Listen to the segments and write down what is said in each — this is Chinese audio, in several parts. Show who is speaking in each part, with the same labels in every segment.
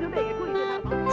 Speaker 1: 球队也注意这场。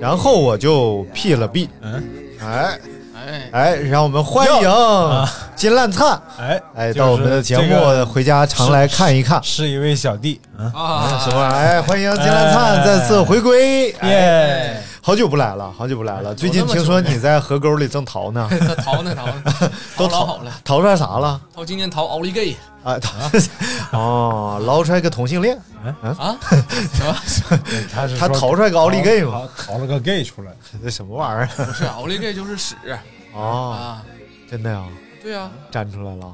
Speaker 2: 然后我就 P 了 B。嗯，哎
Speaker 3: 哎
Speaker 2: 哎，让我们欢迎金烂灿，
Speaker 4: 哎
Speaker 2: 哎，
Speaker 4: 就是
Speaker 2: 到我们的节
Speaker 4: 这个
Speaker 2: 目回家常来看一看。
Speaker 4: 是一位小弟啊，
Speaker 3: 啊，
Speaker 2: 什么玩意儿？哎，欢迎金烂灿
Speaker 4: 哎
Speaker 2: 再次回归。哎，
Speaker 4: 耶！
Speaker 2: 好久不来了，好久不来了。最近
Speaker 3: 有那么
Speaker 2: 听说
Speaker 3: 久吗
Speaker 2: 你在河沟里正逃呢，
Speaker 3: 他逃呢逃呢，
Speaker 2: 都
Speaker 3: 老
Speaker 2: 逃
Speaker 3: 好了，
Speaker 2: 逃出来啥了？
Speaker 3: 他今年逃奥利给
Speaker 2: 啊， 逃哦，捞出来个同性恋，
Speaker 3: 啊，什么
Speaker 4: 他是
Speaker 2: 他
Speaker 4: 说
Speaker 2: 逃出来个奥利给吗？
Speaker 4: 逃了个 gay 出 来，
Speaker 2: 这什么玩意 儿？
Speaker 3: 不是奥利给就是屎嗯
Speaker 2: 哦，
Speaker 3: 啊，
Speaker 2: 真的呀，
Speaker 3: 对呀
Speaker 2: 粘出来了。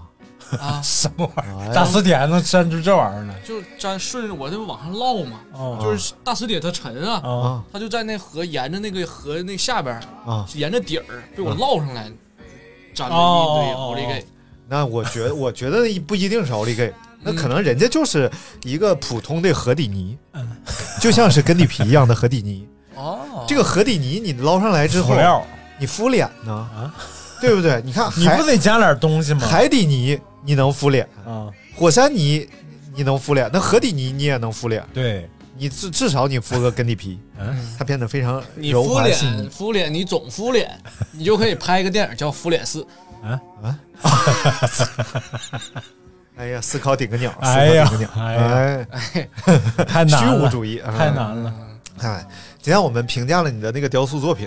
Speaker 3: 啊，
Speaker 4: 什么玩意
Speaker 2: 哎
Speaker 4: 儿？大词典能删出这玩意儿来？
Speaker 3: 就咱顺着我这往上唠嘛，
Speaker 4: 哦
Speaker 3: 就是大石铁它沉啊，
Speaker 4: 啊，
Speaker 3: 它就在那河沿着那个河那下边儿，
Speaker 2: 啊
Speaker 3: 沿着底儿被我唠上来，沾了一堆奥利给，
Speaker 2: 那我 觉我觉得不一定是奥利给，那可能人家就是一个普通的河底泥，就像是跟地皮一样的河底泥。
Speaker 3: 嗯 哦，
Speaker 2: 这个河底泥你捞上来之后
Speaker 4: 辅，料，
Speaker 2: 你敷脸
Speaker 3: 啊
Speaker 2: 呢，对不对？你看
Speaker 4: 你
Speaker 2: 海
Speaker 4: 不得加点东西吗？
Speaker 2: 海底泥你能敷脸，
Speaker 4: 啊，
Speaker 2: 火山泥你能敷脸，那河底泥你也能敷脸，
Speaker 4: 对，
Speaker 2: 你至至少你敷个跟地皮，它变得非常
Speaker 3: 嗯你
Speaker 2: 柔
Speaker 3: 敷
Speaker 2: 滑细腻
Speaker 3: 脸，。敷脸，你总敷脸，你就可以拍一个电影叫《敷脸四》。
Speaker 2: 哎呀，思考顶个鸟，思考
Speaker 4: 哎呀
Speaker 2: 顶个鸟，
Speaker 4: 哎呀
Speaker 2: 哎，
Speaker 4: 太难
Speaker 2: 虚
Speaker 4: 了，
Speaker 2: 无主义啊
Speaker 4: 太难了，
Speaker 2: 哎，今天我们评价了你的那个雕塑作品，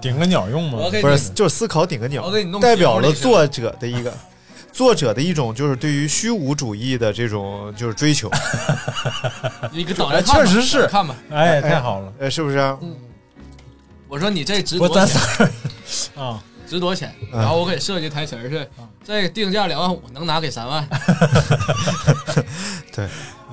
Speaker 4: 顶个鸟用吗？
Speaker 3: 我给
Speaker 2: 不
Speaker 3: 你
Speaker 2: 是，就是思考顶个鸟
Speaker 3: 我给你，弄
Speaker 2: 代表了作者的一个作者的一种就是对于虚无主义的这种就是追求，
Speaker 3: 你给等着看吧，
Speaker 4: 确实是
Speaker 3: 等着看吧。
Speaker 4: 哎，太好了，
Speaker 2: 呃，是不是啊？
Speaker 3: 我说你这值
Speaker 4: 我
Speaker 3: 多
Speaker 4: 咱
Speaker 3: 少钱？
Speaker 4: 仨人 啊，
Speaker 3: 值多少钱？然后我给设计台词儿是，这定价两万五，能拿给三万。
Speaker 2: 对，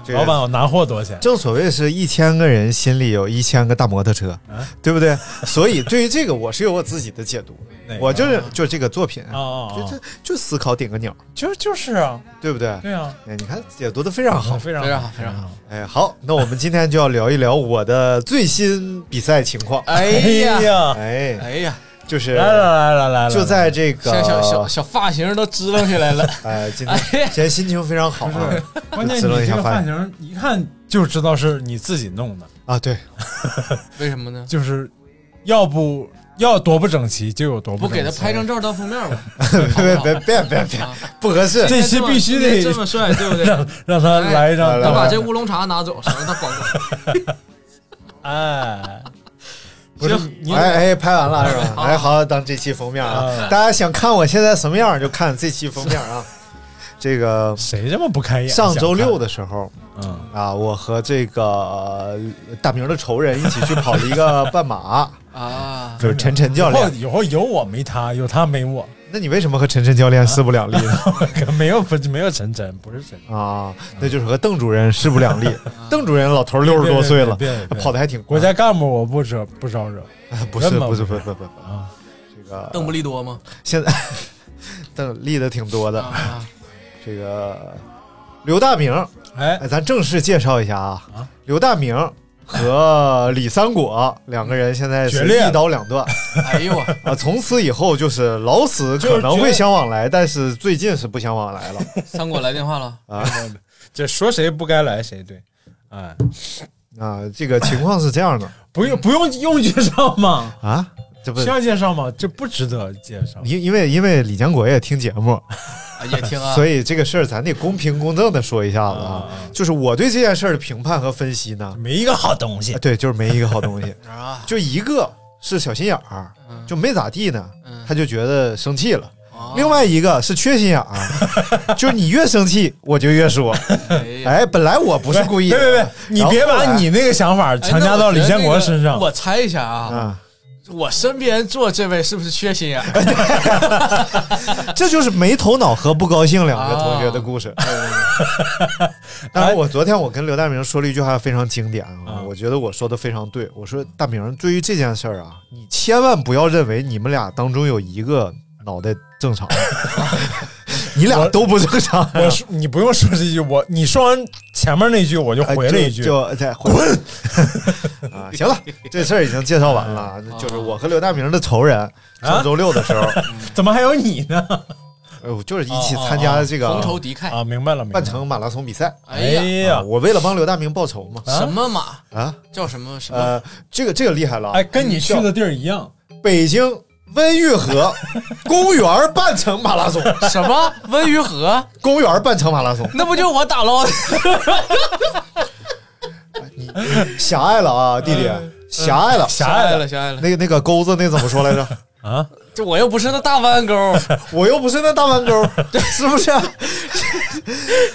Speaker 2: 这个
Speaker 4: 老板，我拿货多少钱？
Speaker 2: 正所谓是一千个人心里有一千个大摩托车，对不对？所以对于这个我是有我自己的解读
Speaker 4: 哪，个
Speaker 2: 我就是就这个作品，
Speaker 4: 啊啊
Speaker 2: 就
Speaker 4: 啊！
Speaker 2: 就就思考顶个鸟，
Speaker 4: 就就是啊，
Speaker 2: 对不对？
Speaker 4: 对啊，
Speaker 2: 哎，你看解读的非常好。
Speaker 4: 非常
Speaker 3: 非常好非常好。
Speaker 2: 哎，好，那我们今天就要聊一聊我的最新比赛情况。
Speaker 3: 哎
Speaker 4: 哎
Speaker 3: 呀，
Speaker 4: 呀，
Speaker 2: 哎，
Speaker 3: 哎呀，
Speaker 2: 就是
Speaker 4: 来了来了来了，
Speaker 2: 就在这个
Speaker 3: 小小小小发型都支棱起来了。
Speaker 2: 哎，今天今天心情非常好啊
Speaker 4: 哎关键你
Speaker 2: 滋楞一
Speaker 4: 这
Speaker 2: 下
Speaker 4: 个
Speaker 2: 发
Speaker 4: 发
Speaker 2: 现
Speaker 4: 型一看就知道是你自己弄的，
Speaker 2: 啊！对，
Speaker 3: 为什么呢？
Speaker 4: 就是要不要多不整齐就有多
Speaker 3: 不
Speaker 4: 不整齐。
Speaker 3: 给他拍张照当封面吧？
Speaker 2: 别别别别别
Speaker 3: 啊
Speaker 2: 不合适，
Speaker 4: 这些必须
Speaker 3: 今天这么
Speaker 4: 得
Speaker 3: 帅，对不 对？
Speaker 4: 让让他来一张
Speaker 2: 哎
Speaker 4: 大
Speaker 3: 他
Speaker 4: 白，
Speaker 3: 把这乌龙茶拿走，省得他光顾。
Speaker 4: 哎，不是你
Speaker 2: 哎哎，拍完了是吧？
Speaker 3: 好
Speaker 2: 哎，好，当这期封面啊！
Speaker 4: 啊
Speaker 2: 大家想看我现在什么样，就看这期封面 啊。这个
Speaker 4: 谁这么不开眼？
Speaker 2: 上周六
Speaker 4: 的，
Speaker 2: 的时候
Speaker 4: 嗯，
Speaker 2: 啊，我和这个呃大明的仇人一起去跑了一个半 马，
Speaker 3: 啊，
Speaker 2: 就是晨晨教
Speaker 4: 以后
Speaker 2: 练。
Speaker 4: 以后有我没他，有他没我，
Speaker 2: 那你为什么和晨晨教练势不两立呢？
Speaker 4: 没有不没有陈真，不是陈 真，
Speaker 2: 啊，那就是和邓主任势不两立。邓主任老头六十多岁了
Speaker 4: 别别别，别
Speaker 2: 跑得还挺快
Speaker 4: 国家干部我不招不招惹，
Speaker 2: 不是
Speaker 4: 人嘛
Speaker 2: 不是不
Speaker 4: 不
Speaker 2: 是
Speaker 4: 是
Speaker 2: 不是不是
Speaker 4: 啊，
Speaker 2: 这个
Speaker 3: 邓布利多吗？
Speaker 2: 现在 邓立的挺多的。
Speaker 3: 啊，
Speaker 2: 这个刘大明，
Speaker 4: 哎
Speaker 2: 哎，咱正式介绍一下啊，刘大明和李三果两个人现在
Speaker 4: 决
Speaker 2: 是
Speaker 4: 裂
Speaker 2: 一刀两断
Speaker 3: 哎呦我，
Speaker 2: 啊，从此以后就是老死可能会相往来，但是最近是不相往来了。
Speaker 3: 三果来电话了，
Speaker 4: 这说谁不该来谁对，哎，
Speaker 2: 啊，这个情况是这样的
Speaker 4: 不用不用用 介绍吗？
Speaker 2: 啊，这不
Speaker 4: 需要介绍吗？这不值得介绍。
Speaker 2: 因因为因为李建国也听节目，
Speaker 3: 啊也听啊。
Speaker 2: 所以这个事儿咱得公平公正的说一下子啊
Speaker 4: 啊，
Speaker 2: 就是我对这件事儿的评判和分析呢，
Speaker 4: 没一个好东西
Speaker 2: 啊，对，就是没一个好东西。
Speaker 3: 啊，
Speaker 2: 就一个是小心眼儿，就没咋地呢
Speaker 3: 嗯，
Speaker 2: 他就觉得生气了。另外一个是缺心眼儿，就是你越生气我就越说， 哎，本来我不是故意的，
Speaker 4: 别别别，你别把你那个想法
Speaker 3: 哎
Speaker 4: 强加到李建国身上
Speaker 3: 那。我觉得那个我猜一下啊，
Speaker 2: 啊，
Speaker 3: 我身边坐这位是不是缺心啊眼儿？
Speaker 2: 这就是没头脑和不高兴两个同学的故
Speaker 4: 啊
Speaker 2: 事。
Speaker 4: 哎
Speaker 2: 当然，我昨天我跟刘大明说了一句话非常经典啊，我觉得我说的非常对。我说大明，对于这件事儿啊，你千万不要认为你们俩当中有一个脑袋正 常，你俩都不正常。啊
Speaker 4: 我说你不用说这句，我你说完前面那句，我就
Speaker 2: 哎
Speaker 4: 回了一句，
Speaker 2: 就就再滚 啊！行了，这事儿已经介绍完
Speaker 4: 啊
Speaker 2: 了，就是我和刘大明的仇人，上周六的时候，
Speaker 4: 怎么还有你呢？
Speaker 2: 哎呦就是一起参加这
Speaker 3: 同仇
Speaker 2: 个
Speaker 3: 敌忾。
Speaker 4: 啊，明白了，明白
Speaker 2: 半
Speaker 4: 了。
Speaker 2: 程马拉松比赛。
Speaker 3: 哎呀，
Speaker 2: 啊，我为了帮刘大明报仇嘛，
Speaker 3: 什么马
Speaker 2: 啊，
Speaker 3: 叫什么什么？
Speaker 2: 呃，这个这个厉害了啊，
Speaker 4: 啊哎，跟你去的地儿一样，
Speaker 2: 北京温榆河 公园半程马拉松，
Speaker 3: 什么温榆河？
Speaker 2: 公园半程马拉松，
Speaker 3: 那不就我打捞的？
Speaker 2: 狭隘了啊，弟弟，狭隘了。
Speaker 4: 哎嗯狭隘
Speaker 3: 了，狭隘了。
Speaker 2: 那个那个钩子那怎么说来 着？
Speaker 4: 啊，
Speaker 3: 这我又不是那大弯钩，
Speaker 2: 我又不是那大弯钩， 是不是？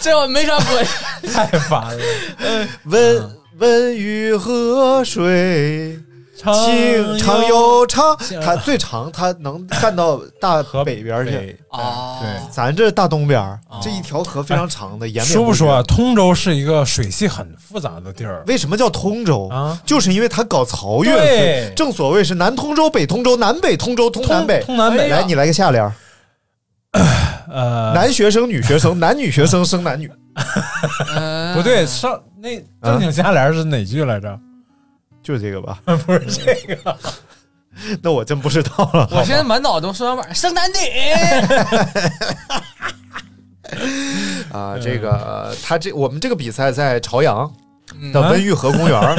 Speaker 3: 这我没啥关 系。
Speaker 4: 太烦了。嗯
Speaker 2: 温温榆河水清长
Speaker 4: 长
Speaker 2: 又长，
Speaker 4: 长
Speaker 2: 它最长它能干到大
Speaker 4: 嗯河
Speaker 2: 北边去
Speaker 4: 北。
Speaker 3: 哦
Speaker 4: 对
Speaker 2: 咱这大东边儿，这一条河非常长的，延绵
Speaker 4: 说不
Speaker 2: 不绝
Speaker 4: 说啊？？通州是一个水系很复杂的地儿，
Speaker 2: 为什么叫通州
Speaker 4: 啊？
Speaker 2: 就是因为它搞漕运，
Speaker 4: 对
Speaker 2: 所以正所谓是南通州、北通州、南北通州、通南北。
Speaker 4: 通南北哎
Speaker 2: 来，你来个下联儿：
Speaker 4: 呃，
Speaker 2: 男学生、女学生， 男女学生生男女。
Speaker 3: 嗯
Speaker 4: 不对，上那正经下联是哪句来着？
Speaker 2: 就是这个吧？
Speaker 4: 不是这个，
Speaker 2: 那我真不知道了。
Speaker 3: 我现在满脑都说完板生男女，
Speaker 2: 啊，这个呃他这我们这个比赛在朝阳的
Speaker 4: 嗯
Speaker 2: 温榆河公园儿。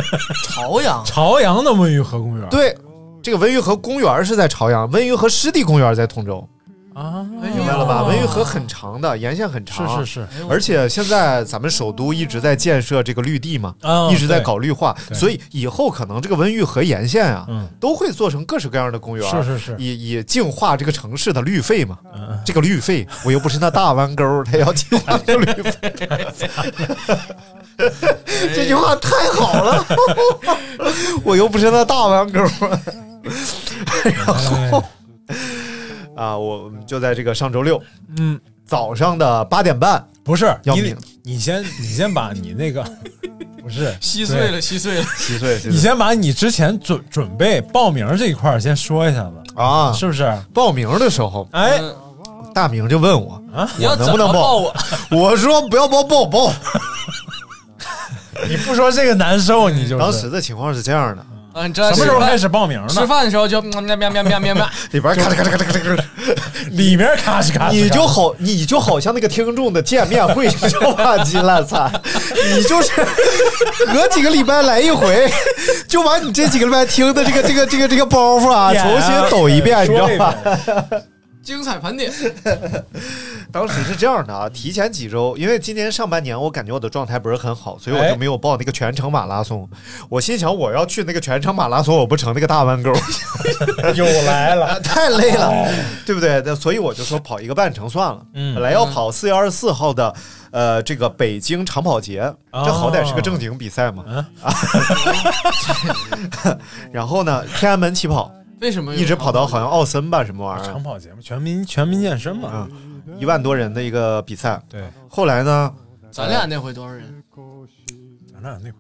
Speaker 3: 朝阳
Speaker 4: 朝阳的温榆河公园。
Speaker 2: 对，这个温榆河公园是在朝阳，温榆河湿地公园在通州，
Speaker 4: 啊，
Speaker 2: 明白了吧？温榆河很长的，沿线很长，
Speaker 4: 是是是，
Speaker 2: 而且现在咱们首都一直在建设这个绿地嘛，
Speaker 4: 啊
Speaker 2: 一直在搞绿化，
Speaker 4: 对
Speaker 2: 所以以后可能这个温榆河沿线啊，
Speaker 4: 嗯
Speaker 2: 都会做成各式各样的公园，
Speaker 4: 是是是
Speaker 2: 以以净化这个城市的绿肺嘛。
Speaker 4: 嗯
Speaker 2: 这个绿肺，我又不是那大弯钩儿，它要净化这个绿 肺。这句话太好 了， 我又不是那大弯钩儿。然后啊，我们就在这个上周六
Speaker 4: 嗯，
Speaker 2: 早上的八点半，
Speaker 4: 不是，
Speaker 2: 要
Speaker 4: 你
Speaker 2: 命
Speaker 4: 得你先你先把你那 个不是
Speaker 3: 稀碎了，稀碎了。
Speaker 2: 七岁，
Speaker 4: 对你先把你之前准准备报名这一块儿先说一下子，
Speaker 2: 啊，
Speaker 4: 是不是？
Speaker 2: 报名的时候，
Speaker 3: 嗯
Speaker 4: 哎，
Speaker 2: 大明就问我，
Speaker 3: 你要
Speaker 2: 我能不
Speaker 3: 怎么
Speaker 2: 能
Speaker 3: 抱
Speaker 2: 报
Speaker 3: 我？
Speaker 2: 我说不要报，报报。
Speaker 4: 你不说这个难受，你就是
Speaker 2: 当时的情况是这样的，
Speaker 3: 啊，你知道
Speaker 4: 什么时候开始报名
Speaker 3: 吃
Speaker 4: 的？
Speaker 3: 饭的时候就喵喵喵喵喵喵，
Speaker 2: 里边咔嚓咔嚓咔嚓咔嚓咔
Speaker 4: 里面咔哧
Speaker 2: 嚓，
Speaker 4: 咔哧，
Speaker 2: 你
Speaker 4: 咔哧
Speaker 2: 就好，你就好像那个听众的见面会一样吧唧烂菜，你就是隔几个礼拜来一回，就把你这几个礼拜听的这个这个这个这个包袱啊，
Speaker 4: 点
Speaker 2: 重新抖一遍，你知
Speaker 4: 哎说
Speaker 2: 道
Speaker 4: 一
Speaker 2: 吧？
Speaker 4: 遍
Speaker 3: 精彩盘点。
Speaker 2: 当时是这样的啊，提前几周，因为今年上半年我感觉我的状态不是很好，所以我
Speaker 4: 哎
Speaker 2: 就没有报那个全程马拉松。我心想我要去那个全程马拉松，我不成那个大弯钩，
Speaker 4: 又来了，
Speaker 2: 啊 太累了，对不对？那所以我就说跑一个半程算了。
Speaker 4: 哎嗯
Speaker 2: 本来要跑四月二十四号的，呃，这个北京长跑节，
Speaker 4: 哦
Speaker 2: 这好歹是个正经比赛嘛。
Speaker 4: 嗯
Speaker 2: 啊， 然后呢，天安门起跑，
Speaker 3: 为什么有
Speaker 2: 一直跑到好像奥森吧什么玩意儿
Speaker 4: 哎长，跑节目，全民全民健身
Speaker 2: 啊
Speaker 4: 嘛，
Speaker 2: 一万多人的一个比赛。
Speaker 4: 对，
Speaker 2: 后来呢，
Speaker 3: 咱俩那回多少人
Speaker 4: 咱俩那回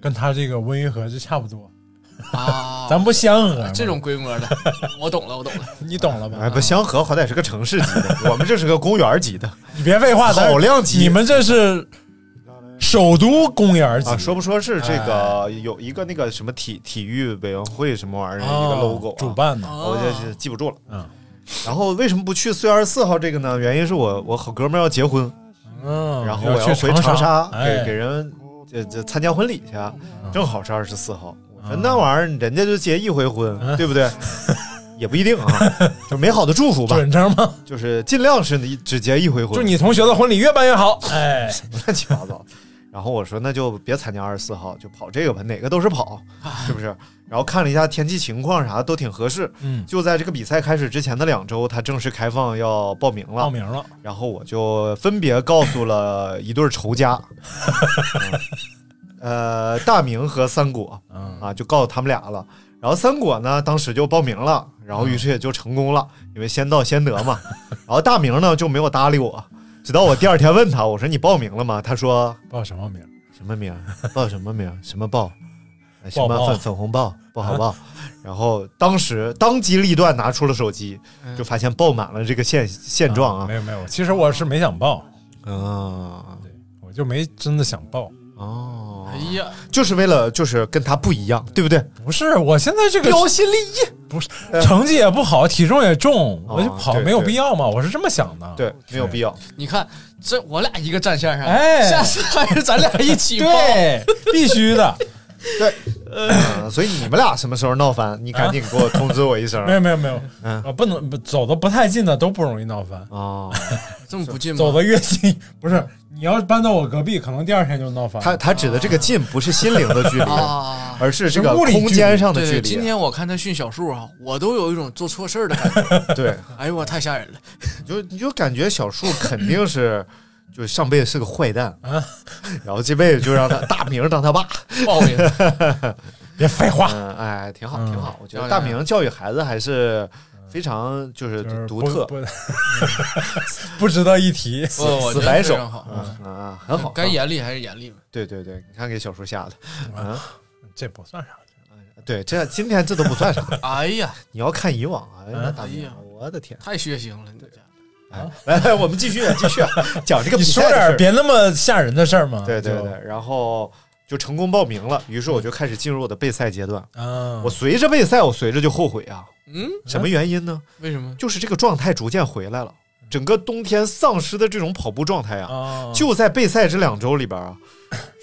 Speaker 4: 跟他这个温榆河就差不多，
Speaker 3: 啊？
Speaker 4: 咱不相合吗，哦
Speaker 3: 这种规模的，我懂了，我懂了。
Speaker 4: 你懂了吧？
Speaker 2: 哎，不，香河好歹是个城市级 的，我们这是个公园级的啊
Speaker 4: 你别废话，咱
Speaker 2: 好量级
Speaker 4: 你们这是首都公园级
Speaker 2: 啊。说不说是这
Speaker 4: 哎
Speaker 2: 个有一个那个什么体体育委员会什么玩意儿、一个 logo 啊、
Speaker 4: 哦主办的，
Speaker 2: 我就是记不住了。
Speaker 4: 嗯，
Speaker 2: 然后为什么不去四月二十四号这个呢？原因是我我好哥们儿要结婚，
Speaker 4: 嗯，
Speaker 2: 然后我要
Speaker 4: 去
Speaker 2: 回
Speaker 4: 长
Speaker 2: 长沙
Speaker 4: 哎嗯
Speaker 2: 给给人这这参加婚礼去，啊正好是二十四号。我说那玩意儿人家就结一回婚，
Speaker 4: 嗯
Speaker 2: 对 不对？也不一定啊，就美好的祝福吧，
Speaker 4: 准成 吗？
Speaker 2: 就是尽量是你只结一回婚，
Speaker 4: 祝你同学的婚礼越办越好。哎，
Speaker 2: 乱七八糟。然后我说那就别参加二十四号，就跑这个吧，哪个都是跑，
Speaker 4: 啊
Speaker 2: 是不是？然后看了一下天气情况啥都挺合适，
Speaker 4: 嗯，
Speaker 2: 就在这个比赛开始之前的两周，它正式开放要报名了
Speaker 4: 报。名了，
Speaker 2: 然后我就分别告诉了一对儿仇 家，嗯呃，大明和三果
Speaker 4: 嗯
Speaker 2: 啊，就告诉他们俩了。然后三果呢，当时就报名了，然后于是也就成功了，因为先到先 得嘛。然后大明呢就没有搭理我，直到我第二天问他，我说你报名了吗？他说
Speaker 4: 报什么名？
Speaker 2: 什么 名？报什么名？什么报？呃什
Speaker 4: 报
Speaker 2: 么
Speaker 4: 报
Speaker 2: 粉粉红豹？不好报。 然后当时当机立断拿出了手机，
Speaker 4: 嗯
Speaker 2: 就发现爆满了这个现现状啊
Speaker 4: 没。有没有，其实我是没想报，
Speaker 2: 啊，
Speaker 4: 我就没真的想报。
Speaker 2: 哦，
Speaker 3: 哎呀，
Speaker 2: 就是为了就是跟他不一样，对不对？
Speaker 4: 不是，我现在这个
Speaker 3: 标新立异，
Speaker 4: 不是成绩也不好，体重也重，
Speaker 2: 哦
Speaker 4: 我就跑
Speaker 2: 呃对
Speaker 4: 没有
Speaker 2: 对
Speaker 4: 必要嘛，我是这么想的。
Speaker 2: 对，没有必要。
Speaker 3: 你看这我俩一个战线上，
Speaker 4: 哎
Speaker 3: 下次还是咱俩一起报。
Speaker 4: 对，必 须的。
Speaker 2: 对，呃，所以你们俩什么时候闹翻，你赶紧给我通知我一声
Speaker 4: 没有没有没有
Speaker 2: 嗯，
Speaker 4: 啊，不能不走的不太近的都不容易闹翻，
Speaker 2: 啊。
Speaker 3: 这么不近
Speaker 4: 走
Speaker 3: 吗？
Speaker 4: 的越近不是。你要搬到我隔壁，可能第二天就闹翻了。
Speaker 2: 他他指的这个近不是心灵的距离，
Speaker 3: 啊，
Speaker 2: 而是这个
Speaker 4: 是物理距离
Speaker 2: 空间上的
Speaker 3: 对
Speaker 2: 距
Speaker 3: 对，今
Speaker 2: 离。啊
Speaker 3: 天我看他训小树啊，我都有一种做错事儿的感觉。
Speaker 2: 对，
Speaker 3: 哎呦我太吓人了，
Speaker 2: 你就你就感觉小树肯定是。就上辈子是个坏蛋，然后这辈子就让他大明当他爸，
Speaker 3: 报应。
Speaker 4: 别废话，
Speaker 2: 嗯，哎，挺好，
Speaker 4: 嗯
Speaker 2: 挺好。我觉
Speaker 3: 要
Speaker 2: 得
Speaker 3: 不
Speaker 2: 大
Speaker 3: 然
Speaker 2: 明教育孩子还是非常就是
Speaker 4: 就是
Speaker 2: 独
Speaker 4: 不
Speaker 2: 特，
Speaker 4: 不 不值得一提。
Speaker 3: 不，哦我
Speaker 2: 死
Speaker 3: 觉得
Speaker 2: 白
Speaker 3: 非
Speaker 2: 手
Speaker 3: 常好，
Speaker 2: 嗯啊，很好，
Speaker 3: 该严厉还是严厉吧。
Speaker 2: 对对对，你看给小叔吓的，
Speaker 4: 嗯
Speaker 2: 啊，
Speaker 4: 这不算啥，
Speaker 2: 对，这今天这都不算啥，
Speaker 3: 哎呀，
Speaker 2: 你要看以往
Speaker 4: 嗯
Speaker 2: 啊，那大
Speaker 3: 哎
Speaker 2: 明
Speaker 3: 呀，
Speaker 2: 我的天，啊
Speaker 3: 太血腥了，你这家
Speaker 2: 哎来来，我们继续啊继续讲这个
Speaker 4: 你
Speaker 2: 比
Speaker 4: 说
Speaker 2: 赛
Speaker 4: 点儿
Speaker 2: 的事儿，
Speaker 4: 别那么吓人的事儿嘛。
Speaker 2: 对对
Speaker 4: 就嗯
Speaker 2: 对，，然后就成功报名了，于是我就开始进入我的备赛阶段，
Speaker 4: 啊，
Speaker 2: 我随着备赛，我随着就后悔啊，
Speaker 3: 嗯，
Speaker 2: 什么原因呢？
Speaker 3: 为什么？
Speaker 2: 就是这个状态逐渐回来了，
Speaker 4: 嗯
Speaker 2: 整个冬天丧失的这种跑步状态啊，
Speaker 4: 啊，
Speaker 2: 就在备赛这两周里边啊，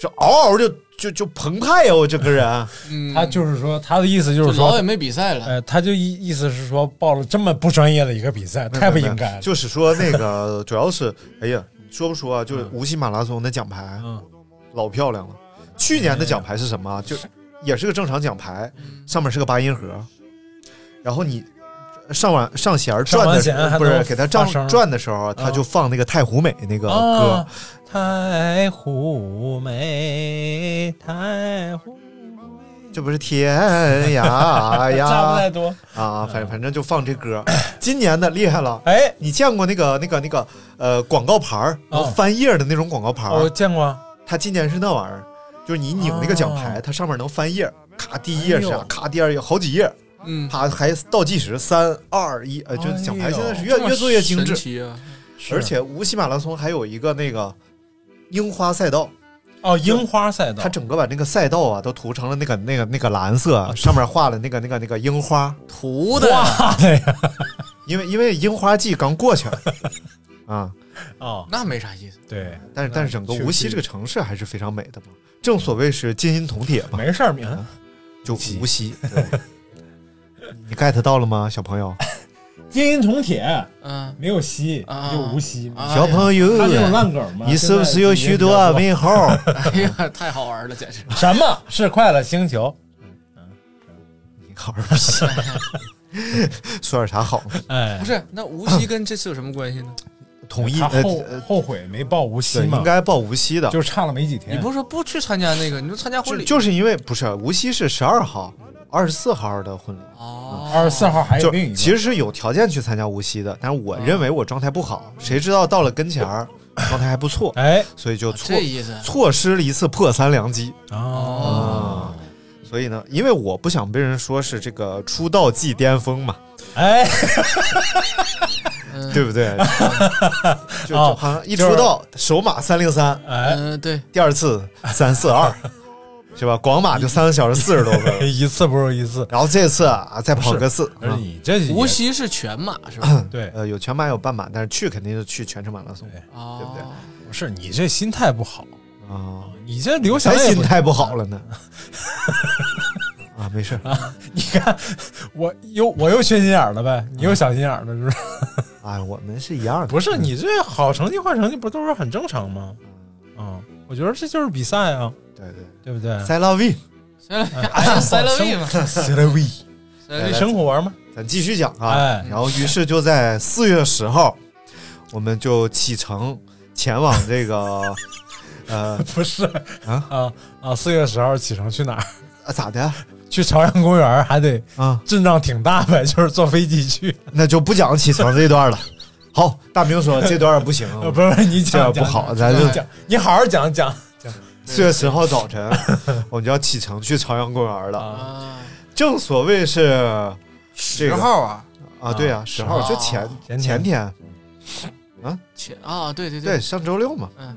Speaker 2: 这嗷嗷就就就澎湃啊呀、我整个人。
Speaker 3: 嗯，
Speaker 4: 他就是说，他的意思就是
Speaker 3: 老
Speaker 4: 说
Speaker 3: 也，没比赛
Speaker 2: 哎
Speaker 3: 了，
Speaker 4: 呃，他就意意思是说，报了这么不专业的一个比赛，太不应该了。
Speaker 2: 就是说那 个，主要是，哎呀，说不说啊？就是无锡马拉松的奖牌
Speaker 4: 嗯，
Speaker 2: 老漂亮了。去年的奖牌是什么啊？就也是个正常奖牌，
Speaker 4: 嗯
Speaker 2: 上面是个八音盒，然后你上完上弦儿转的时
Speaker 4: 上完弦
Speaker 2: 候，
Speaker 4: 还
Speaker 2: 不是
Speaker 4: 能
Speaker 2: 给它转
Speaker 4: 发声嗯哦
Speaker 2: 转的时候，啊他就放那个太湖美那个歌。，
Speaker 4: 啊太湖美，太湖美，
Speaker 2: 这不是天涯
Speaker 4: 差不嗯太
Speaker 2: 呀
Speaker 4: 多。
Speaker 2: 啊，反正反正就放这歌。 今年的厉害了，
Speaker 4: 哎，
Speaker 2: 你见过那个那个那个呃广告牌儿
Speaker 4: 哦
Speaker 2: 能翻页的那种广告牌儿？
Speaker 4: 我见过，啊
Speaker 2: 它今年是那玩意儿，就是你拧那个奖牌，
Speaker 4: 哦
Speaker 2: 它上面能翻页儿，咔第一页是
Speaker 4: 哎
Speaker 2: 啥
Speaker 4: 呦，
Speaker 2: 咔第二页好几页，
Speaker 3: 嗯，
Speaker 2: 啪还倒计时，三二一，呃，就
Speaker 4: 哎呦
Speaker 2: 奖牌现在是越越做越精
Speaker 3: 神
Speaker 2: 致，
Speaker 3: 奇啊！
Speaker 4: 是
Speaker 2: 而且无锡马拉松还有一个那个。樱花赛道，
Speaker 4: 哦，樱花赛道，
Speaker 2: 它整个把那个赛道啊都涂成了那个那个那个蓝
Speaker 4: 啊
Speaker 2: 色，上面画了那个那个那个樱花，
Speaker 3: 图的
Speaker 4: 画的呀，
Speaker 2: 因为因为樱花季刚过去 了啊，
Speaker 4: 哦，
Speaker 3: 那没啥意思，
Speaker 4: 对，
Speaker 2: 但是但是整个
Speaker 4: 确实
Speaker 2: 无锡这个城市还是非常美的嘛，正所谓是金银铜铁嘛，
Speaker 4: 没事儿，明
Speaker 2: 嗯就无锡。对 你 get 到了吗，小朋友？
Speaker 4: 哎金银铜铁
Speaker 3: 嗯
Speaker 4: 没有西，
Speaker 3: 啊
Speaker 4: 有无锡。
Speaker 3: 啊，
Speaker 2: 小朋友，
Speaker 4: 他这种烂梗嘛，
Speaker 2: 你是不是有许多啊
Speaker 4: 现在比较
Speaker 2: 问号？
Speaker 3: 哎呀，太好玩了，简直！
Speaker 4: 多什么是快乐星球？
Speaker 2: 你好个屁！ 说点啥好？
Speaker 4: 哎
Speaker 3: 不，是，那无锡跟这次有什么关系呢？
Speaker 2: 统一
Speaker 4: 他
Speaker 2: 呃
Speaker 4: 后
Speaker 2: 呃，
Speaker 4: 后悔没报无锡
Speaker 2: 对，
Speaker 4: 嘛，
Speaker 2: 应该报无锡的，
Speaker 4: 就差了没几
Speaker 3: 你
Speaker 4: 天。
Speaker 3: 不是说不去参加那个，你就参加婚
Speaker 2: 就
Speaker 3: 礼
Speaker 2: 就是因为不是无锡是十二号、二十四号的婚礼。
Speaker 3: 哦，
Speaker 4: 二十四号还有
Speaker 2: 就
Speaker 4: 另一个，啊
Speaker 2: 其实是有条件去参加无锡的，但是我认为我状态不好，谁知道到了跟前儿状态还不错，
Speaker 4: 哎
Speaker 2: 所以就错
Speaker 3: 这意思
Speaker 2: 错失了一次破三良机
Speaker 4: 哦，
Speaker 3: 哦，
Speaker 2: 所以呢，因为我不想被人说是这个出道即巅峰嘛，
Speaker 4: 哎，
Speaker 3: 嗯
Speaker 2: 对不 对？就
Speaker 4: 哦
Speaker 2: 就好像一出道首马三零三，
Speaker 3: 嗯，对，
Speaker 2: 第二次三四 二，是吧？广马就三个小时四十多分，
Speaker 4: 一次不如一次。
Speaker 2: 然后这次啊再跑个四，
Speaker 4: 哎而
Speaker 2: 啊
Speaker 4: 你这也
Speaker 3: 无锡是全马是吧？
Speaker 4: 对，
Speaker 2: 呃有全马有半马，但是去肯定是去全程马拉松
Speaker 4: 对
Speaker 2: 对不对
Speaker 3: 哦，
Speaker 4: 不是你这心态不好，
Speaker 2: 啊。
Speaker 4: 你这刘翔
Speaker 2: 咱
Speaker 4: 也
Speaker 2: 心
Speaker 4: 不
Speaker 2: 态不好了呢。啊，没事儿。
Speaker 4: 你看我又我又缺心眼儿了呗，你又小心眼儿了是不是？
Speaker 2: 啊哎，我们是一样的。
Speaker 4: 不是你这好成绩坏成绩不都是很正常吗？嗯，我觉得这就是比赛啊，
Speaker 2: 嗯对对
Speaker 4: 对不对？
Speaker 2: 塞拉维，
Speaker 3: 哎，塞勒维嘛，
Speaker 2: 塞拉维，
Speaker 3: 塞勒维
Speaker 4: 生活嘛，
Speaker 2: 咱继续讲啊。
Speaker 4: 哎，
Speaker 2: 然后，于是就在四月十号，我们就启程前往这 个，呃
Speaker 4: 不是
Speaker 2: 啊
Speaker 4: 啊啊！四月十号启程去哪儿？
Speaker 2: 啊，咋的
Speaker 4: 去朝阳公园，还得
Speaker 2: 啊？
Speaker 4: 阵仗挺大呗，就是坐飞机去。
Speaker 2: 那就不讲启程这一段了。好，大明说这段不行，
Speaker 4: 呃 不是你讲
Speaker 2: 这不好
Speaker 4: 讲
Speaker 2: 咱就
Speaker 4: 讲，你好好讲讲。
Speaker 2: 四月十号早晨， 我们就要启程去朝阳公园了。
Speaker 3: 啊，
Speaker 2: 正所谓是这
Speaker 5: 十
Speaker 2: 个
Speaker 5: 号啊，
Speaker 2: 啊，对呀，十号
Speaker 3: 啊
Speaker 2: 就前
Speaker 4: 前天
Speaker 2: 前天，
Speaker 3: 切啊，对对
Speaker 2: 对，，上周六嘛。
Speaker 3: 嗯，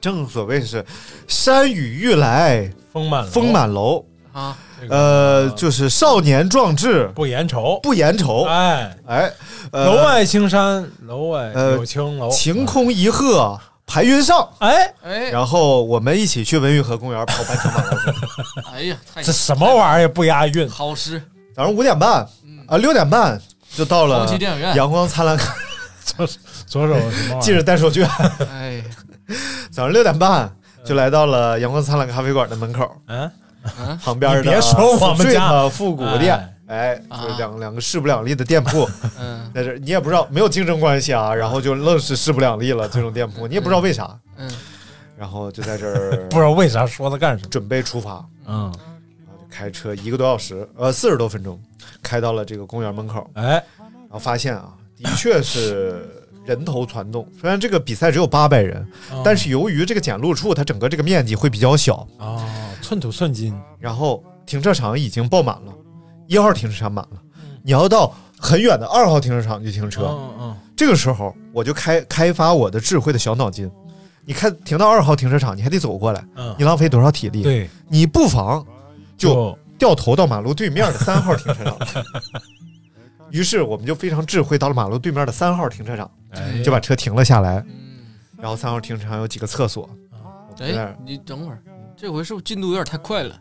Speaker 2: 正所谓是山雨欲来
Speaker 4: 丰满楼
Speaker 2: 风，满楼，
Speaker 3: 啊，
Speaker 4: 这个
Speaker 2: 呃，就是少年壮志
Speaker 4: 不言愁。
Speaker 2: 不言愁。
Speaker 4: 哎，
Speaker 2: 哎，
Speaker 4: 楼
Speaker 2: 呃，
Speaker 4: 外青山，楼外
Speaker 2: 呃
Speaker 4: 有青楼。
Speaker 2: 晴空一鹤排云上。
Speaker 4: 哎，
Speaker 3: 哎，
Speaker 2: 然后我们一起去文运河公园跑半 程马拉松，
Speaker 3: 哎呀，太
Speaker 4: 这什么玩意儿也不押韵？
Speaker 3: 好诗，
Speaker 2: 早上五点半
Speaker 3: 嗯，
Speaker 2: 啊，六点半就到
Speaker 3: 红
Speaker 2: 了
Speaker 3: 旗电影院，
Speaker 2: 阳光灿烂
Speaker 4: 左手什么玩
Speaker 2: 记
Speaker 4: 意儿？
Speaker 2: 着带手绢。
Speaker 3: 哎，
Speaker 2: 早上六点半就来到了阳光灿烂咖啡馆的门口，
Speaker 4: 嗯，
Speaker 2: 旁边的
Speaker 4: 你别说我们家
Speaker 2: Street 复古店，哎，就是
Speaker 3: 啊
Speaker 2: 两两个势不两立的店 铺，
Speaker 3: 嗯
Speaker 2: 在这儿你也不知道没有竞争关系啊，然后就愣是势不两立了这种店铺，你也不知道为啥，
Speaker 3: 嗯，
Speaker 2: 然后就在这 儿
Speaker 4: 不知道为啥说它干什么。
Speaker 2: 准备出发，
Speaker 4: 嗯，
Speaker 2: 然后就开车一个多小时，呃，四十多分钟，开到了这个公园门口，
Speaker 4: 哎，
Speaker 2: 然后发现啊，的确是人头攒动，虽然这个比赛只有八百人，
Speaker 4: 嗯
Speaker 2: 但是由于这个检录处它整个这个面积会比较小，
Speaker 4: 哦，寸土寸金，
Speaker 2: 然后停车场已经爆满了，一号停车场满了，你要到很远的二号停车场去停车。
Speaker 4: 嗯嗯，
Speaker 2: 这个时候我就开开发我的智慧的小脑筋，你看停到二号停车场，你还得走过来，
Speaker 4: 嗯
Speaker 2: 你浪费多少体力？
Speaker 4: 对，
Speaker 2: 你不妨就
Speaker 4: 就
Speaker 2: 掉头到马路对面的三号停车场。于是我们就非常智慧，到了马路对面的三号停车场，
Speaker 4: 哎
Speaker 2: 就把车停了下来。
Speaker 3: 嗯，
Speaker 2: 然后三号停车场有几个厕所，我们在那
Speaker 3: 哎
Speaker 2: 儿，
Speaker 3: 你等会儿，这回是不是进度有点太快了？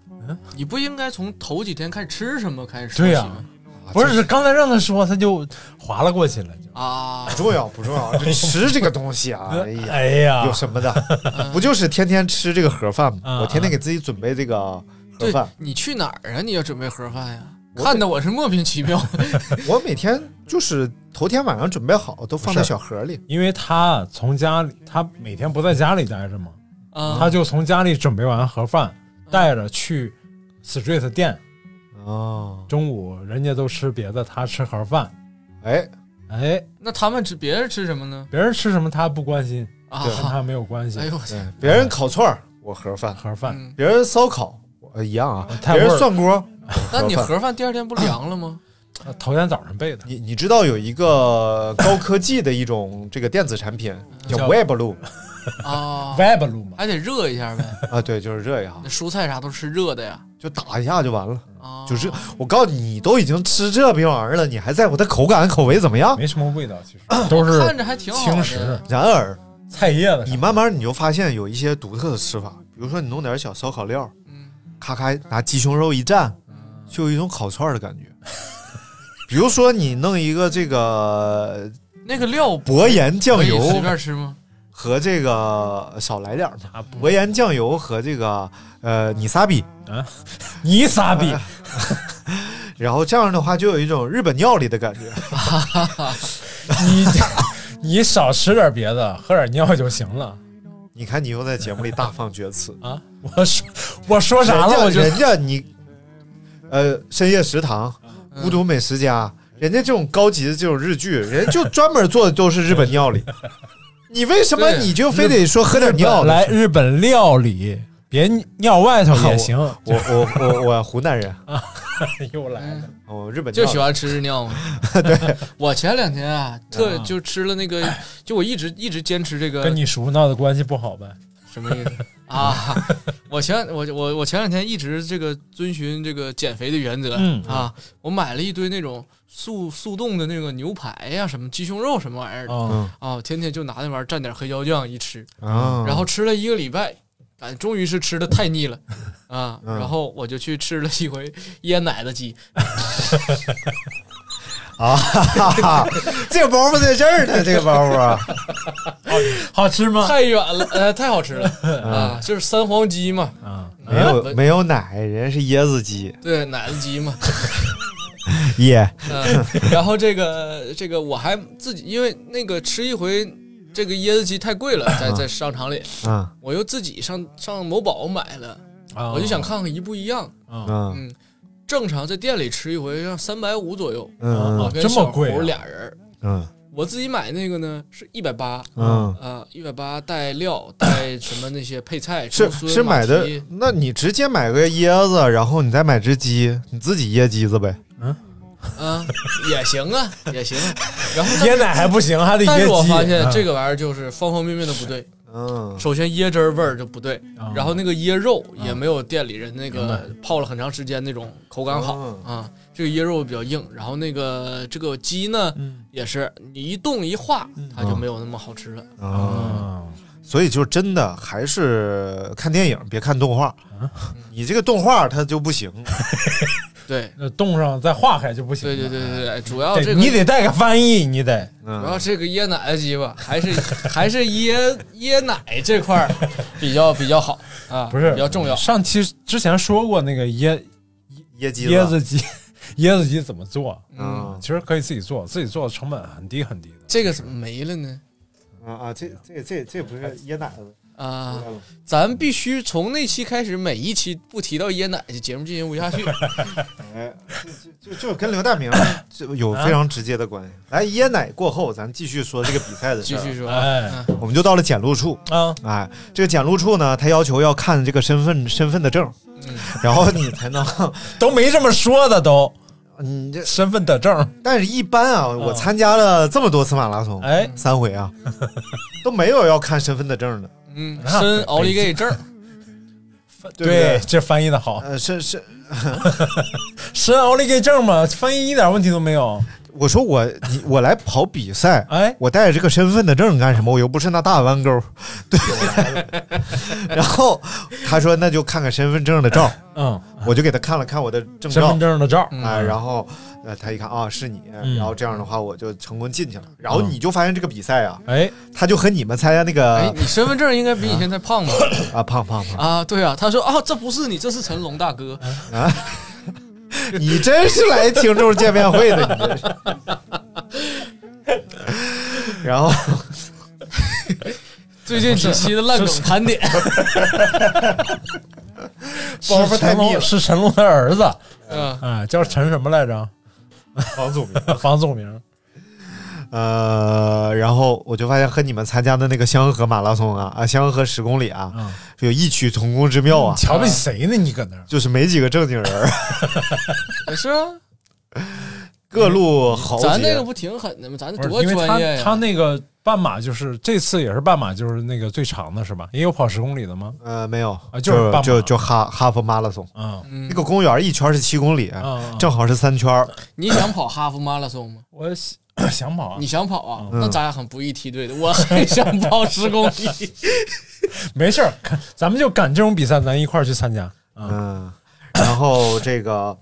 Speaker 3: 你不应该从头几天开始吃什么开始说
Speaker 4: 对
Speaker 3: 起
Speaker 4: 呀
Speaker 3: 吗？
Speaker 4: 不是刚才让他说，他就划拉过去了，就
Speaker 3: 啊
Speaker 2: 不，重要不重要，就吃这个东西啊，哎呀，
Speaker 4: 哎呀
Speaker 2: 有，什么的？不就是天天吃这个盒饭吗？
Speaker 4: 嗯
Speaker 2: 我天天给自己准备这个盒
Speaker 3: 对
Speaker 2: 饭，
Speaker 3: 你去哪儿啊？你要准备盒饭呀？
Speaker 2: 我
Speaker 3: 看得我是莫名其妙。
Speaker 2: 我每天就是头天晚上准备好，都放在小盒里。
Speaker 4: 因为他从家里，他每天不在家里待着嘛，
Speaker 3: 啊，
Speaker 4: 他就从家里准备完盒饭，带着去 Street 店，
Speaker 2: 哦，
Speaker 4: 中午人家都吃别的，他吃盒饭，
Speaker 2: 哎，
Speaker 4: 哎，
Speaker 3: 那他们吃别人吃什么呢？
Speaker 4: 别人吃什么他不关心，跟
Speaker 3: 啊，
Speaker 4: 他没有关系
Speaker 3: 哎，呦我操！
Speaker 2: 对，别人烤串儿我盒饭，
Speaker 4: 盒饭，
Speaker 3: 嗯
Speaker 2: 别人烧烤我一样啊，
Speaker 4: 太
Speaker 2: 别人
Speaker 4: 味儿了
Speaker 2: 涮锅。
Speaker 3: 那你盒饭第二天不凉了吗？
Speaker 4: 头天早上备的，
Speaker 2: 你你知道有一个高科技的一种这个电子产品叫
Speaker 3: 嗯
Speaker 4: 叫
Speaker 2: Weblo
Speaker 3: 啊，
Speaker 4: Web 路嘛，
Speaker 3: 还得热一下呗。
Speaker 2: 啊，对，就是这样
Speaker 3: 那，蔬菜啥都吃热的呀。
Speaker 2: 就打一下就完了。
Speaker 3: 啊，
Speaker 2: 就热。我告诉你，你都已经吃这逼玩意儿了，你还在乎它口感口味怎么样？
Speaker 4: 没什么味道，其实
Speaker 3: 啊
Speaker 4: 都是
Speaker 3: 看着还挺好
Speaker 4: 轻食
Speaker 3: 的。
Speaker 2: 然而，
Speaker 4: 菜叶子啥的，
Speaker 2: 你慢慢你就发现有一些独特的吃法，比如说你弄点小烧烤料，
Speaker 3: 嗯
Speaker 2: 咔咔拿鸡胸肉一蘸，就有一种烤串儿的感觉。 比如说你弄一个这个
Speaker 3: 那个料不
Speaker 2: 薄盐酱
Speaker 3: 可以
Speaker 2: 油
Speaker 3: 随便吃吗？
Speaker 2: 和这个少来点儿嘛，
Speaker 4: 啊不
Speaker 2: 薄盐酱油和这个呃你萨比，
Speaker 4: 你傻逼，
Speaker 2: 然后这样的话就有一种日本料理的感觉。
Speaker 4: 你你少吃点别的，喝点尿就行了
Speaker 2: 你看你又在节目里大放厥 词，
Speaker 4: 啊！我说我说啥
Speaker 2: 人
Speaker 4: 了？
Speaker 2: 家
Speaker 4: 我就
Speaker 2: 人家你，呃，深夜食堂、
Speaker 4: 嗯
Speaker 2: 孤独美食家，人家这种高级的这种日剧，人家就专门做的都是日本料 理。你为什么
Speaker 3: 对
Speaker 2: 你就非得说喝点尿呢？
Speaker 4: 来日本料理，别尿外头也行。
Speaker 2: 我我我我湖南人，
Speaker 4: 啊又来了，
Speaker 3: 嗯
Speaker 2: 我日本
Speaker 3: 就
Speaker 2: 料理
Speaker 3: 喜欢吃日尿嘛。 对，我前两天啊，特就吃了那个，就我一直一直坚持这个
Speaker 4: 跟你叔闹的关系不好呗？
Speaker 3: 什么意思啊？ 我前我我我前两天一直这个遵循这个减肥的原则、
Speaker 4: 嗯
Speaker 3: 啊，我买了一堆那种速速冻的那个牛排呀、什么鸡胸肉什么玩意儿的
Speaker 4: 啊，
Speaker 3: 啊，天天就拿那玩意儿蘸点黑椒酱一吃，
Speaker 2: 啊，
Speaker 4: 嗯
Speaker 3: 然后吃了一个礼拜，感终于是吃的太腻 了啊，
Speaker 2: 嗯
Speaker 3: 然后我就去吃了一回椰奶的鸡，
Speaker 2: 啊，哈哈， 这个包袱在这儿呢，这个包袱啊，
Speaker 4: 好吃吗？
Speaker 3: 太远了，呃，太好吃了啊！就是三黄鸡嘛，
Speaker 4: 啊，
Speaker 2: 没有没有奶，人家是椰子鸡，
Speaker 3: 对，奶子鸡嘛。
Speaker 2: 耶，
Speaker 3: 嗯，然后这个这个我还自己，因为那个吃一回这个椰子鸡太贵了，在在商场里，
Speaker 2: 嗯
Speaker 3: 我又自己上上某宝买了，
Speaker 4: 啊
Speaker 3: 我就想看看一不一样。
Speaker 4: 啊，
Speaker 2: 嗯
Speaker 3: 嗯，正常在店里吃一回要三百五左右，我
Speaker 2: 嗯
Speaker 3: 跟
Speaker 4: 这
Speaker 3: 小
Speaker 4: 么贵啊
Speaker 3: 胡俩人儿，
Speaker 2: 嗯
Speaker 3: 我自己买那个呢是一百八。
Speaker 2: 嗯，
Speaker 3: 啊，一百八带料，带什么那些配菜，
Speaker 2: 是
Speaker 3: 竹荪
Speaker 2: 是买
Speaker 3: 马
Speaker 2: 的
Speaker 3: 蹄，
Speaker 2: 那你直接买个椰子，然后你再买只鸡，你自己椰鸡子呗，
Speaker 3: 啊，也行啊，也行。然后
Speaker 4: 椰奶还不行，还得
Speaker 3: 但
Speaker 4: 椰
Speaker 3: 是
Speaker 4: 鸡。啊
Speaker 3: 我发现这
Speaker 4: 个
Speaker 3: 个玩意儿就是方方面面的不对。
Speaker 2: 嗯
Speaker 3: 首先椰汁儿味儿就不对
Speaker 4: 啊，
Speaker 3: 然后那个椰肉
Speaker 4: 嗯
Speaker 3: 也没有店里人那
Speaker 4: 明白
Speaker 3: 个泡了很长时间那种口感好
Speaker 2: 嗯
Speaker 3: 啊。这个椰肉比较硬，然后那个这个鸡呢
Speaker 4: 嗯
Speaker 3: 也是你一冻一化，它就
Speaker 2: 嗯
Speaker 3: 没有那么好吃了。
Speaker 2: 啊。
Speaker 4: 啊，
Speaker 2: 所以就真的还是看电影，别看动画。你这个动画它就不行，
Speaker 3: 对，
Speaker 4: 那冻上再化开就不行了。
Speaker 3: 对对对对对，主要
Speaker 4: 对，
Speaker 3: 这个
Speaker 4: 你得带个翻译，你得
Speaker 3: 主要这个椰奶的鸡吧，还是还是椰椰奶这块儿比较比较好啊，
Speaker 4: 不是嗯
Speaker 3: 比较重要。
Speaker 4: 上期之前说过那个
Speaker 3: 啊
Speaker 4: 椰
Speaker 2: 椰鸡
Speaker 4: 椰子鸡， 椰子鸡怎么做？
Speaker 2: 嗯
Speaker 4: 其实可以自己做，自己做的成本很低很低的。
Speaker 3: 这个怎么没了呢？
Speaker 2: 啊啊，这这这这不是椰奶子，
Speaker 3: 啊，咱必须从那期开始，每一期不提到椰奶，这节目进行不 下去。
Speaker 2: 哎，就就就跟刘大明就有非常直接的关系。来，椰奶过后，咱继续说这个比赛的事
Speaker 3: 继
Speaker 2: 儿。
Speaker 3: 续说，
Speaker 4: 哎
Speaker 2: 我们就到了检录处。
Speaker 4: 啊，
Speaker 2: 哎，这个检录处呢，他要求要看这个身份身份的证，
Speaker 4: 嗯
Speaker 2: 然后你才能，
Speaker 4: 都没这么说的都，
Speaker 2: 你这。
Speaker 4: 身份的证，
Speaker 2: 但是，一般啊，我参加了这么多次马拉松，
Speaker 4: 嗯哎，
Speaker 2: 三回 啊，都没有要看身份的证的。
Speaker 3: 嗯，
Speaker 4: 那啊
Speaker 3: 申奥利给证儿，
Speaker 2: 对不对
Speaker 4: 这翻译的好，啊
Speaker 2: 呃，是是，
Speaker 4: 申奥利给证嘛，翻译一点问题都没有。
Speaker 2: 我说我你我来跑比赛，
Speaker 4: 哎
Speaker 2: 我带着这个身份的证干什么？我又不是那大弯钩，对。 然后他说那就看看身份证的照，
Speaker 4: 嗯，
Speaker 2: 我就给他看了看我的证
Speaker 4: 哎身
Speaker 2: 照
Speaker 4: 份，证的照，
Speaker 2: 哎，然后呃他一看啊是你，
Speaker 4: 嗯
Speaker 2: 然后这样的话我就成功进去了。然后
Speaker 4: 嗯
Speaker 2: 你就发现这个比赛啊，
Speaker 4: 哎，
Speaker 2: 他就和你们参加那个
Speaker 3: 哎，你身份证应该比你现在 胖吧？
Speaker 2: 啊胖胖胖，
Speaker 3: 啊，对啊，他说啊，这不是你，这是成龙大哥，
Speaker 4: 哎
Speaker 2: 你真是来听众见面会的，你真是。然后
Speaker 3: 最近几期的烂梗 盘点，
Speaker 2: 包袱
Speaker 4: 是
Speaker 2: 太
Speaker 4: 成
Speaker 2: 密了
Speaker 4: 龙是成龙的儿子，
Speaker 3: 嗯，
Speaker 4: 哎，叫陈什么来着？
Speaker 2: 房祖名，
Speaker 4: 房祖名。
Speaker 2: 呃，然后我就发现和你们参加的那个香河马拉松啊，啊，香河十公里啊，
Speaker 4: 嗯
Speaker 2: 有异曲同工之妙啊，
Speaker 4: 瞧不起谁呢？你搁那儿
Speaker 2: 就是没几个正经人儿，
Speaker 3: 是啊，
Speaker 2: 各路豪杰。
Speaker 3: 咱那个不挺狠的吗？咱这
Speaker 4: 啊不
Speaker 3: 多
Speaker 4: 是，因为
Speaker 3: 专业
Speaker 4: 他他
Speaker 3: 呀！
Speaker 4: 那个半马就是这次也是半马，就是那个最长的是吧？也有跑十公里的吗？
Speaker 2: 呃，没有，
Speaker 4: 啊就是
Speaker 2: 就
Speaker 4: 半马
Speaker 2: 就就哈哈佛马拉松，
Speaker 4: 嗯
Speaker 2: 那个公园一圈是七公里，
Speaker 4: 嗯，
Speaker 2: 正好是三圈儿。
Speaker 3: 你想跑哈佛马拉松吗？
Speaker 4: 我想 想跑啊
Speaker 3: 你，想跑啊？那咱俩很不易梯队的，我很想跑十公 里。
Speaker 4: 没事儿，看咱们就赶这种比赛，咱一块儿去参加。嗯
Speaker 2: 嗯，然后这个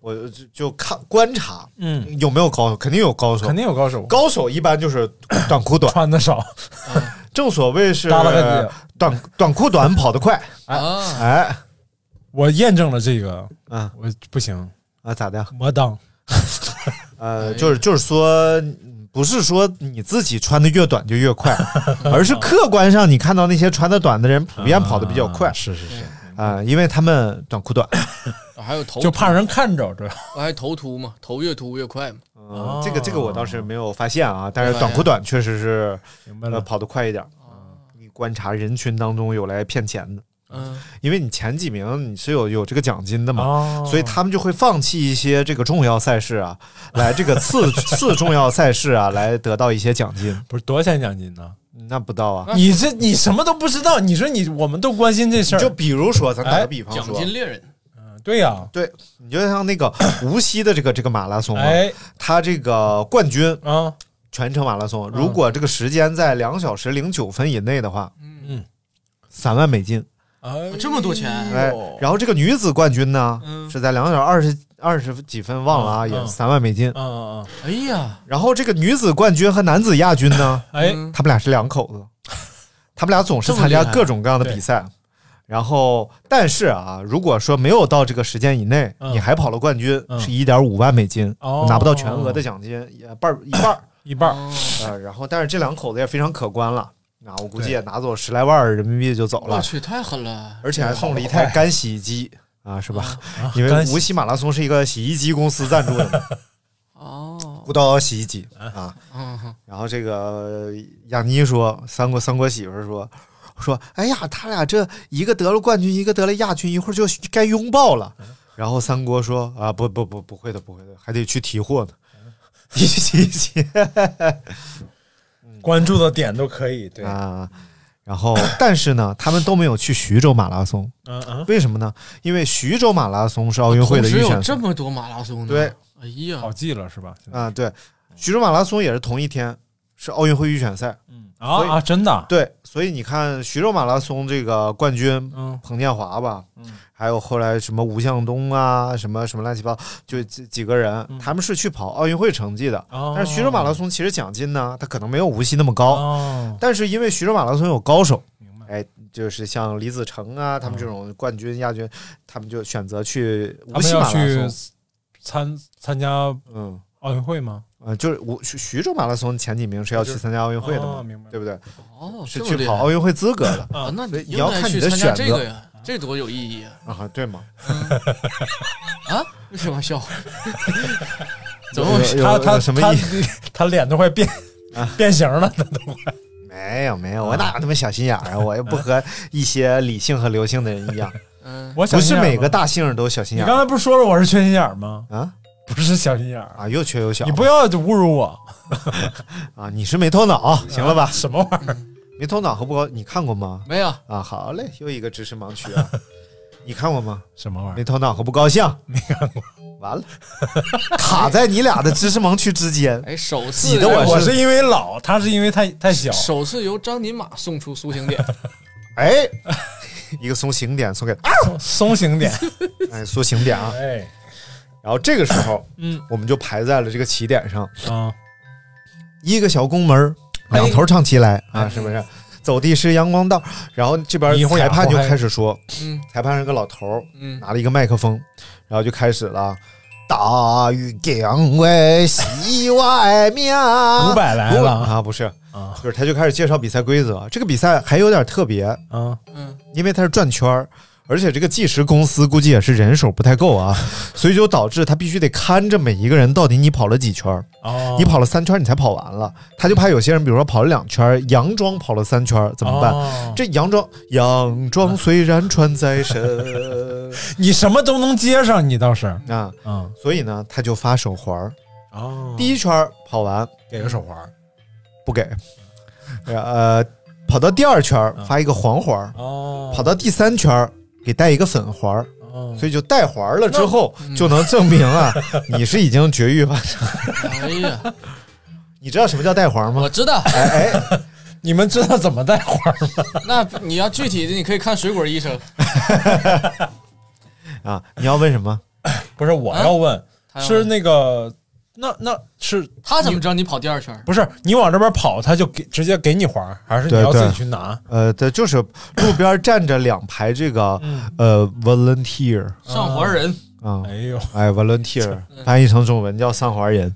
Speaker 2: 我就就看观察
Speaker 4: 嗯，
Speaker 2: 有没有高手，肯定有高手
Speaker 4: 肯。定有高手，
Speaker 2: 高手一般就是短裤 短，
Speaker 4: 穿的少，
Speaker 2: 正所谓是
Speaker 4: 耷拉个底。
Speaker 2: 短短裤短跑得快。
Speaker 3: 啊，
Speaker 2: 哎，
Speaker 4: 我验证了这个，
Speaker 2: 嗯
Speaker 4: 我不行，
Speaker 2: 啊，咋的？
Speaker 4: 我当哎
Speaker 2: 呃，就是就是说，嗯不是说你自己穿的越短就越 快，而是客观上你看到那些穿的短的人普遍跑得比较快
Speaker 4: 啊是是是，
Speaker 2: 啊、因为他们短裤短，
Speaker 3: 还有头
Speaker 4: 就怕人看着，主要
Speaker 3: 我还头秃嘛，头越秃越快嘛。
Speaker 2: 嗯这个这个我倒是没有发现啊，但是短裤短确实是
Speaker 4: 明白
Speaker 2: 呃
Speaker 4: 哦了。
Speaker 2: 跑得快一点。
Speaker 3: 哦
Speaker 2: 嗯你观察人群当中有来骗钱的，
Speaker 3: 嗯，
Speaker 2: 因为你前几名你是有有这个奖金的嘛，
Speaker 4: 哦
Speaker 2: 啊所以他们就会放弃一些这个重要赛事啊，来这个 次次重要赛事啊，来得到一些奖金。
Speaker 4: 不是多少钱奖金呢？
Speaker 2: 那不到啊，
Speaker 4: 你这你什么都不知道，你说你我们都关心这事
Speaker 2: 你就
Speaker 4: 儿，哎
Speaker 2: 比如说，咱打个比方
Speaker 3: 奖
Speaker 2: 说，
Speaker 3: 金猎人，
Speaker 4: 对呀，
Speaker 2: 对你就像那个 无锡的这个这个马拉松啊，
Speaker 4: 哎
Speaker 2: 它这个冠军
Speaker 4: 啊，
Speaker 2: 全程马拉
Speaker 4: 嗯
Speaker 2: 松，如果这个时间在两小时零九分以内的话，
Speaker 4: 嗯，
Speaker 2: 三万美金。
Speaker 4: 哎
Speaker 3: 哦这么多钱
Speaker 2: 哎
Speaker 4: 哦
Speaker 2: 哎，然后这个女子冠军呢，
Speaker 3: 嗯
Speaker 2: 是在两小时二十二十几分忘了啊，
Speaker 4: 嗯
Speaker 2: 也
Speaker 4: 嗯
Speaker 2: 三万美金。
Speaker 4: 嗯嗯，哎呀，
Speaker 2: 然后这个女子冠军和男子亚军呢，
Speaker 4: 哎，
Speaker 2: 他们俩是两口子，他们俩总是
Speaker 4: 这么
Speaker 2: 参加
Speaker 4: 厉害
Speaker 2: 各种各样的比赛。然后，但是啊，如果说没有到这个时间以内，
Speaker 4: 嗯
Speaker 2: 你还跑了冠军，
Speaker 4: 嗯
Speaker 2: 是一点五万美金，
Speaker 4: 哦
Speaker 2: 拿不到全额的奖金，也半儿一半儿。
Speaker 4: 一半儿，
Speaker 2: 呃，然后，但是这两口子也非常可观了，啊，我估计也拿走十来万儿人民币就走
Speaker 3: 我
Speaker 2: 了，
Speaker 3: 去，太狠了！
Speaker 2: 而且还送了一台干洗衣机啊，是吧？因为
Speaker 4: 干洗
Speaker 2: 无锡马拉松是一个洗衣机公司赞助的嘛，
Speaker 3: 哦，
Speaker 2: 孤岛洗衣机啊。
Speaker 3: 嗯
Speaker 2: 然后这个雅妮说，三国三国媳妇儿说。说，哎呀，他俩这一个得了冠军，一个得了亚军，一会儿就该拥抱了。然后三国说啊，不不不，不会的，不会的，还得去提货呢， 提提提
Speaker 3: 嗯
Speaker 4: 关注的点都可以，对，
Speaker 2: 啊。然后，但是呢，他们都没有去徐州马拉松，
Speaker 4: 嗯嗯，啊
Speaker 2: 为什么呢？因为徐州马拉松是奥运会的
Speaker 3: 同
Speaker 2: 预
Speaker 3: 时有
Speaker 2: 选赛
Speaker 3: 这么多马拉松呢？
Speaker 2: 对，
Speaker 3: 哎呀
Speaker 4: 好，记了是吧？现在
Speaker 2: 啊，对，徐州马拉松也是同一天，是奥运会预选赛。
Speaker 4: 嗯
Speaker 2: 所以
Speaker 4: 啊啊，真的，
Speaker 2: 对，所以你看徐州马拉松这个冠军
Speaker 4: 嗯
Speaker 2: 彭建华吧，
Speaker 4: 嗯
Speaker 2: 还有后来什么吴向东啊，什么什么乱七八糟，就几几个人，
Speaker 4: 嗯
Speaker 2: 他们是去跑奥运会成绩的。
Speaker 4: 哦，
Speaker 2: 但是徐州马拉啊松其实奖金呢，它可能没有无锡那么高，
Speaker 4: 哦，
Speaker 2: 但是因为徐州马拉松有高手，
Speaker 4: 明白，
Speaker 2: 哎，就是像李子成啊，他们这种冠军、亚军，他们就选择去
Speaker 4: 他
Speaker 2: 无
Speaker 4: 们
Speaker 2: 锡
Speaker 4: 要
Speaker 2: 马拉
Speaker 4: 去
Speaker 2: 松。
Speaker 4: 参参加
Speaker 2: 嗯，
Speaker 4: 奥运会吗？
Speaker 2: 呃，就是无徐徐州马拉松前几名是要去参加奥运会的
Speaker 4: 哦
Speaker 2: 嘛，
Speaker 4: 明白
Speaker 2: 对不对？
Speaker 3: 哦，
Speaker 2: 是
Speaker 3: 这么
Speaker 2: 去
Speaker 3: 厉
Speaker 2: 跑
Speaker 3: 害
Speaker 2: 奥运会资格的
Speaker 3: 啊，那
Speaker 2: 所以
Speaker 3: 你
Speaker 2: 你要
Speaker 3: 应该
Speaker 2: 看你
Speaker 3: 去
Speaker 2: 的
Speaker 3: 参加
Speaker 2: 选
Speaker 3: 这
Speaker 2: 择
Speaker 3: 个呀，这多有意义啊！
Speaker 2: 啊，对吗？
Speaker 3: 啊，为什么笑？怎么
Speaker 2: 有
Speaker 3: 回
Speaker 2: 有
Speaker 3: 事？
Speaker 4: 他
Speaker 2: 有
Speaker 4: 他
Speaker 2: 什么
Speaker 4: 他
Speaker 2: 意 啊
Speaker 4: 他脸都快 变变形了，他都
Speaker 2: 没有没有，我哪有那么小心眼儿啊？我又不和一些理性和流性的人一样，
Speaker 3: 嗯，
Speaker 4: 我小
Speaker 2: 不
Speaker 4: 心
Speaker 2: 是
Speaker 4: 眼儿
Speaker 2: 每
Speaker 4: 吗
Speaker 2: 个大杏儿都小心
Speaker 4: 你
Speaker 2: 眼
Speaker 4: 刚
Speaker 2: 儿
Speaker 4: 才不是说了我是缺心眼儿吗？
Speaker 2: 啊
Speaker 4: 不是小心眼儿，
Speaker 2: 啊，又缺又小。
Speaker 4: 你不要侮辱我，
Speaker 2: 啊，你是没头脑，行了吧？
Speaker 4: 什么玩意儿？
Speaker 2: 没头脑和不高，你看过吗？
Speaker 3: 没有，
Speaker 2: 啊，好嘞，又一个知识盲区啊， 你看过吗？
Speaker 4: 什么玩意
Speaker 2: 没
Speaker 4: 儿？
Speaker 2: 头脑和不高兴，没看过，完了，卡在你俩的知识盲区之间。
Speaker 3: 哎，首
Speaker 2: 挤
Speaker 3: 次
Speaker 2: 得我
Speaker 4: 我
Speaker 2: 是
Speaker 4: 是因为老，他是因为太太小。
Speaker 3: 首次由张尼玛送出抒 情点，
Speaker 2: 哎，一个松醒点送给，
Speaker 4: 松松 型点，
Speaker 2: 哎，松醒点啊。
Speaker 4: 哎，
Speaker 2: 然后这个时候，
Speaker 3: 嗯，
Speaker 2: 我们就排在了这个起点上，
Speaker 4: 啊，
Speaker 2: 一个小宫门儿，
Speaker 3: 哎
Speaker 2: 两头唱齐来啊，是不是？走地是阳光道，然后这边
Speaker 4: 迷糊呀
Speaker 2: 裁判就
Speaker 4: 后黑
Speaker 2: 开始说，
Speaker 3: 嗯
Speaker 2: 裁判是个老头儿，
Speaker 3: 嗯，
Speaker 2: 拿了一个麦克风，然后就开始了。大雨降为西外面，
Speaker 4: 五百来了啊
Speaker 2: 啊，不是，
Speaker 4: 啊
Speaker 2: 就是他就开始介绍比赛规则。这个比赛还有点特别，
Speaker 4: 啊！
Speaker 3: 嗯，
Speaker 2: 因为它是转圈儿，而且这个计时公司估计也是人手不太够啊，所以就导致他必须得看着每一个人到底你跑了几圈儿。
Speaker 4: 哦，
Speaker 2: 你跑了三圈儿你才跑完了，他就怕有些人，比如说跑了两圈儿，佯装跑了三圈儿怎么办？
Speaker 4: 哦
Speaker 2: 这佯装佯装虽然穿在身
Speaker 4: 你什么都能接上，你倒是，
Speaker 2: 啊，
Speaker 4: 嗯，
Speaker 2: 所以呢，他就发手环儿。
Speaker 4: 哦
Speaker 2: 第一圈儿跑完
Speaker 4: 给个手环儿，
Speaker 2: 不 给，呃，跑到第二圈儿发一个黄环儿，
Speaker 4: 哦，
Speaker 2: 跑到第三圈儿给带一个粉环儿，
Speaker 4: 哦，
Speaker 2: 所以就带环儿了之后，就能证明啊，你是已经绝育吧？
Speaker 3: 哎呀，
Speaker 2: 你知道什么叫带环吗
Speaker 3: 我？知道，
Speaker 2: 哎哎，
Speaker 4: 你们知道怎么带环儿吗？
Speaker 3: 那你要具体的，你可以看水果医生，
Speaker 4: 哦
Speaker 2: 啊，你要问什么？
Speaker 4: 不是，我啊要问，
Speaker 3: 他
Speaker 4: 是那个，那那是
Speaker 3: 他怎么知道你跑第二圈？
Speaker 4: 不是你往这边跑，他就给直接给你环儿，还是你
Speaker 2: 对
Speaker 4: 要自
Speaker 2: 对
Speaker 4: 己去拿？
Speaker 2: 呃，对，就是路边站着两排这个
Speaker 4: 嗯，
Speaker 2: 呃 volunteer
Speaker 3: 上环人，
Speaker 2: 啊，
Speaker 4: 哎呦，
Speaker 2: 哎 volunteer 翻译成中文叫上环人，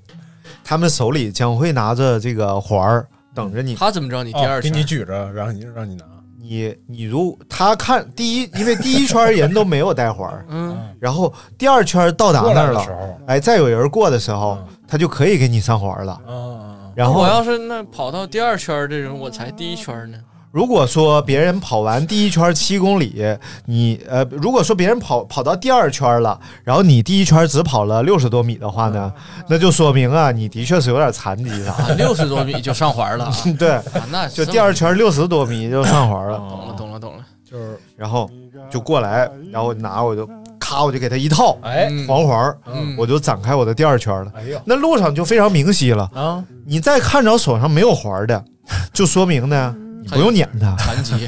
Speaker 2: 他们手里将会拿着这个环儿等着你。
Speaker 3: 他怎么知道你第二
Speaker 4: 哦给你
Speaker 3: 圈？
Speaker 4: 举着，让你让你拿，
Speaker 2: 你你如他看第一，因为第一圈人都没有带环 儿，
Speaker 3: 嗯，
Speaker 2: 然后第二圈到达
Speaker 4: 过
Speaker 2: 那
Speaker 4: 来
Speaker 2: 儿
Speaker 4: 的时
Speaker 2: 了，
Speaker 4: 候，
Speaker 2: 哎，再有人过的时候，他就可以给你上环了。
Speaker 4: 嗯，
Speaker 2: 然后
Speaker 3: 我要是那跑到第二圈这种，我才第一圈呢。
Speaker 2: 如果说别人跑完第一圈七公里，你呃，如果说别人跑跑到第二圈了，然后你第一圈只跑了六十多米的话呢，
Speaker 4: 嗯
Speaker 2: 那就说明啊，你的确是有点残疾的。
Speaker 3: 啊，六十多米就上环了啊！
Speaker 2: 对，
Speaker 3: 啊那
Speaker 2: 就第二圈六十多米就上环了，
Speaker 4: 嗯
Speaker 3: 懂了，懂了，懂了。
Speaker 4: 就是
Speaker 2: 然后就过来，然后拿我就咔我就给他一套
Speaker 4: 哎
Speaker 3: 嗯
Speaker 2: 黄环儿，
Speaker 3: 嗯
Speaker 2: 我就展开我的第二圈了。
Speaker 4: 哎呦
Speaker 2: 那
Speaker 3: 嗯
Speaker 2: 路上就非常明晰了，
Speaker 4: 啊，
Speaker 2: 你再看着手上没有环儿的，就说明呢你不用撵他，
Speaker 3: 残 疾，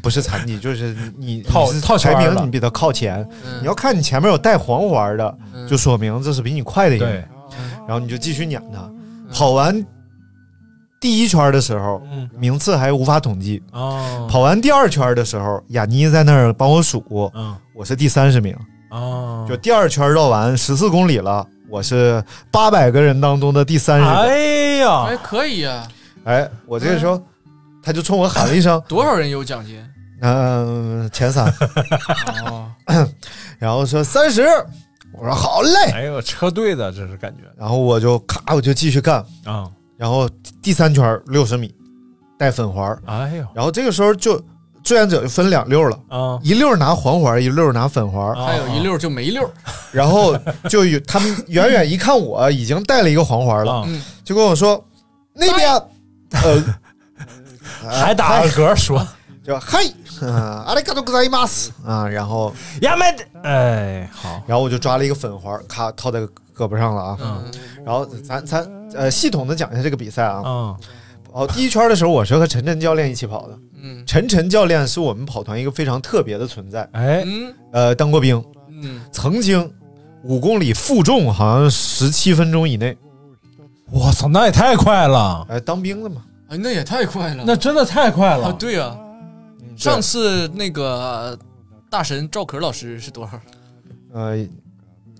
Speaker 2: 不是残疾，就是你你
Speaker 4: 哎套
Speaker 2: 是
Speaker 4: 套圈
Speaker 2: 排
Speaker 4: 儿了
Speaker 2: 名你比他靠前，
Speaker 3: 嗯
Speaker 2: 你要看你前面有带黄环的，
Speaker 3: 嗯
Speaker 2: 就说明这是比你快的人
Speaker 4: 对，，
Speaker 2: 然后你就继续撵他。跑完第一圈的时候，
Speaker 4: 嗯
Speaker 2: 名次还无法统计。
Speaker 4: 哦，
Speaker 2: 跑完第二圈的时候，雅妮在那儿帮我数，
Speaker 4: 嗯
Speaker 2: 我是第三十名。
Speaker 4: 哦，
Speaker 2: 就第二圈绕完十四公里了，我是八百个人当中的第三十个。
Speaker 4: 哎
Speaker 3: 哎，
Speaker 2: 啊
Speaker 4: 呀，
Speaker 3: 可以呀、
Speaker 2: 哎，我这个时候，他就冲我喊了一声
Speaker 3: 多少人有奖金？
Speaker 2: “嗯、前三
Speaker 3: 哦，”，
Speaker 2: 然后说三十，我说好嘞，
Speaker 4: 哎呦，车队的这是感觉
Speaker 2: 然后我就咔，我就继续干，
Speaker 4: 啊，
Speaker 2: 然后第三圈六十米带粉环儿，
Speaker 4: 哎呦
Speaker 2: 然后这个时候就志愿者就分两溜了。
Speaker 4: 啊，
Speaker 2: 一溜儿拿黄环儿，一溜儿拿粉环儿，
Speaker 4: 啊
Speaker 3: 还有一溜儿就没溜儿，
Speaker 2: 然后就有他们远远一看我已经带了一个黄环儿了，
Speaker 4: 啊
Speaker 3: 嗯
Speaker 2: 就跟我说那边，呃，
Speaker 4: 还打着嗝说
Speaker 2: 就嗨， 啊阿里嘎多格扎伊马斯啊，然后
Speaker 4: 呀没得，哎，好，
Speaker 2: 然后我就抓了一个粉环，咔套在胳膊上了啊。
Speaker 4: 嗯
Speaker 2: 然后咱咱呃系统的讲一下这个比赛啊。
Speaker 4: 嗯
Speaker 2: 哦，第一圈的时候我是和晨晨教练一起跑的，
Speaker 3: 嗯
Speaker 2: 晨晨教练是我们跑团一个非常特别的存在，
Speaker 4: 哎，
Speaker 3: 嗯
Speaker 2: 呃，当过兵，
Speaker 3: 嗯，
Speaker 2: 曾经五公里负重好像十七分钟以内，
Speaker 4: 我操，那也太快了，
Speaker 2: 呃，当兵了嘛。
Speaker 3: 哎，那也太快了。
Speaker 4: 那真的太快
Speaker 3: 啊，
Speaker 4: 了，
Speaker 3: 对呀、
Speaker 2: 嗯
Speaker 3: 上次那个大神赵可老师是多少？
Speaker 2: 呃，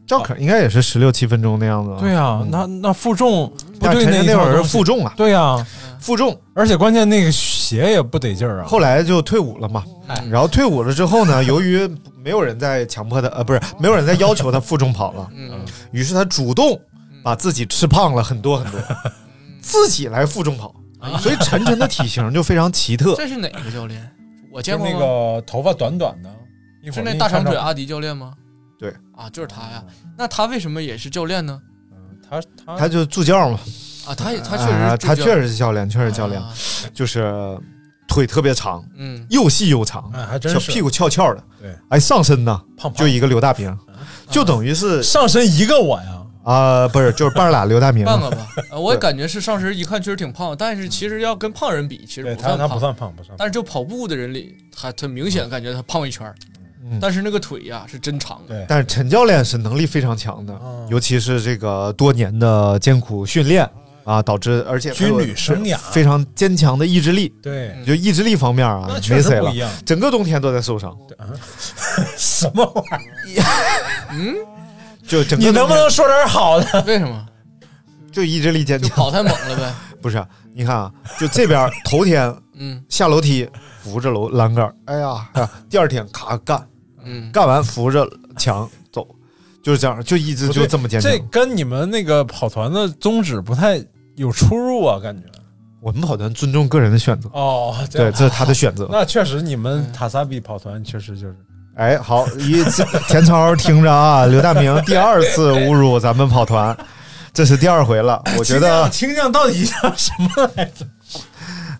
Speaker 2: 赵可应该也是十六七分钟那样子啊。
Speaker 4: 对呀
Speaker 2: 嗯，
Speaker 4: 那那负重不
Speaker 2: 但
Speaker 4: 对
Speaker 2: 晨晨
Speaker 4: 一
Speaker 2: 那
Speaker 4: 套
Speaker 2: 会儿
Speaker 4: 东
Speaker 2: 是
Speaker 4: 西
Speaker 2: 负重啊，
Speaker 4: 对呀，
Speaker 2: 负重。
Speaker 4: 而且关键那个鞋也不得劲儿啊，嗯
Speaker 2: 后来就退伍了嘛。
Speaker 3: 哎
Speaker 2: 然后退伍了之后呢，由于没有人再强迫他，呃，不是没有人再要求他负重跑了，
Speaker 3: 嗯，
Speaker 2: 于是他主动把自己吃胖了很多很多，自己来负重跑。所以晨晨的体型就非常奇特，
Speaker 3: 这是哪个教练？我
Speaker 4: 就
Speaker 3: 见过
Speaker 4: 那
Speaker 3: 吗？
Speaker 4: 个头发短短的，一会
Speaker 3: 是
Speaker 4: 儿
Speaker 3: 那
Speaker 4: 给你
Speaker 3: 大长
Speaker 4: 看
Speaker 3: 腿啊
Speaker 4: 照
Speaker 3: 阿迪教练吗？
Speaker 2: 对
Speaker 3: 啊，就是他呀。那他为什么也是教练呢？
Speaker 4: 他他
Speaker 2: 他就助教嘛，
Speaker 3: 啊，他也他确实
Speaker 2: 啊
Speaker 3: 是
Speaker 2: 他
Speaker 3: 助
Speaker 2: 确
Speaker 3: 教
Speaker 2: 实是教练，确实是教练，
Speaker 3: 啊
Speaker 2: 就是腿特别长，
Speaker 3: 嗯，
Speaker 2: 又细又长，
Speaker 4: 哎还真
Speaker 2: 小
Speaker 4: 是
Speaker 2: 屁股翘翘的，
Speaker 4: 对，啊
Speaker 2: 哎，上身呢
Speaker 4: 胖胖
Speaker 2: 就一个刘大明，就等于是
Speaker 4: 上身一个我呀，
Speaker 2: 啊，不是就是半拉刘大明，
Speaker 3: 半个 吧。啊我
Speaker 2: 对
Speaker 3: 感觉是上身一看确实挺胖，但是其实要跟胖人比，其实
Speaker 4: 对
Speaker 3: 不
Speaker 4: 他
Speaker 3: 算
Speaker 4: 他不
Speaker 3: 胖。
Speaker 4: 算嗯胖不算胖，
Speaker 3: 但是就跑步的人里，他他明显感觉他胖一圈儿，
Speaker 2: 嗯
Speaker 3: 但是那个腿呀、是真长的。
Speaker 4: 对，
Speaker 2: 但是陈教练是能力非常强的，
Speaker 4: 哦
Speaker 2: 尤其是这个多年的艰苦训练啊，导致而且
Speaker 4: 军旅生涯
Speaker 2: 非常坚强的意志力，
Speaker 4: 对，
Speaker 2: 就意志力方面啊
Speaker 4: 那，
Speaker 2: 没
Speaker 4: 确实
Speaker 2: 谁
Speaker 4: 不
Speaker 2: 了
Speaker 4: 一。样，
Speaker 2: 整个冬天都在受伤，
Speaker 4: 什么玩意儿？
Speaker 2: 就 整个
Speaker 4: 你能不能说点好的？
Speaker 3: 为什么？
Speaker 2: 就意志力坚
Speaker 3: 就
Speaker 2: 强？
Speaker 3: 跑太猛 了呗。
Speaker 2: 不是，你看啊，就这边头天
Speaker 3: 嗯
Speaker 2: 下楼梯扶着楼栏杆儿，哎呀，啊第二天咔干
Speaker 3: 嗯，
Speaker 2: 干完扶着墙走，就是这样，就一直
Speaker 4: 不对
Speaker 2: 就这么坚强
Speaker 4: 这。跟你们那个跑团的宗旨不太有出入啊，感觉。
Speaker 2: 我们跑团尊重个人的选择，
Speaker 4: 哦，这
Speaker 2: 对，
Speaker 4: 样
Speaker 2: 这是他的选择。
Speaker 4: 那确实你们
Speaker 3: 嗯
Speaker 4: 塔萨比跑团确实就是
Speaker 2: 哎，好，一这田超听着啊，刘大明第二次侮辱咱们跑团，这是第二回了。我觉得，
Speaker 4: 青酱到底叫什么来着？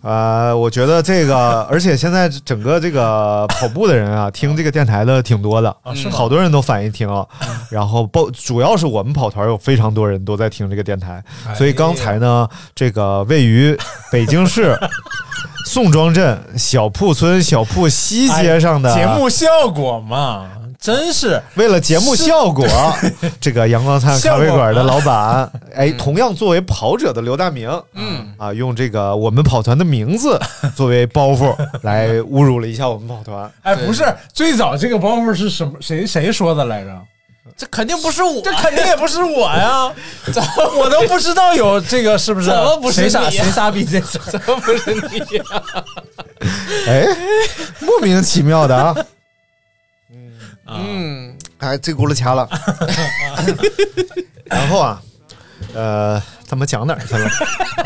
Speaker 2: 呃，我觉得这个，而且现在整个这个跑步的人啊，听这个电台的挺多的，
Speaker 3: 啊是吗
Speaker 2: 好多人都反映听啊。然后包主要是我们跑团有非常多人都在听这个电台，所以刚才呢，这个位于北京市 宋庄镇小铺村小铺西街上的、
Speaker 4: 哎节目效果嘛，真是
Speaker 2: 为了节目效果， 这个阳光灿咖啡馆的老板，哎，同样作为跑者的刘大明，
Speaker 3: 嗯
Speaker 2: 啊，用这个我们跑团的名字作为包袱来侮辱了一下我们跑团。
Speaker 4: 哎，
Speaker 3: 对
Speaker 4: 不是最早这个包袱是什么？谁谁说的来着？
Speaker 3: 这肯定不是我，
Speaker 4: 这肯定也不是我 呀，我都不知道有这个是不是？
Speaker 3: 怎么不是
Speaker 4: 谁傻
Speaker 3: 你呀
Speaker 4: 谁傻逼这？
Speaker 3: 怎么不是你呀、
Speaker 2: 哎，莫名其妙的啊，
Speaker 3: 嗯，
Speaker 2: 哎，这轱辘掐了。 然后啊，呃，他们讲哪儿去了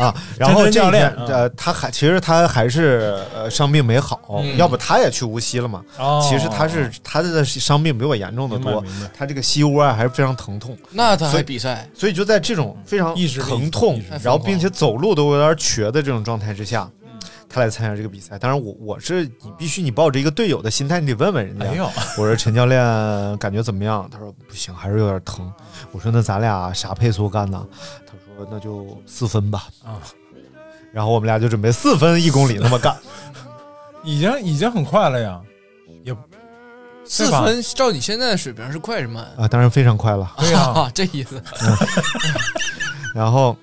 Speaker 2: 啊？然后
Speaker 4: 真真
Speaker 2: 这
Speaker 4: 教
Speaker 2: 一天
Speaker 4: 练，嗯
Speaker 2: 呃，他还其实他还是呃伤病没好，
Speaker 3: 嗯
Speaker 2: 要不他也去无锡了嘛。
Speaker 4: 哦
Speaker 2: 其实他是他的伤病比我严重的多
Speaker 4: 明白明白，
Speaker 2: 他这个膝窝啊还是非常疼痛，
Speaker 3: 那他
Speaker 2: 所
Speaker 3: 还
Speaker 2: 以
Speaker 3: 比赛？
Speaker 2: 所以就在这种嗯非常
Speaker 4: 意志力
Speaker 2: 疼痛嗯
Speaker 4: 意志力，
Speaker 2: 然后并且走路都有点瘸的这种状态之下，他来参加这个比赛。当然我我是你必须你抱着一个队友的心态，你得问问人
Speaker 4: 哎
Speaker 2: 家。
Speaker 4: 呦，
Speaker 2: 我说陈教练感觉怎么样？他说不行，还是有点疼。我说那咱俩啥配速干呢？他说那就四分吧。
Speaker 4: 啊，
Speaker 2: 然后我们俩就准备四分一公里那么干，
Speaker 4: 已经已经很快了呀，也
Speaker 3: 四
Speaker 4: 对吧
Speaker 3: 分，照你现在的水平是快是慢？
Speaker 2: 啊，当然非常快了。
Speaker 4: 对呀，
Speaker 3: 这意思。
Speaker 2: 然后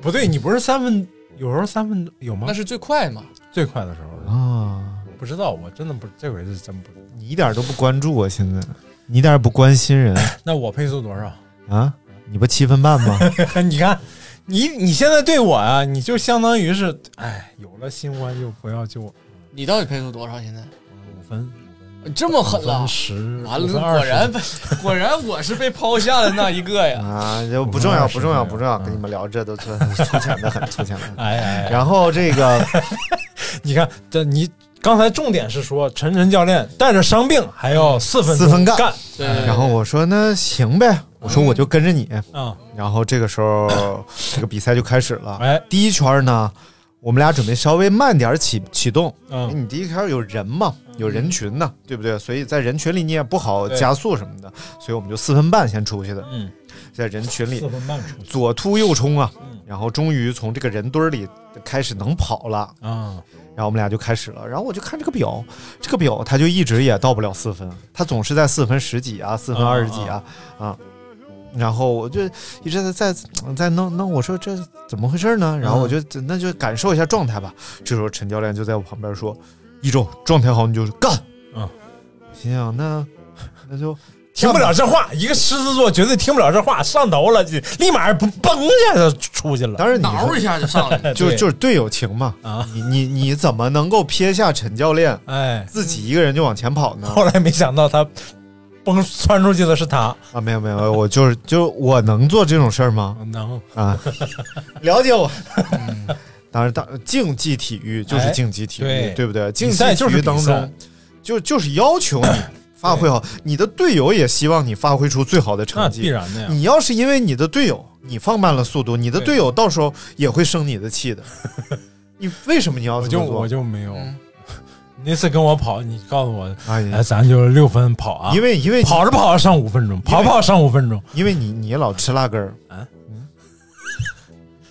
Speaker 4: 不对，你不是三分，有时候三分有吗
Speaker 3: 那？是最快嘛？
Speaker 4: 最快的时候，
Speaker 2: 啊，
Speaker 4: 不知道，我真的不，这回是真不知道。
Speaker 2: 你一点都不关注我，现在你一点也不关心人
Speaker 4: 那我配速多少？
Speaker 2: 啊？你不七分半吗？
Speaker 4: 你看，你你现在对我啊，你就相当于是，哎，有了新欢就不要救我
Speaker 3: 你到底配速多少？现在
Speaker 4: 五分，
Speaker 3: 这么狠
Speaker 4: 五
Speaker 3: 了
Speaker 4: 分？十，
Speaker 3: 完
Speaker 4: 五
Speaker 3: 了，
Speaker 4: 分二
Speaker 3: 果
Speaker 4: 十
Speaker 3: 然被，果然我是被抛下的那一个 呀！
Speaker 2: 啊，这不重要，
Speaker 4: 十
Speaker 2: 不重要，
Speaker 4: 分
Speaker 2: 不重要，
Speaker 4: 嗯
Speaker 2: 跟你们聊这都粗粗浅的很，粗浅的很。
Speaker 4: 哎嗯 哎哎，
Speaker 2: 然后这 个
Speaker 4: 你看，这你刚才重点是说陈晨教练带着伤病还要四分
Speaker 2: 四分
Speaker 4: 干
Speaker 2: 干
Speaker 4: 干
Speaker 3: 对，对对
Speaker 2: 然后我说那行
Speaker 4: 嗯
Speaker 2: 呗，我说我就跟着你。
Speaker 4: 啊，
Speaker 2: 然后这个时候这个比赛就开始了。
Speaker 4: 哎，
Speaker 2: 第一圈呢，我们俩准备稍微慢点起启动，因为
Speaker 4: 嗯
Speaker 2: 你第一圈有人嘛，有人群呢，对不对？所以在人群里你也不好
Speaker 4: 对
Speaker 2: 加速什么的，所以我们就四分半先出去的，
Speaker 4: 嗯，
Speaker 2: 在人群里
Speaker 4: 四分半出
Speaker 2: 左突右冲啊
Speaker 4: 嗯，
Speaker 2: 然后终于从这个人堆儿里开始能跑了。
Speaker 4: 啊，
Speaker 2: 然后我们俩就开始了，然后我就看这个表，这个表它就一直也到不了四分，它总是在四分十几啊，四分二十几啊啊。然后我就一直在在在弄弄，我说这怎么回事
Speaker 4: 嗯
Speaker 2: 呢？然后我就那就感受一下状态吧。这时候陈教练就在我旁边说：“一周状态好你就干。”
Speaker 4: 嗯，
Speaker 2: 心想那那就
Speaker 4: 听不了这话，一个狮子座绝对听不了这话，上头了，就立马嘣嘣一下就出去了。哎
Speaker 2: 当然你
Speaker 3: 挠一下就上来了。
Speaker 2: 就
Speaker 4: 对
Speaker 2: 就是队友情嘛
Speaker 4: 啊
Speaker 2: 你你你怎么能够撇下陈教练
Speaker 4: 哎，
Speaker 2: 自己一个人就往前跑 呢？
Speaker 4: 后来没想到他嘣窜出去的是他，
Speaker 2: 啊，没有没有，我就是就我能做这种事儿吗？
Speaker 4: 能
Speaker 2: 啊，了解我。当然，当竞技体育就是竞技体育，
Speaker 4: 哎对
Speaker 2: 对不对？竞
Speaker 4: 比
Speaker 2: 技
Speaker 4: 赛
Speaker 2: 体
Speaker 4: 就是
Speaker 2: 育
Speaker 4: 比
Speaker 2: 当
Speaker 4: 赛
Speaker 2: 中，就就是要求 你发挥好，你的队友也希望你发挥出最好的
Speaker 4: 那
Speaker 2: 成
Speaker 4: 必
Speaker 2: 绩。
Speaker 4: 然的呀。
Speaker 2: 你要是因为你的队友你放慢了速度，你的
Speaker 4: 对
Speaker 2: 队友到时候也会生你的气 的。你为什么你要
Speaker 4: 我
Speaker 2: 这
Speaker 4: 就
Speaker 2: 么做？
Speaker 4: 我就没有
Speaker 3: 嗯，
Speaker 4: 那次跟我跑，你告诉我，
Speaker 2: 哎
Speaker 4: 哎，
Speaker 2: 呀，
Speaker 4: 咱就六分跑啊，
Speaker 2: 因为因为你
Speaker 4: 跑着跑着上五分钟，跑着跑着上五分钟，
Speaker 2: 因为你你老吃辣根儿，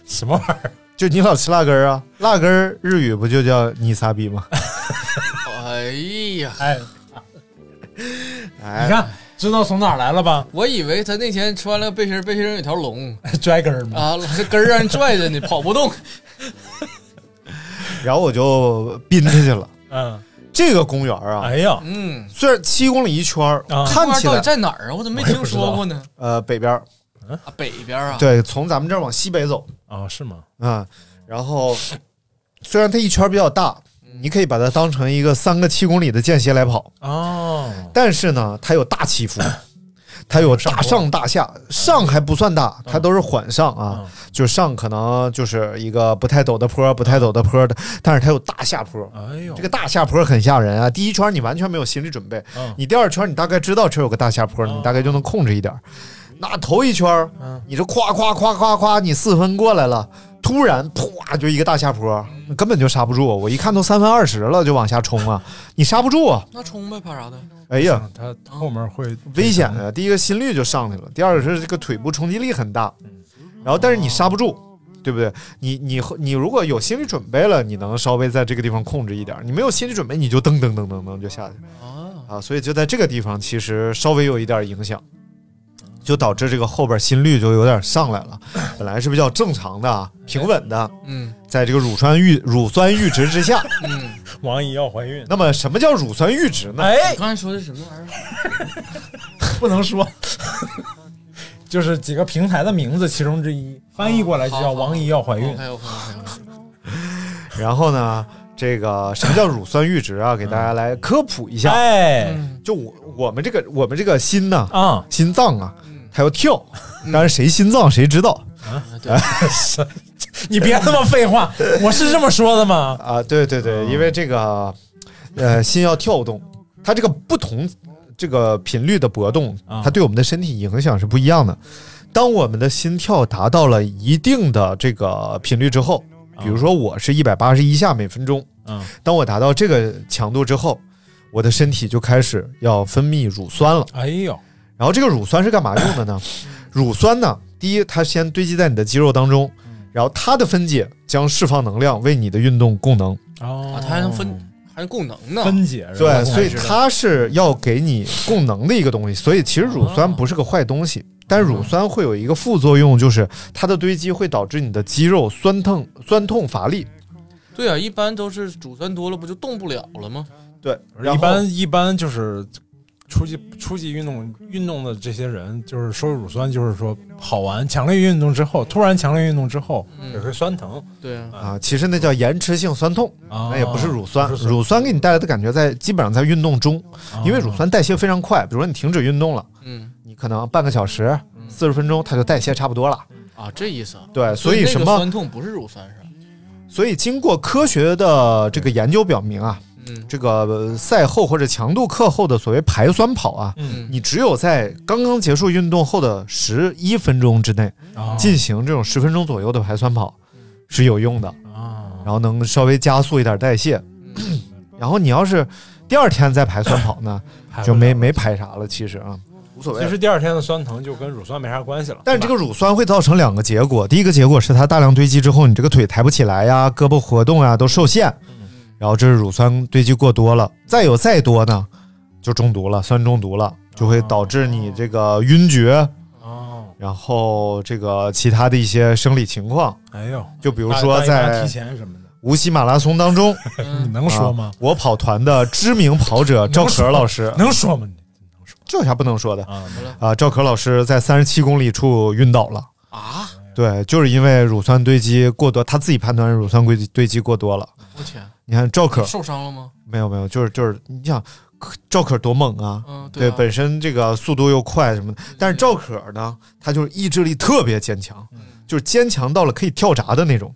Speaker 4: 什么玩意儿？
Speaker 2: 就你老吃辣根儿啊，辣根儿日语不就叫你撒逼吗？
Speaker 3: 哎呀，
Speaker 4: 哎，
Speaker 2: 哎
Speaker 4: 你看，知道从哪儿来了吧
Speaker 3: 我以为他那天穿了背心儿，背心儿上有条龙
Speaker 4: 拽根儿嘛。
Speaker 3: 啊，这根儿让人拽着你跑不动。
Speaker 2: 然后我就奔出去了。
Speaker 4: 嗯，
Speaker 2: 这个公园啊，
Speaker 4: 哎呀，
Speaker 3: 嗯，
Speaker 2: 虽然七公里一圈儿，
Speaker 4: 啊
Speaker 2: 看起
Speaker 3: 这公园到底
Speaker 2: 来
Speaker 3: 在哪儿啊？我怎么没听说过呢？
Speaker 2: 呃北边儿，
Speaker 3: 啊，北边啊。
Speaker 2: 对，从咱们这儿往西北走
Speaker 4: 哦，是吗？
Speaker 2: 啊、然后虽然它一圈儿比较大，你可以把它当成一个三个七公里的间歇来跑，
Speaker 4: 哦，
Speaker 2: 但是呢，它有大起 伏。它有大上大下，上还不算大，它都是缓上啊
Speaker 4: 嗯，
Speaker 2: 就上可能就是一个不太陡的坡，不太陡的坡的，但是它有大下坡，
Speaker 4: 哎呦，
Speaker 2: 这个大下坡很吓人啊！第一圈你完全没有心理准备，
Speaker 4: 嗯
Speaker 2: 你第二圈你大概知道这有个大下坡，你大概就能控制一点儿。那头一圈儿，你这夸夸夸夸夸，你四分过来了，突然啪就一个大下坡，根本就刹不住。我一看都三分二十了，就往下冲啊，你刹不住啊！
Speaker 3: 那冲呗，怕啥的？
Speaker 2: 哎呀，
Speaker 4: 他他后面会
Speaker 2: 嗯危险的。第一个心率就上去了，第二个是这个腿部冲击力很大，然后但是你刹不住，对不对？你你你如果有心理准备了，你能稍微在这个地方控制一点儿；你没有心理准备，你就噔噔噔噔噔就下去
Speaker 3: 啊，
Speaker 2: 啊。所以就在这个地方，其实稍微有一点影响。就导致这个后边心率就有点上来了，本来是比较正常的啊、平稳的，
Speaker 3: 嗯
Speaker 2: 在这个乳酸阈乳酸阈值之下。
Speaker 3: 嗯，
Speaker 4: 王姨要怀孕。
Speaker 2: 那么，什么叫乳酸阈值呢？
Speaker 4: 哎
Speaker 3: 你，刚才说的什么玩意儿？
Speaker 4: 不能说， 就是几个平台的名字其中之一，翻译过来就叫“王姨要怀孕
Speaker 3: OK OK OK。
Speaker 2: 然后呢，这个什么叫乳酸阈值啊？给大家来科普一”。下。
Speaker 4: 哎，
Speaker 2: 就我我们这个我们这个心呐，
Speaker 4: 啊，
Speaker 2: 心脏啊，它要跳，当然谁心脏谁知道
Speaker 3: 啊
Speaker 4: 你别他妈废话，我是这么说的吗？
Speaker 2: 啊。对对对，因为这个呃心要跳动，它这个不同这个频率的搏动
Speaker 4: 啊，
Speaker 2: 它对我们的身体影响是不一样的。当我们的心跳达到了一定的这个频率之后， 比如说我是一百八十一下每分钟，
Speaker 4: 嗯，
Speaker 2: 当我达到这个强度之后，我的身体就开始要分泌乳酸了。
Speaker 4: 哎呦，
Speaker 2: 然后这个乳酸是干嘛用的呢？
Speaker 4: 嗯
Speaker 2: 乳酸呢，第一，它先堆积在你的肌肉当中，
Speaker 4: 嗯
Speaker 2: 然后它的分解将释放能量，为你的运动供能。
Speaker 4: 哦
Speaker 3: 啊，它还能分，还是供能呢？
Speaker 4: 分解是吧
Speaker 2: 对，所以它是要给你供能的一个东西，所以其实乳酸不是个坏东西，
Speaker 4: 嗯
Speaker 2: 但乳酸会有一个副作用，就是它的堆积会导致你的肌肉酸痛、酸痛乏力。
Speaker 3: 对啊，一般都是乳酸多了，不就动不了了吗？
Speaker 2: 对，然后
Speaker 4: 一般一般就是初级初级运动运动的这些人，就是收入乳酸，就是说跑完强烈运动之后，突然强烈运动之后
Speaker 3: 嗯
Speaker 4: 也会酸疼
Speaker 3: 对啊，
Speaker 2: 啊，其实那叫延迟性酸痛，
Speaker 4: 啊
Speaker 2: 那也不是乳酸，
Speaker 4: 不是哦
Speaker 2: 乳酸给你带来的感觉在基本上在运动中，因为乳
Speaker 4: 啊
Speaker 2: 酸代谢非常快，比如说你停止运动了，
Speaker 3: 嗯
Speaker 2: 你可能半个小时、四十分钟，它就代谢差不多了。
Speaker 3: 啊，这意思啊。
Speaker 2: 对，嗯所以
Speaker 3: 那个
Speaker 2: 什么？
Speaker 3: 酸痛不是乳酸是吧？
Speaker 2: 所以经过科学的这个研究表明啊，
Speaker 3: 嗯
Speaker 2: 这个呃赛后或者强度课后的所谓排酸跑啊，
Speaker 3: 嗯
Speaker 2: 你只有在刚刚结束运动后的十一分钟之内
Speaker 4: 啊
Speaker 2: 进行这种十分钟左右的排酸跑是有用的，
Speaker 4: 啊
Speaker 2: 然后能稍微加速一点代谢。嗯然后你要是第二天再排酸跑呢，就没。没排啥了，其实啊，无所
Speaker 4: 其实第二天的酸疼就跟乳酸没啥关系了，
Speaker 2: 但是这
Speaker 4: 个
Speaker 2: 个乳酸会造成两个结果，第一个结果是它大量堆积之后，你这个腿抬不起来呀，胳膊活动呀都受限，
Speaker 4: 嗯
Speaker 2: 然后这是乳酸堆积过多了。再有再多呢，就中毒了，酸中毒了，就会导致你这个晕厥，
Speaker 4: 哦，
Speaker 2: 然后这个其他的一些生理情况，
Speaker 4: 哎呦，
Speaker 2: 就比
Speaker 4: 比
Speaker 2: 如说在
Speaker 4: 提前什么的，
Speaker 2: 无锡马拉松当中，
Speaker 4: 你能 说吗
Speaker 2: 啊？我跑团的知名跑者赵可儿老师，
Speaker 4: 能说吗？
Speaker 2: 这有啥不能说的
Speaker 4: 啊，
Speaker 2: 啊？赵可儿老师在三十七公里处晕倒了。
Speaker 3: 啊，
Speaker 2: 对，就是因为乳酸堆积过多，他自己判断是乳酸堆积堆积过多了。
Speaker 3: 我天，
Speaker 2: 你看赵可
Speaker 3: 受伤了吗？
Speaker 2: 没有没有，就是就是你想可赵可多猛啊，
Speaker 3: 嗯，
Speaker 2: 对
Speaker 3: 啊
Speaker 2: 本身这个速度又快什么的，但是赵可呢，他就是意志力特别坚强，
Speaker 3: 嗯
Speaker 2: 就是坚强到了可以跳闸的那种。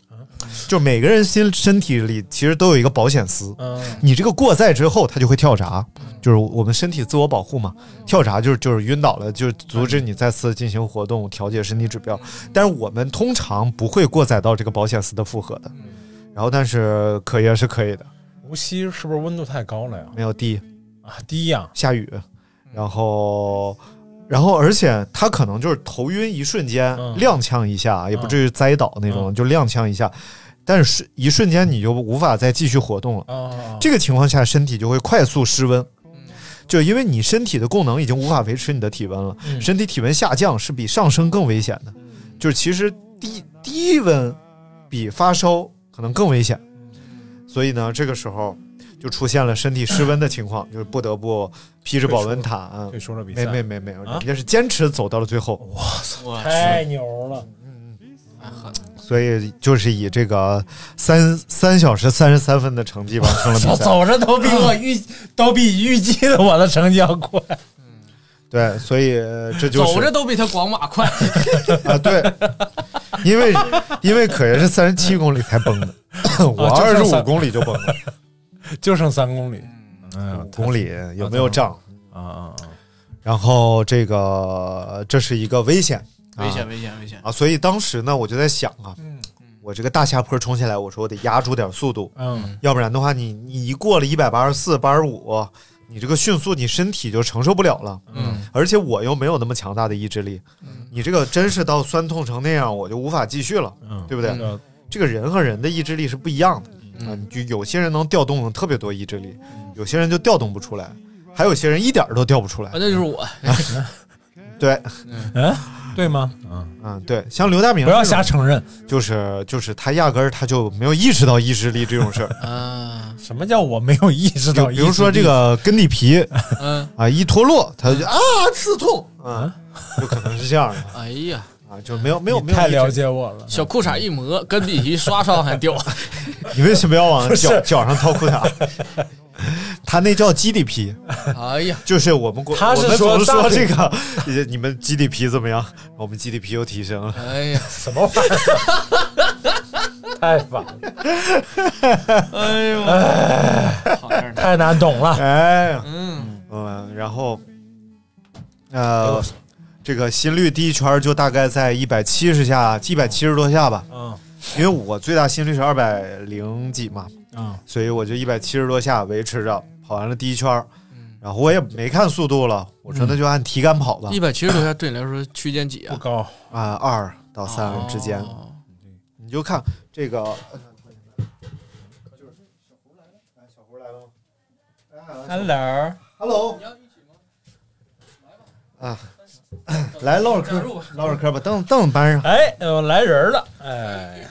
Speaker 2: 就每个人心身体里其实都有一个保险丝，
Speaker 4: 嗯，
Speaker 2: 你这个过载之后，它就会跳闸，就是我们身体自我保护嘛。跳闸就是就是晕倒了，就是阻止你再次进行活动，调节身体指标。但是我们通常不会过载到这个保险丝的负荷的。然后，但是可也是可以的，
Speaker 4: 无锡是不是温度太高了呀？
Speaker 2: 没有地
Speaker 4: 啊，低呀，
Speaker 2: 下雨，然后。然后，而且他可能就是头晕一瞬间，
Speaker 4: 嗯
Speaker 2: 踉跄一下，也不
Speaker 4: 嗯
Speaker 2: 至于栽倒那种，
Speaker 4: 嗯
Speaker 2: 就踉跄一下。但是一瞬间你就无法再继续活动了。
Speaker 4: 啊，
Speaker 2: 这个情况下，身体就会快速失温
Speaker 3: 嗯，
Speaker 2: 就因为你身体的功能已经无法维持你的体温了，
Speaker 4: 嗯
Speaker 2: 身体体温下降是比上升更危险的。就是其实低低温比发烧可能更危险，
Speaker 4: 嗯
Speaker 2: 所以呢，这个时候就出现了身体失温的情况，就是不得不披着保温毯。嗯
Speaker 4: 嗯退出了比
Speaker 2: 没
Speaker 4: 赛，
Speaker 2: 没没没有，
Speaker 4: 啊哦
Speaker 2: 人家是坚持走到了最后，
Speaker 3: 我哎
Speaker 4: 太牛了，
Speaker 3: 太 狠了，
Speaker 2: 所以就是以这个三三小时三十三分的成绩完成了比
Speaker 4: 走
Speaker 2: 赛。
Speaker 4: 走着都比我预都比预计的我的成绩要快，
Speaker 2: 对，所以呃这就是
Speaker 3: 走着都比他广马快。
Speaker 2: 啊，对，因为因为可爷是三十七公里才崩 的，我
Speaker 4: 啊就
Speaker 2: 二
Speaker 4: 剩
Speaker 2: 十五
Speaker 4: 三
Speaker 2: 公里就崩了，
Speaker 4: 就剩三公里，哎
Speaker 2: 五
Speaker 4: 呦，
Speaker 2: 公里有没有涨？
Speaker 4: 啊啊啊！
Speaker 2: 然后这个这是一个危险，啊
Speaker 3: 危险，危险，危险！
Speaker 2: 啊！所以当时呢，我就在想啊，我这个大下坡冲下来，我说我得压住点速度，
Speaker 4: 嗯，
Speaker 2: 要不然的话你，你一过了一百八十四、八十五，你这个迅速，你身体就承受不了了。
Speaker 3: 嗯，
Speaker 2: 而且我又没有那么强大的意志力，你这个真是到酸痛成那样，我就无法继续了，
Speaker 4: 嗯
Speaker 2: 对不对？啊
Speaker 4: 嗯
Speaker 2: 这个人和人的意志力是不一样的啊，你就有些人能调动特别多意志力，有些人就调动不出来，还有些人一点儿都调不出来
Speaker 4: 呃
Speaker 3: 啊，。那就 是我。
Speaker 2: 对，
Speaker 4: 嗯对吗？嗯，
Speaker 2: 嗯，对，像刘大明
Speaker 4: 不要
Speaker 2: 这种
Speaker 4: 瞎承认。
Speaker 2: 就是就是他压根儿他就没有意识到意志力这种 事儿。
Speaker 3: 啊，
Speaker 4: 什么叫我没有意识
Speaker 2: 比
Speaker 4: 到？
Speaker 2: 比如说这，个跟地皮
Speaker 3: 嗯，
Speaker 2: 啊，一脱落他就啊刺痛啊，有可能是这样的
Speaker 3: 哎呀，
Speaker 2: 啊，就没有没有
Speaker 4: 你
Speaker 2: 没有
Speaker 4: 太
Speaker 2: 意志
Speaker 4: 了解我了。
Speaker 3: 小裤衩一磨，跟比提刷刷还掉。
Speaker 2: 你为什么要往
Speaker 4: 是
Speaker 2: 脚脚上掏裤衩？ 他那叫基底皮，
Speaker 3: 哎呀，
Speaker 2: 就是我们国
Speaker 4: 他是
Speaker 2: 我们
Speaker 4: 说
Speaker 2: 总是
Speaker 4: 大
Speaker 2: 说这
Speaker 4: 腿
Speaker 2: 个，你们基底皮怎么样？我们基底皮又提升了。
Speaker 3: 哎呀，
Speaker 4: 什么玩意儿？太烦了，
Speaker 3: 哎呦，好样的！
Speaker 4: 太难 懂了。
Speaker 2: 哎呀，
Speaker 3: 嗯，
Speaker 2: 嗯，然后，呃，这个心率第一圈就大概在一百七十下，一百七十多下吧，
Speaker 4: 嗯
Speaker 2: 因为我最大心率是二百零几嘛，
Speaker 4: 嗯
Speaker 2: 所以我就一百七十多下维持着跑完了第一圈儿
Speaker 3: 嗯，
Speaker 2: 然后我也没看速度了，我说那就按体感跑吧
Speaker 3: 一，百七十多下对你来说区间几
Speaker 4: 不
Speaker 3: 啊？
Speaker 4: 高，
Speaker 2: 啊，二到三之间，
Speaker 3: 哦
Speaker 2: 你就看这个。呃来了吗？
Speaker 4: Hello，
Speaker 2: Hello。
Speaker 3: 你要一起吗？
Speaker 2: 啊， 来唠会儿嗑，唠会儿嗑吧。凳凳搬上，
Speaker 4: 哎，呃来人了，哎，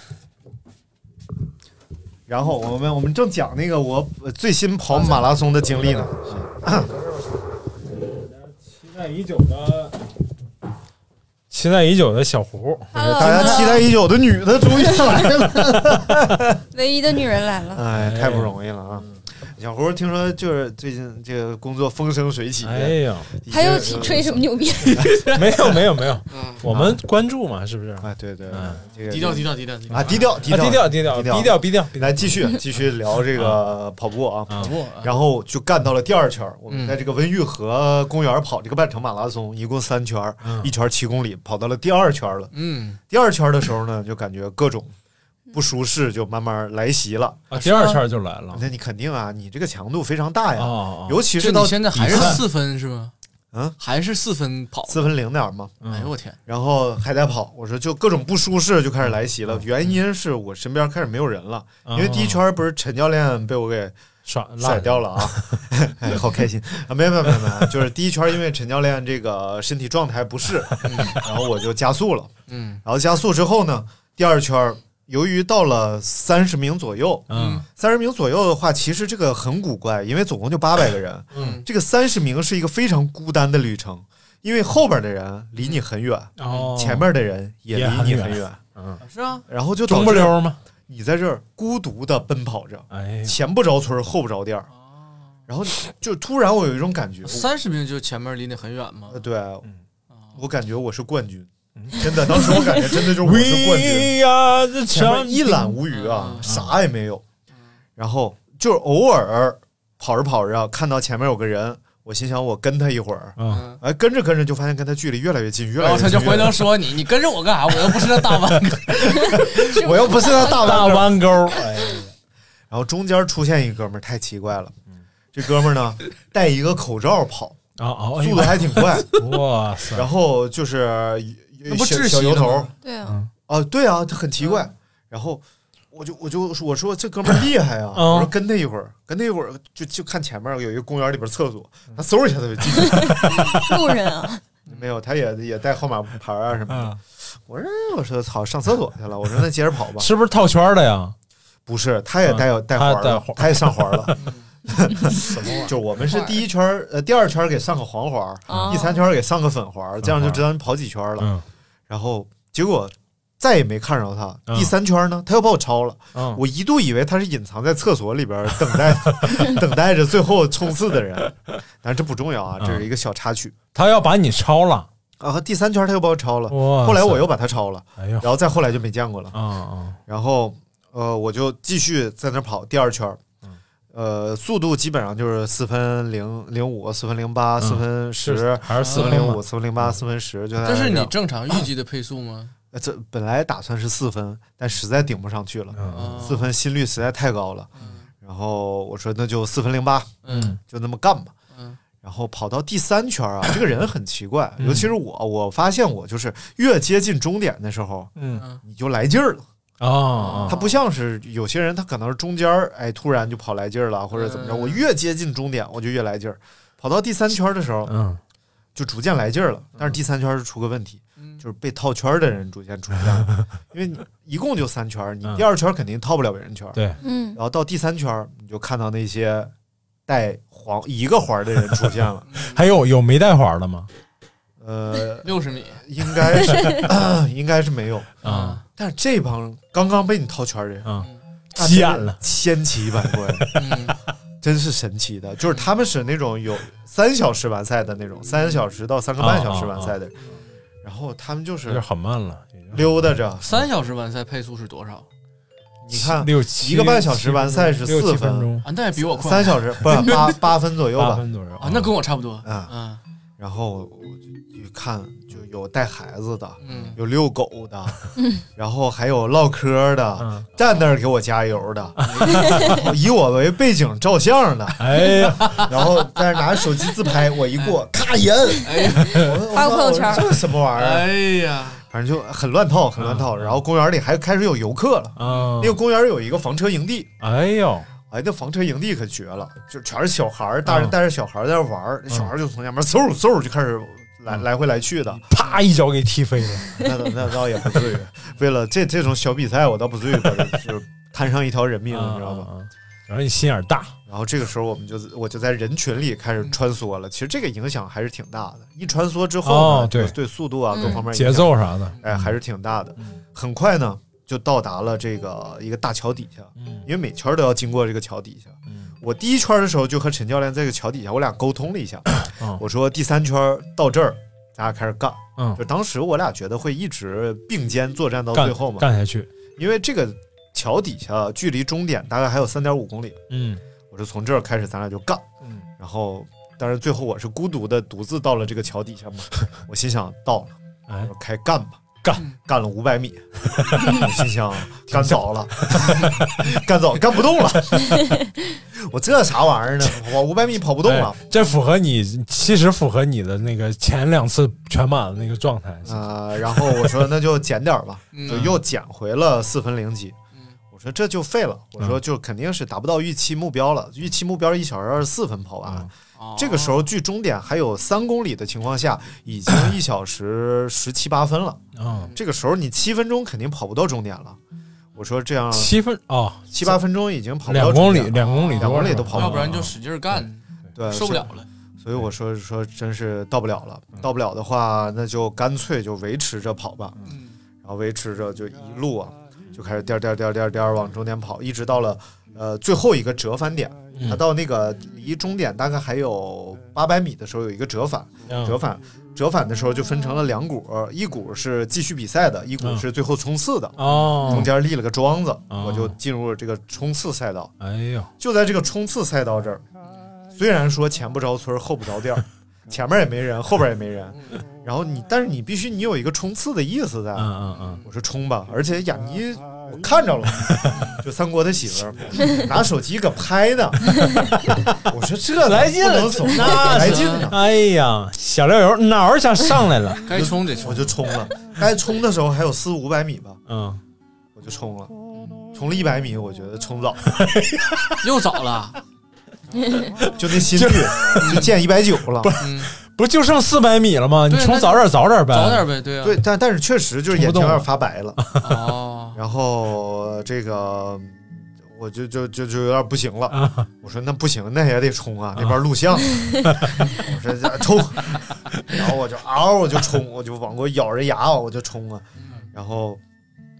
Speaker 2: 然后我们我们正讲那个我呃最新跑马拉松的经历呢。
Speaker 4: 期待已久的，期待已久的小胡，
Speaker 2: 大家期待已久啊的女的终于来 了，
Speaker 5: 唯一的女人来了，
Speaker 2: 哎，太不容易了啊！小胡听说就是最近这个工作风生水起，
Speaker 4: 哎呀，
Speaker 2: 已经呃
Speaker 5: 还有吹什么牛逼？
Speaker 2: 嗯
Speaker 4: 没有没 有没有，我们关注嘛，是不是？
Speaker 2: 啊？对对，
Speaker 4: 嗯
Speaker 2: 这个
Speaker 3: 低调低调低调低调
Speaker 2: 啊，低调低
Speaker 4: 啊，低调
Speaker 2: 调
Speaker 4: 低调
Speaker 2: 低
Speaker 4: 低调低调，
Speaker 2: 来继续继续聊这个跑步啊，
Speaker 4: 啊
Speaker 3: 跑步啊
Speaker 2: 然后就干到了第二圈儿，我们
Speaker 3: 嗯
Speaker 2: 在这个温榆河公园跑这个半程马拉松，一共三圈儿，
Speaker 4: 嗯
Speaker 2: 一圈儿七公里，跑到了第二圈儿了。
Speaker 3: 嗯，
Speaker 2: 第二圈儿的时候呢，就感觉各种不舒适就慢慢来袭了。
Speaker 4: 啊，第二圈就来了，
Speaker 3: 嗯
Speaker 2: 那你肯定啊，你这个强度非常大呀，
Speaker 4: 哦，
Speaker 2: 尤其
Speaker 3: 就是
Speaker 2: 到
Speaker 3: 你现在还是四分是吗？
Speaker 2: 嗯，
Speaker 3: 还是四分跑。
Speaker 2: 四分零点儿嘛，
Speaker 3: 哎呦我天，
Speaker 2: 然后还在跑，我说就各种不舒适就开始来袭
Speaker 3: 嗯
Speaker 2: 了。原因是我身边开始没有人了，因为第一圈儿不是陈教练被我给
Speaker 4: 哦耍
Speaker 2: 甩掉了 啊，哎，好开心啊！没有没有没有没有，就是第一圈因为陈教练这个身体状态不 适，然后我就加速了，
Speaker 3: 嗯
Speaker 2: 然后加速之后呢，第二圈由于到了三十名左右，
Speaker 4: 嗯
Speaker 2: 三十名左右的话，其实这个很古怪，因为总共就八百个人，
Speaker 3: 嗯，
Speaker 2: 这个三十名是一个非常孤单的旅程，因为后边的人离你很远，嗯
Speaker 4: 哦，
Speaker 2: 前面的人也
Speaker 4: 也
Speaker 2: 离
Speaker 4: 很
Speaker 2: 你
Speaker 4: 远
Speaker 2: 很远，
Speaker 3: 是啊，
Speaker 2: 然后就导
Speaker 4: 中不
Speaker 2: 致
Speaker 4: 溜吗？
Speaker 2: 你在这儿孤独的奔跑着。
Speaker 4: 哎，
Speaker 2: 前不着村儿后不着店
Speaker 3: 哦
Speaker 2: 儿，然后就突然我有一种感觉，
Speaker 3: 三十名就前面离你很远吗
Speaker 2: 呃，？对
Speaker 3: 嗯
Speaker 2: 我感觉我是冠军，嗯真的，当时我感觉真的就是我是冠军，
Speaker 4: are the
Speaker 2: 前面一览无余啊，啥也没有，然后就是偶尔跑着跑着看到前面有个人，我心想我跟他一会儿，
Speaker 4: 嗯，
Speaker 2: 哎，跟着跟着就发现跟他距离越来越近，越
Speaker 3: 然
Speaker 2: 来
Speaker 3: 后
Speaker 2: 越近，
Speaker 3: 哦他就
Speaker 2: 越
Speaker 3: 回
Speaker 2: 来
Speaker 3: 头说你，你跟着我干啥？我又不是那大弯哥。
Speaker 2: 越近我又不是他大
Speaker 4: 大
Speaker 2: 弯哥，
Speaker 4: 弯钩，
Speaker 2: 然后中间出现一哥们儿，太奇怪了。
Speaker 3: 嗯
Speaker 2: 这哥们儿呢，戴一个口罩跑，
Speaker 4: 啊啊，
Speaker 2: 速度还挺快，
Speaker 4: 哇塞，
Speaker 2: 然后就是
Speaker 3: 那不
Speaker 2: 小
Speaker 3: 窒息
Speaker 2: 小油
Speaker 3: 了
Speaker 2: 头
Speaker 3: 吗
Speaker 5: 对啊，
Speaker 2: 啊，对啊，他很奇怪。然后我就我就我说这哥们儿厉害啊！
Speaker 4: 嗯
Speaker 2: 我说跟他一会儿，跟他一会儿就就看前面有一个公园里边厕所，他嗖一下他就进去了，嗯
Speaker 5: 路人啊，
Speaker 2: 没 有，他也也带号码牌啊什么的。
Speaker 4: 嗯，
Speaker 2: 我说我说操，上厕所去 了。我说那接着跑吧。
Speaker 4: 是不是套圈的呀？
Speaker 2: 不是，他也带有带
Speaker 4: 他
Speaker 2: 环儿
Speaker 4: 带
Speaker 2: 了
Speaker 4: 环儿，
Speaker 2: 他也上环儿了。 什么？ 就我们是第一圈儿呃第二圈儿给上个黄环儿，
Speaker 5: 哦
Speaker 2: 第三嗯圈儿给上个粉环儿，这样就知道你跑几圈儿了。
Speaker 4: 嗯
Speaker 2: 然后结果再也没看着他。
Speaker 4: 嗯
Speaker 2: 第三圈呢，他又把我超了，
Speaker 4: 嗯，
Speaker 2: 我一度以为他是隐藏在厕所里边儿等 待等待着最后冲刺的人，但是这不重要啊，
Speaker 4: 嗯
Speaker 2: 这是一个小插曲
Speaker 4: 他要把你超了，
Speaker 2: 啊。第三圈他又把我超了，
Speaker 4: 哇！
Speaker 2: 后来我又，把他超了，
Speaker 4: 哎呦
Speaker 2: 然，后再后来就没见过了。
Speaker 4: 啊啊，
Speaker 2: 然后呃，我就继续在那儿跑第二圈儿
Speaker 4: 嗯。
Speaker 2: 呃，速度基本上就是四分零零五、四分零八、四分
Speaker 4: 嗯是
Speaker 2: 十、
Speaker 4: 还是
Speaker 2: 四
Speaker 4: 四
Speaker 2: 分
Speaker 4: 分
Speaker 2: 零五、四分零八、四分十，就在
Speaker 3: 这是
Speaker 2: 那
Speaker 3: 你
Speaker 2: 儿
Speaker 3: 正常预计的配速吗？
Speaker 2: 呃这本来打算是四分，但实在顶不上去了，
Speaker 4: 嗯
Speaker 3: 啊
Speaker 2: 呃四分心率实在太高了。然后我说那就四分零八，
Speaker 3: 嗯
Speaker 2: 就那么干吧。
Speaker 3: 嗯
Speaker 2: 然后跑到第三圈啊，这个人很奇怪，尤其是我，我发现我就是越接近终点的时候，
Speaker 4: 嗯
Speaker 2: 你就来劲儿了。
Speaker 4: 啊啊
Speaker 2: 他不像是有些人，他可能是中间儿哎突然就跑来劲儿了，或者怎么着。
Speaker 3: 嗯
Speaker 2: 我越接近终点，我就越来劲儿。跑到第三圈的时候，
Speaker 4: 嗯，
Speaker 2: 就逐渐来劲儿了。但是第三圈是出个问题，
Speaker 3: 嗯
Speaker 2: 就是被套圈儿的人逐渐出现 了，因为你一共就三圈儿，你第二圈儿肯定套不了别人圈儿。
Speaker 4: 嗯对，
Speaker 5: 嗯
Speaker 2: 然后到第三圈儿，你就看到那些带黄一个环儿的人出现 了。
Speaker 4: 嗯还有有没带环的吗？
Speaker 2: 呃，
Speaker 3: 六十米
Speaker 2: 应该是、应该是 没有，
Speaker 4: 啊，
Speaker 2: 但是这帮刚刚被你套圈儿的人，
Speaker 4: 啊，
Speaker 2: 那真是
Speaker 4: 贱了，
Speaker 2: 千奇百怪，
Speaker 3: 嗯
Speaker 2: 真是神奇的。就是他们是那种有三小时完赛的那种，三小时到三个半小时完
Speaker 4: 嗯
Speaker 2: 赛的人，然后他们就
Speaker 4: 有点
Speaker 2: 是
Speaker 4: 很慢了，
Speaker 2: 溜达着，
Speaker 3: 三小时完赛配速是多少
Speaker 2: 你看
Speaker 4: 六七
Speaker 2: 一个半小时完赛是
Speaker 4: 六
Speaker 2: 四
Speaker 4: 七
Speaker 2: 分
Speaker 4: 分钟，
Speaker 3: 啊？那也比我快
Speaker 2: 三小时不八八分左右
Speaker 4: 八
Speaker 2: 吧，
Speaker 4: 分左右
Speaker 3: 啊，那跟我差不多。
Speaker 2: 嗯
Speaker 3: 嗯
Speaker 2: 然后我就一看就有带孩子的，
Speaker 3: 嗯
Speaker 2: 有遛狗的，
Speaker 5: 嗯
Speaker 2: 然后还有唠嗑的，
Speaker 4: 嗯，
Speaker 2: 站那儿给我加油的， 然后以我为背景照相 的，
Speaker 4: 哎呀，
Speaker 2: 然后在那儿拿着手机自拍，我一过咔一摁，我
Speaker 5: 发个朋友圈
Speaker 2: 我说这什么玩意儿？
Speaker 3: 哎嗯呀，
Speaker 2: 反正就很乱套，很乱套。然后公园里还开始有游客了，
Speaker 3: 嗯
Speaker 4: 啊
Speaker 2: 那，个公园有一个房车营地，
Speaker 4: 哎呦，
Speaker 2: 哎，那房车营地可绝了，就全是小孩儿，大
Speaker 3: 嗯
Speaker 2: 人带着小孩儿在那玩儿，那小孩儿就从前面嗖嗖就开始来
Speaker 3: 嗯
Speaker 2: 来回来去的，
Speaker 4: 啪一脚给踢飞了。
Speaker 2: 那倒那倒也不至于。为了这这种小比赛，我倒不至于把这就是摊上一条人命，你知道吧？
Speaker 4: 吧？啊然后你心眼儿大，
Speaker 2: 然后这个时候，我们就我就在人群里开始穿梭了。其实这个影响还是挺大的。一穿梭之后呢，
Speaker 4: 哦对
Speaker 2: 就是对速度啊
Speaker 5: 嗯
Speaker 2: 各方面影响
Speaker 4: 节，奏啥的，
Speaker 2: 哎，还是挺大的。很快呢，就到达了这个一个大桥底下，
Speaker 4: 嗯
Speaker 2: 因为每圈都要经过这个桥底下。
Speaker 4: 嗯
Speaker 2: 我第一圈的时候就和陈教练在这个桥底下，我俩沟通了一下，
Speaker 4: 嗯
Speaker 2: 我说第三圈到这儿，咱俩开始干。
Speaker 4: 嗯
Speaker 2: 就当时我俩觉得会一直并肩作战到
Speaker 4: 干
Speaker 2: 最后嘛，
Speaker 4: 干下去，
Speaker 2: 因为这个桥底下距离终点大概还有三点五公里，
Speaker 4: 嗯
Speaker 2: 我就从这儿开始咱俩就干，
Speaker 4: 嗯
Speaker 2: 然后但是最后我是孤独的独自到了这个桥底下 嘛，我心想到了，我
Speaker 4: 哎
Speaker 2: 说开干吧。
Speaker 4: 干
Speaker 2: 干了五百 米，我心想干早了，干早干不动了，我这啥玩意儿呢？我五百米跑不动了
Speaker 4: 哎，这符合你，其实符合你的那个前两次全马的那个状态，
Speaker 2: 呃，然后我说那就减点儿吧，
Speaker 3: 嗯
Speaker 2: 就又减回了四分零几
Speaker 3: 嗯。
Speaker 2: 我说这就废了，
Speaker 4: 嗯
Speaker 2: 我说就肯定是达不到预期目标了。预期目标一小时二十四分跑完，
Speaker 4: 嗯
Speaker 3: 哦
Speaker 2: 这个时候距终点还有三公里的情况下，已经一小时十七八分了。
Speaker 4: 嗯，
Speaker 2: 这个时候你七分钟肯定跑不到终点了。我说这样
Speaker 4: 七分哦，
Speaker 2: 啊七八分钟已经跑不
Speaker 4: 两
Speaker 2: 到
Speaker 4: 公
Speaker 2: 终
Speaker 4: 里
Speaker 2: 点，了，
Speaker 4: 两公里
Speaker 2: 两公里都跑
Speaker 4: 要
Speaker 3: 要不
Speaker 4: 不
Speaker 3: 然
Speaker 4: 然
Speaker 3: 就
Speaker 4: 就
Speaker 3: 使劲干，
Speaker 2: 对，
Speaker 3: 受不了了。
Speaker 2: 所以我说说真是到不了了，到不了的话，那就干脆就维持着跑吧。
Speaker 3: 嗯，
Speaker 2: 然后维持着就一路啊，就开始颠儿颠儿颠儿颠儿颠儿往终点跑，一直到了呃最后一个折返点。他到那个离终点大概还有八百米的时候，有一个折返，折
Speaker 4: 嗯
Speaker 2: 返折返的时候就分成了两股，一股是继续比赛的，一股
Speaker 4: 嗯
Speaker 2: 是最后冲刺的。
Speaker 4: 哦
Speaker 2: 中，间立了个桩子，
Speaker 4: 哦
Speaker 2: 我就进入了这个冲刺赛道。
Speaker 4: 哎呦，
Speaker 2: 就在这个冲刺赛道这儿，
Speaker 4: 啊
Speaker 2: 虽然说前不着村儿后不着店 儿，前面也没人，后边也没人，然后你但是你必须你有一个冲刺的意思在。
Speaker 4: 嗯嗯嗯，啊哎
Speaker 2: 我说冲吧，而且雅尼我看着了， 就三国他媳妇儿拿手机搁拍 呢。我说这
Speaker 4: 来劲
Speaker 2: 不
Speaker 4: 了
Speaker 2: 能怂，
Speaker 4: 那
Speaker 2: 来
Speaker 4: 是
Speaker 2: 劲呢。
Speaker 4: 哎呀，小料油哪儿想上来了？
Speaker 3: 该冲得冲
Speaker 2: 我。就冲了，该冲的时候还有四五百米吧，
Speaker 4: 嗯，
Speaker 2: 我就冲了，冲了一百米，我觉得冲早，嗯
Speaker 3: 又早了，
Speaker 2: 就那心 率就见一百九了。
Speaker 3: 嗯，
Speaker 4: 不就剩四百米了吗？你
Speaker 3: 对
Speaker 4: 冲
Speaker 3: 那
Speaker 4: 早点儿早点儿呗，
Speaker 3: 早点呗，对 啊，
Speaker 2: 对，但但是确实就是眼前有点发白了，
Speaker 4: 啊
Speaker 3: 哦，
Speaker 2: 然后这个我就就就就有点不行了。
Speaker 4: 啊，
Speaker 2: 我说那不行，那也得冲啊，那边录 像。我说这冲，然后我就嗷，我就冲，我就往过咬着牙，我就冲啊，
Speaker 4: 嗯
Speaker 2: 然后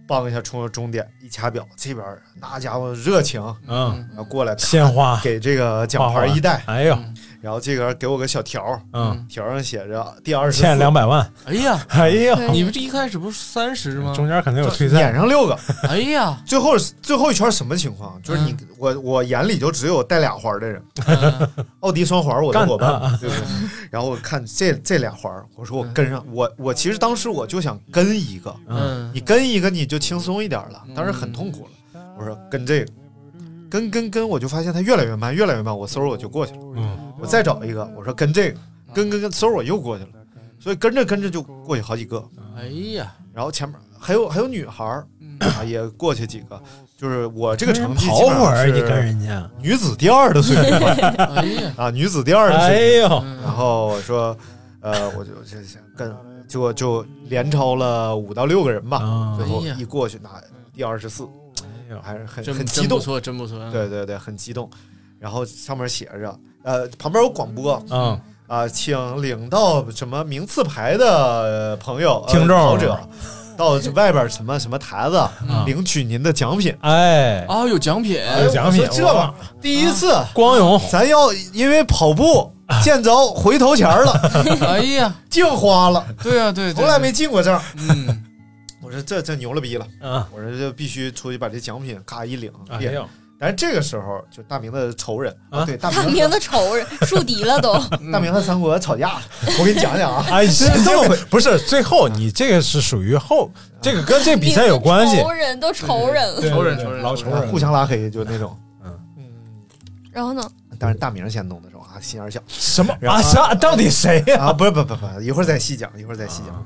Speaker 2: 梆一下冲到终点，一掐表，这边那家伙热情，
Speaker 4: 嗯，
Speaker 2: 然后过来
Speaker 4: 鲜花，
Speaker 2: 给这个奖牌一戴，
Speaker 4: 哎呦，
Speaker 2: 然后这个人给我个小条儿，
Speaker 4: 嗯，
Speaker 2: 条上写着第二十
Speaker 4: 欠两百万，
Speaker 3: 哎呀，
Speaker 4: 哎
Speaker 2: 嗯
Speaker 4: 呦，
Speaker 5: 对
Speaker 3: 你不这一开始不是三十吗？
Speaker 4: 中间肯定有退赛
Speaker 2: 撵，上六个，
Speaker 3: 哎呀，
Speaker 2: 最后最后一圈什么情况？就是你、我我眼里就只有带俩环儿的人，
Speaker 3: 嗯
Speaker 2: 奥迪双环儿我的
Speaker 4: 干
Speaker 2: 伙伴，对不对？然后我看这这俩环儿，我说我跟上，我我其实当时我就想跟一个，
Speaker 3: 嗯
Speaker 2: 你跟一个你就轻松一点了，当时很痛苦了。我说跟这个，跟跟跟，我就发现它越来越慢，越来越慢，我嗖儿我就过去了。
Speaker 4: 嗯，
Speaker 2: 我再找一个，我说跟这个，跟跟跟，嗖儿我又过去了。所以跟着跟着就过去好几个，
Speaker 3: 哎呀，
Speaker 2: 然后前面还有还有女孩儿
Speaker 3: 嗯
Speaker 2: 啊也过去几个，就是我这个成绩
Speaker 4: 跑
Speaker 2: 基本上
Speaker 4: 会儿
Speaker 2: 是
Speaker 4: 你跟人家，
Speaker 2: 女子第二的水 平吧
Speaker 3: 哎呀，
Speaker 2: 啊，女子第二的水
Speaker 4: 哎
Speaker 2: 平。
Speaker 4: 呦，
Speaker 2: 然后我说，呃，我就我就想跟，就就连超了五到六个人吧，
Speaker 4: 啊哎
Speaker 2: 最后
Speaker 3: 哎呀
Speaker 2: 一过去拿第二十四，还是 很
Speaker 3: 真
Speaker 2: 很
Speaker 3: 真
Speaker 2: 激
Speaker 3: 不
Speaker 2: 动，
Speaker 3: 错，真不错，
Speaker 2: 对对对，很激动。然后上面写着，呃，旁边有广播啊、
Speaker 4: 嗯，
Speaker 2: 请领到什么名次牌的朋友、呃
Speaker 4: 听众
Speaker 2: 跑者 到外边什么什么台子、
Speaker 4: 嗯
Speaker 2: 领取您的奖品。
Speaker 4: 哎，
Speaker 3: 啊，有奖 品，
Speaker 2: 哎我
Speaker 4: 奖品
Speaker 2: 说这玩意儿第一次，
Speaker 4: 光荣，
Speaker 2: 咱要因为跑步见着回头钱儿 了，
Speaker 3: 哎呀，
Speaker 2: 净花了。
Speaker 3: 对啊，对，对
Speaker 2: 从来没，进过这儿。
Speaker 3: 对嗯，
Speaker 2: 我说这这牛了逼了，
Speaker 4: 嗯，
Speaker 2: 我说这必须出去把这奖品咔一领。
Speaker 4: 哎
Speaker 2: 列
Speaker 4: 呦，
Speaker 2: 但是这个时候就大明的仇人
Speaker 4: 啊
Speaker 2: 对大
Speaker 5: 大
Speaker 2: 明
Speaker 5: 明的仇人树敌了 都，
Speaker 2: 大明和三国吵架了，我给你讲讲啊。
Speaker 4: 哎，是这么回，不是最后你这个是属于后，这个跟这比赛有关系，
Speaker 5: 仇人都仇人 了。
Speaker 4: 对
Speaker 3: 仇人
Speaker 4: 对
Speaker 3: 仇人
Speaker 4: 老
Speaker 3: 仇
Speaker 4: 仇
Speaker 3: 人
Speaker 4: 人，
Speaker 2: 啊互相拉黑就那种，
Speaker 4: 嗯
Speaker 2: 嗯，
Speaker 5: 然后呢？
Speaker 2: 但是大明先弄的时候啊，心眼儿小
Speaker 4: 什么
Speaker 2: 然后
Speaker 4: 啊啥？到底谁呀？
Speaker 2: 啊，不是不不不，一会儿再细讲，一会儿再细讲。然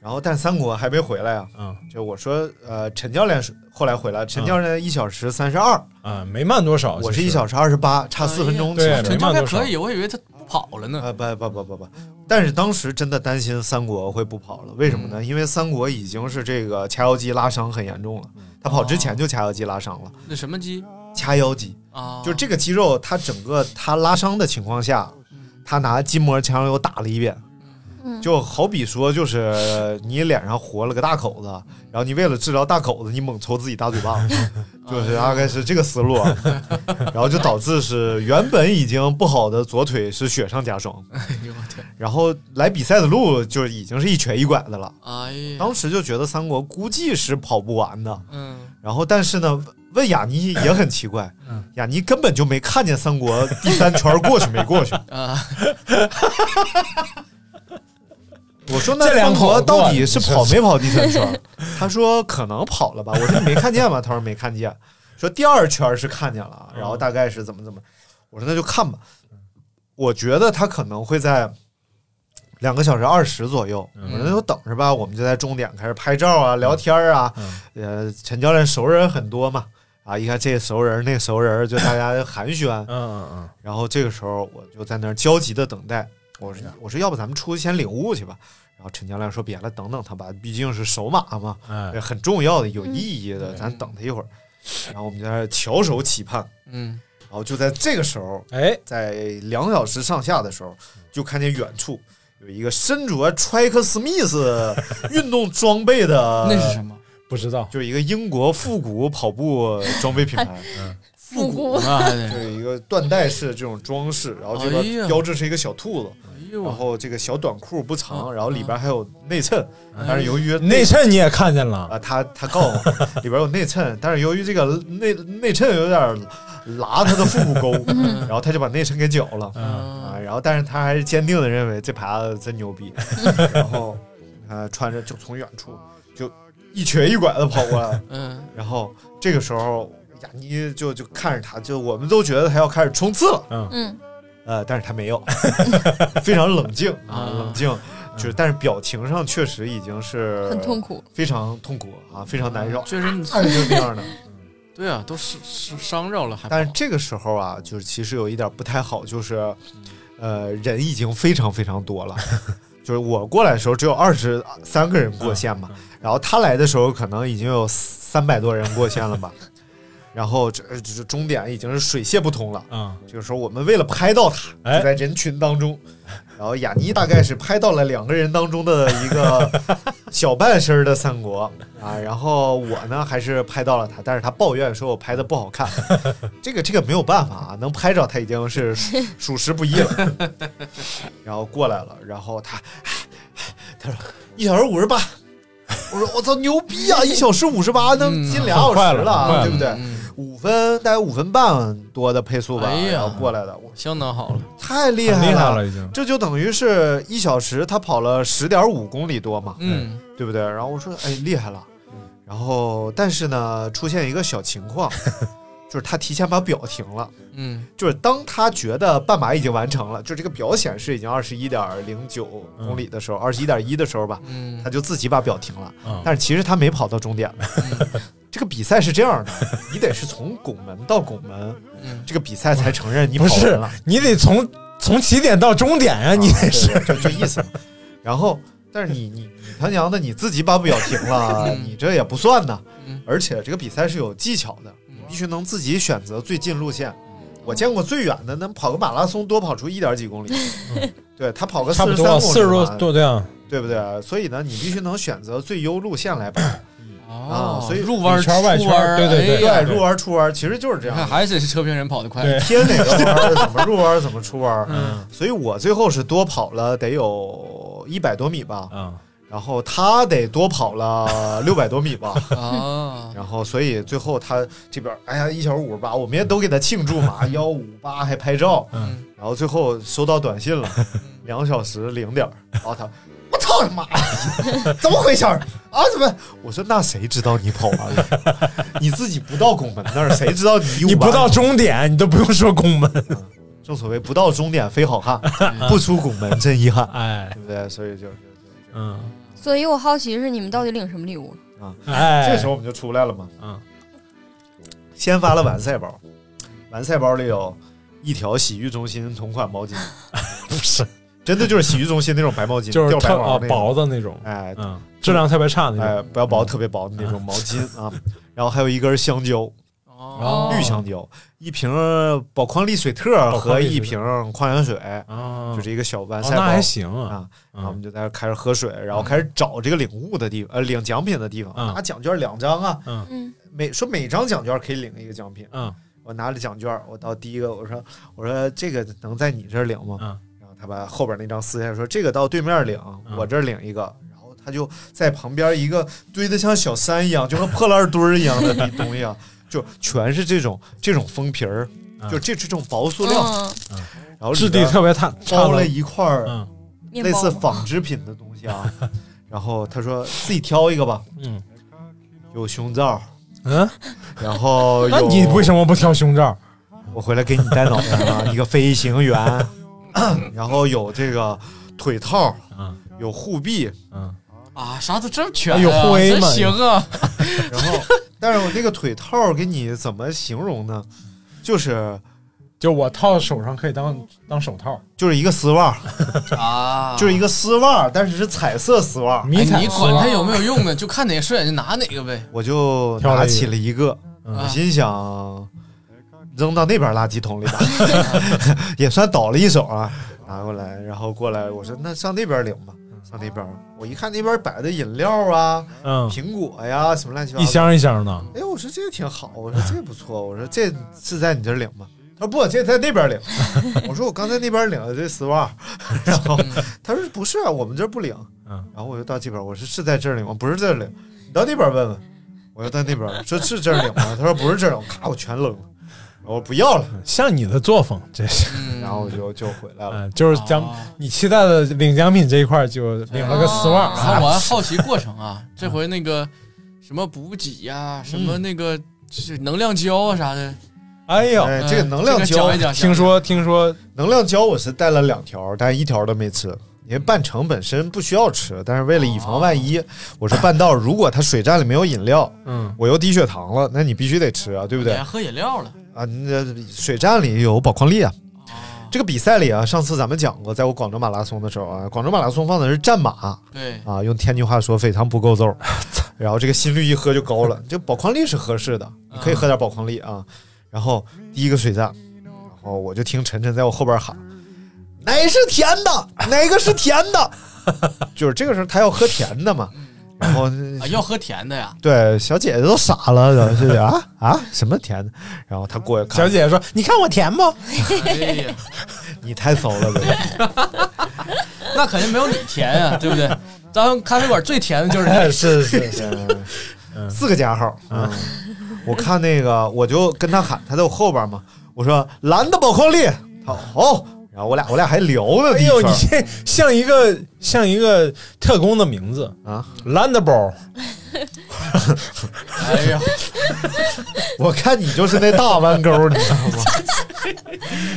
Speaker 2: 然后但三国还没回来啊，
Speaker 4: 嗯
Speaker 2: 就我说呃陈教练是后来回来，陈教练一小时三十二，
Speaker 4: 啊，没慢多少，
Speaker 2: 我
Speaker 4: 啊
Speaker 2: 是
Speaker 4: 其实哎
Speaker 2: 一小时二十八，差四分钟。
Speaker 4: 对
Speaker 2: 其实
Speaker 4: 没
Speaker 3: 陈教
Speaker 4: 慢
Speaker 3: 练
Speaker 4: 多少
Speaker 3: 可以，我以为他不跑了呢。
Speaker 2: 啊不不不不不，但是当时真的担心三国会不跑了，为什么
Speaker 4: 嗯
Speaker 2: 呢？因为三国已经是这个掐腰肌拉伤很严重了，
Speaker 4: 嗯
Speaker 2: 他跑之
Speaker 4: 哦
Speaker 2: 前就掐腰肌拉伤了，
Speaker 3: 那什么鸡
Speaker 2: 掐腰肌
Speaker 3: 啊？
Speaker 2: 就这 个肌肉，它整个它拉伤的情况下，他拿筋膜强油打了一遍。
Speaker 5: 嗯
Speaker 2: 就好比说，就是你脸上活了个大口子，然后你为了治疗大口子，你猛抽自己大嘴巴子，就是大概是这个思路啊，然后就导致是原本已经不好的左腿是雪上加霜，
Speaker 3: 哎呦我天！
Speaker 2: 然后来比赛的路就已经是一瘸一拐的了。
Speaker 3: 哎呀，
Speaker 2: 当时就觉得三国估计是跑不完的，
Speaker 3: 嗯，
Speaker 2: 然后但是呢，问雅尼也很奇怪，雅尼根本就没看见三国第三圈过去没过去
Speaker 3: 啊。
Speaker 2: 我说那
Speaker 4: 这两
Speaker 2: 三
Speaker 4: 口
Speaker 2: 国
Speaker 4: 子
Speaker 2: 到底是跑没跑第三 圈？他说可能跑了吧。 我说你没看见吗？他说没看见。说第二圈是看见了，
Speaker 4: 嗯
Speaker 2: 然后大概是怎么怎么。我说那就看吧。我觉得他可能会在两个小时二十左右。
Speaker 4: 嗯
Speaker 2: 我说那就等着吧，我们就在终点开始拍照啊、聊天啊。
Speaker 4: 嗯
Speaker 2: 呃，陈教练熟人很多嘛，啊，一看这熟人那熟人，就大家 寒暄。
Speaker 4: 嗯嗯嗯，
Speaker 2: 然后这个时候我就在那儿焦急的等待，我
Speaker 3: 哎
Speaker 2: 说我说要不咱们出去先领悟去吧。然后陈教练说别了，等等他吧，毕竟是首马嘛，
Speaker 4: 哎，
Speaker 2: 很重要的、有意义的，咱等他一会儿。然后我们在那儿翘首企盼，
Speaker 3: 嗯，
Speaker 2: 然后就在这个时候，
Speaker 4: 哎，
Speaker 2: 在两小时上下的时候，就看见远处有一个身着 Trike Smith 运动装备的，
Speaker 3: 那是什么？
Speaker 4: 不知道，
Speaker 2: 就是一个英国复古跑步装备品
Speaker 3: 哎
Speaker 2: 牌，
Speaker 5: 复古，
Speaker 3: 啊，哎
Speaker 2: 就是一个缎带式这种装饰，然后这个
Speaker 3: 哎呀
Speaker 2: 标志是一个小兔子。
Speaker 3: 哎呦
Speaker 2: 然
Speaker 3: 我，
Speaker 2: 后这个小短裤不长，
Speaker 3: 嗯
Speaker 2: 然后里边还有内衬，但是由于
Speaker 4: 内衬你也看见了，
Speaker 2: 啊，他他告诉我里边有内衬，但是由于这个内内衬有点拉他的腹股沟，然后他就把内衬给绞了
Speaker 3: 嗯
Speaker 2: 啊，然后但是他还是坚定的认为这牌子真牛逼， 然后他穿着就从远处就一瘸一拐的跑过来，
Speaker 3: 嗯，
Speaker 2: 然后这个时候雅妮就就看着他，就我们都觉得他要开始冲刺了。
Speaker 5: 嗯，
Speaker 2: 呃，但是他没有， 非常冷静啊
Speaker 3: 啊，
Speaker 2: 冷静，就是但是表情上确实已经是
Speaker 5: 很痛，苦，
Speaker 2: 非常痛苦啊，非常难受，
Speaker 3: 确实你，
Speaker 2: 哎，就是那样的。
Speaker 3: 对啊，都伤伤伤着了，还
Speaker 2: 但是这个时候啊，就是其实有一点不太好，就是呃，人已经非常非常多 了。就是我过来的时候只有二十三个人
Speaker 3: 嗯
Speaker 2: 过线嘛，然后他来的时候可能已经有三百多人过线了 吧，然后这这这终点已经是水泄不通了。
Speaker 4: 嗯，
Speaker 2: 这个时候我们为了拍到他，
Speaker 4: 哎
Speaker 2: 就在人群当中，然后雅尼大概是拍到了两个人当中的一个小半身的三国啊，然后我呢还是拍到了他，但是他抱怨说我拍的不好看， 这个这个没有办法啊，能拍着他已经是属属实不易了， 然后过来了，然后他他说一小时五十八。 我说我操牛逼啊！一小时五十八能进俩小
Speaker 4: 嗯很快
Speaker 2: 时
Speaker 4: 了
Speaker 2: 了
Speaker 4: 很快
Speaker 2: 啊，
Speaker 4: 了
Speaker 2: 对不对？
Speaker 3: 嗯，
Speaker 2: 五分大概五分半多的配速吧，
Speaker 3: 哎呀
Speaker 2: 然后过来的，我
Speaker 3: 相当好了，
Speaker 2: 太厉
Speaker 4: 很
Speaker 2: 害
Speaker 4: 厉害了已经，
Speaker 2: 这就等于是一小时，他跑了十点五公里多嘛，
Speaker 3: 嗯，
Speaker 2: 对不对？然后我说，哎，厉害了。然后，但是呢，出现一个小情况， 就是他提前把表停了。
Speaker 3: 嗯，
Speaker 2: 就是当他觉得半马已经完成了，就这个表显示已经二十一点零九公里的时候，二十一点一的时候吧，
Speaker 3: 嗯，
Speaker 2: 他就自己把表停了。
Speaker 4: 嗯
Speaker 2: 但是其实他没跑到终点的。 这个比赛是这样的，你得是从拱门到拱门，
Speaker 3: 嗯
Speaker 2: 这个比赛才承认你跑
Speaker 4: 不
Speaker 2: 完
Speaker 4: 是
Speaker 2: 了。，
Speaker 4: 你得从从起点到终点呀，你得是
Speaker 2: 啊对对就这意思嘛。然后，但是你你你他娘的你自己把表停了，
Speaker 3: 嗯
Speaker 2: 你这也不算呐
Speaker 3: 嗯。
Speaker 2: 而且这个比赛是有技巧的，
Speaker 4: 嗯
Speaker 2: 你必须能自己选择最近路线。我见过最远的能跑个马拉松，多跑出一点几公里。对他跑个
Speaker 4: 嗯差
Speaker 2: 四
Speaker 4: 不
Speaker 2: 十三
Speaker 4: 多
Speaker 2: 公里
Speaker 4: 四十多
Speaker 2: 嘛
Speaker 4: 多啊这样，
Speaker 2: 对不对？所以呢，你必须能选择最优路线来跑。
Speaker 3: 哦
Speaker 2: 啊，所以
Speaker 3: 入弯儿
Speaker 4: 里圈儿外
Speaker 3: 出
Speaker 4: 圈儿
Speaker 3: 弯儿
Speaker 4: 对对对
Speaker 3: 哎呀
Speaker 2: 对，入弯出弯其实就是这
Speaker 3: 你看
Speaker 2: 样。
Speaker 3: 还是车评人跑得快，
Speaker 4: 对
Speaker 2: 贴哪个弯儿怎么入弯儿怎么出弯儿，
Speaker 3: 嗯
Speaker 2: 所以我最后是多跑了得有一百多米吧，
Speaker 4: 嗯，
Speaker 2: 然后他得多跑了六百多米吧，
Speaker 3: 啊，
Speaker 2: 然后所以最后他这边，哎呀，一小时五十八，我们也都给他庆祝 嘛，幺五八还拍照，
Speaker 3: 嗯
Speaker 2: 然后最后收到短信了，
Speaker 4: 嗯
Speaker 2: 两小时零点儿，然后他，我操 他妈，怎么回事儿啊？怎么？我说那谁知道你跑完了？ 你自己不到拱门那儿，谁知道你
Speaker 4: 你不到
Speaker 2: 500
Speaker 4: 终点，你都不用说拱门，
Speaker 2: 正所谓不
Speaker 4: 嗯
Speaker 2: 到终点非好汉，不出拱门真遗憾，
Speaker 4: 哎，
Speaker 2: 对不对？所以就就就
Speaker 4: 嗯，
Speaker 5: 所以我好奇是你们到底领什么礼物？
Speaker 3: 哎，
Speaker 2: 这时候我们就出来了嘛。
Speaker 3: 嗯，
Speaker 2: 先发了完赛包，完赛包里有一条洗浴中心同款毛巾，
Speaker 4: 不是，
Speaker 2: 真的就是洗浴中心那种白毛巾，
Speaker 4: 就是
Speaker 2: 吊白
Speaker 4: 特
Speaker 2: 毛
Speaker 4: 啊
Speaker 2: 那种
Speaker 4: 薄的那种，
Speaker 2: 哎
Speaker 4: 嗯，质量特别差的那
Speaker 2: 哎，
Speaker 4: 种，嗯
Speaker 2: 不要薄，特别薄的那种毛巾啊。然后还有一根香蕉，哎
Speaker 3: 哦
Speaker 2: 绿香蕉，一瓶宝矿力水特
Speaker 4: 宝
Speaker 2: 和
Speaker 4: 矿力
Speaker 2: 一
Speaker 4: 水特
Speaker 2: 瓶矿泉水，
Speaker 4: 啊，
Speaker 2: 就是一个小完
Speaker 4: 哦
Speaker 2: 赛包
Speaker 4: 那。还行啊，
Speaker 2: 啊，然后我
Speaker 4: 嗯
Speaker 2: 们就在那儿开始喝水，然后开始找这个领物的地方，呃，领奖品的地方，
Speaker 4: 嗯
Speaker 2: 拿奖券两张啊，
Speaker 5: 嗯，
Speaker 2: 每说每张奖券可以领一个奖品，
Speaker 4: 嗯，
Speaker 2: 我拿了奖券，我到第一个，我说我说这个能在你这儿领吗？
Speaker 4: 嗯
Speaker 2: 然后他把后边那张撕下来，说这个到对面领，
Speaker 4: 嗯
Speaker 2: 我这儿领一个。然后他就在旁边一个堆得像小山一样，就跟破烂堆儿一样的那东西啊，就全是这种这种封皮儿，
Speaker 4: 嗯
Speaker 2: 就这这种薄塑料，
Speaker 5: 嗯，
Speaker 2: 然后里
Speaker 4: 质地
Speaker 2: 边
Speaker 4: 特别差，差
Speaker 2: 包了
Speaker 4: 的，
Speaker 2: 一块儿
Speaker 4: 嗯
Speaker 5: 面
Speaker 2: 类
Speaker 5: 包
Speaker 2: 似
Speaker 5: 吗
Speaker 2: 纺织品的东西 啊。然后他说自己挑一个吧，
Speaker 4: 嗯
Speaker 2: 有胸罩，
Speaker 4: 嗯，
Speaker 2: 然后
Speaker 4: 那
Speaker 2: 有
Speaker 4: 你为什么不挑胸罩？
Speaker 2: 我回来给你戴脑袋啊了，一个飞行 员，然后有这个腿套，
Speaker 4: 嗯
Speaker 2: 有护臂，
Speaker 4: 嗯，
Speaker 6: 啊，啥都这么全、啊，
Speaker 4: 哎有护 A
Speaker 6: 真
Speaker 4: 嘛
Speaker 6: 行啊！
Speaker 2: 然后，但是我这个腿套给你怎么形容呢？就是
Speaker 4: 就我套手上可以当当手套，
Speaker 2: 就是一个丝袜，
Speaker 6: 啊，
Speaker 2: 就是一个丝袜，但是是彩色丝袜。
Speaker 4: 迷
Speaker 6: 哎
Speaker 4: 彩
Speaker 6: 你管它有没有用呢？就看哪个顺眼就拿哪个呗。
Speaker 2: 我就
Speaker 4: 挑了一个
Speaker 2: 拿起了一个，
Speaker 4: 嗯
Speaker 2: 我心想扔到那边垃圾桶里 吧， 也算倒了一手啊。拿过来，然后过来，我说那上那边领吧，上那边。我一看那边摆的饮料啊、
Speaker 4: 嗯，
Speaker 2: 苹果呀、什么乱七八
Speaker 4: 一
Speaker 2: 糟的。
Speaker 4: 箱一箱的，
Speaker 2: 哎，我说这个挺好，我说这不错，我说这是在你这儿领吗？他说不，这在 那边领。我说我刚在那边领的这丝袜， 然后
Speaker 6: 嗯
Speaker 2: 他说不是啊，我们这儿不领。
Speaker 4: 嗯，
Speaker 2: 然后我就到这边，我说是在这儿领吗？不是这儿领，你到那边问问。我又到那边说是这儿领吗？他说不是这儿领，咔，我全扔了。我说不要了，
Speaker 4: 嗯像你的作风，这是，
Speaker 6: 嗯，
Speaker 2: 然后我就就回来了。
Speaker 4: 嗯，就是奖
Speaker 6: 啊
Speaker 4: 你期待的领奖品这一块就领了个丝袜，
Speaker 5: 哦
Speaker 6: 啊，我还好奇过程啊，这回那个什么补给呀、什么那个就是能量胶啊啥的，
Speaker 4: 哎呦，
Speaker 2: 哎，这个
Speaker 6: 嗯
Speaker 2: 能量
Speaker 6: 这个
Speaker 2: 胶
Speaker 6: 讲一，讲
Speaker 4: 听说听说，
Speaker 2: 能量胶我是带了两条，但一条都没吃，因为半程本身不需要吃，但是为了以防万一，我是半道如果它水站里没有饮料，
Speaker 4: 嗯，
Speaker 2: 我又低血糖了，那你必须得吃啊，对不
Speaker 6: 你
Speaker 2: 对？
Speaker 3: 嗯
Speaker 6: 还喝饮料了
Speaker 2: 啊，那水站里有宝矿力啊。
Speaker 6: 啊？
Speaker 2: 这个比赛里啊，上次咱们讲过，在我广州马拉松的时候啊，广州马拉松放的是战马
Speaker 6: 对，
Speaker 2: 啊，用天津话说非常不够 揍，然后这个心率一喝就高了，这宝矿力是合适的，
Speaker 4: 嗯
Speaker 2: 你可以喝点宝矿力啊。然后第一个水站，然后我就听晨晨在我后边喊：“奶是甜的，哪个是甜 的？”就是这个时候他要喝甜的嘛，然后
Speaker 6: 啊，要喝甜的呀。
Speaker 2: 对，小姐姐都傻了，然后就是啊啊，什么甜的？然后她过去看，
Speaker 4: 小姐姐说你看我甜不？
Speaker 6: 哎呀，
Speaker 2: 你太骚了呗。
Speaker 6: 那肯定没有你甜啊，对不对？咱们咖啡馆最甜的就是
Speaker 4: 哎 是是是，
Speaker 2: 嗯 四个加号，嗯，我看那个，我就跟她喊，她在我后边嘛，我说蓝的宝矿力，她哦，然后我俩我俩还聊呢，
Speaker 4: 哎
Speaker 2: 第一
Speaker 4: 呦，你
Speaker 2: 圈
Speaker 4: 这像一个像一个特工的名字
Speaker 2: 啊，
Speaker 4: 兰德包，
Speaker 6: 哎呀，
Speaker 2: 我看你就是那大弯钩，你知道吗？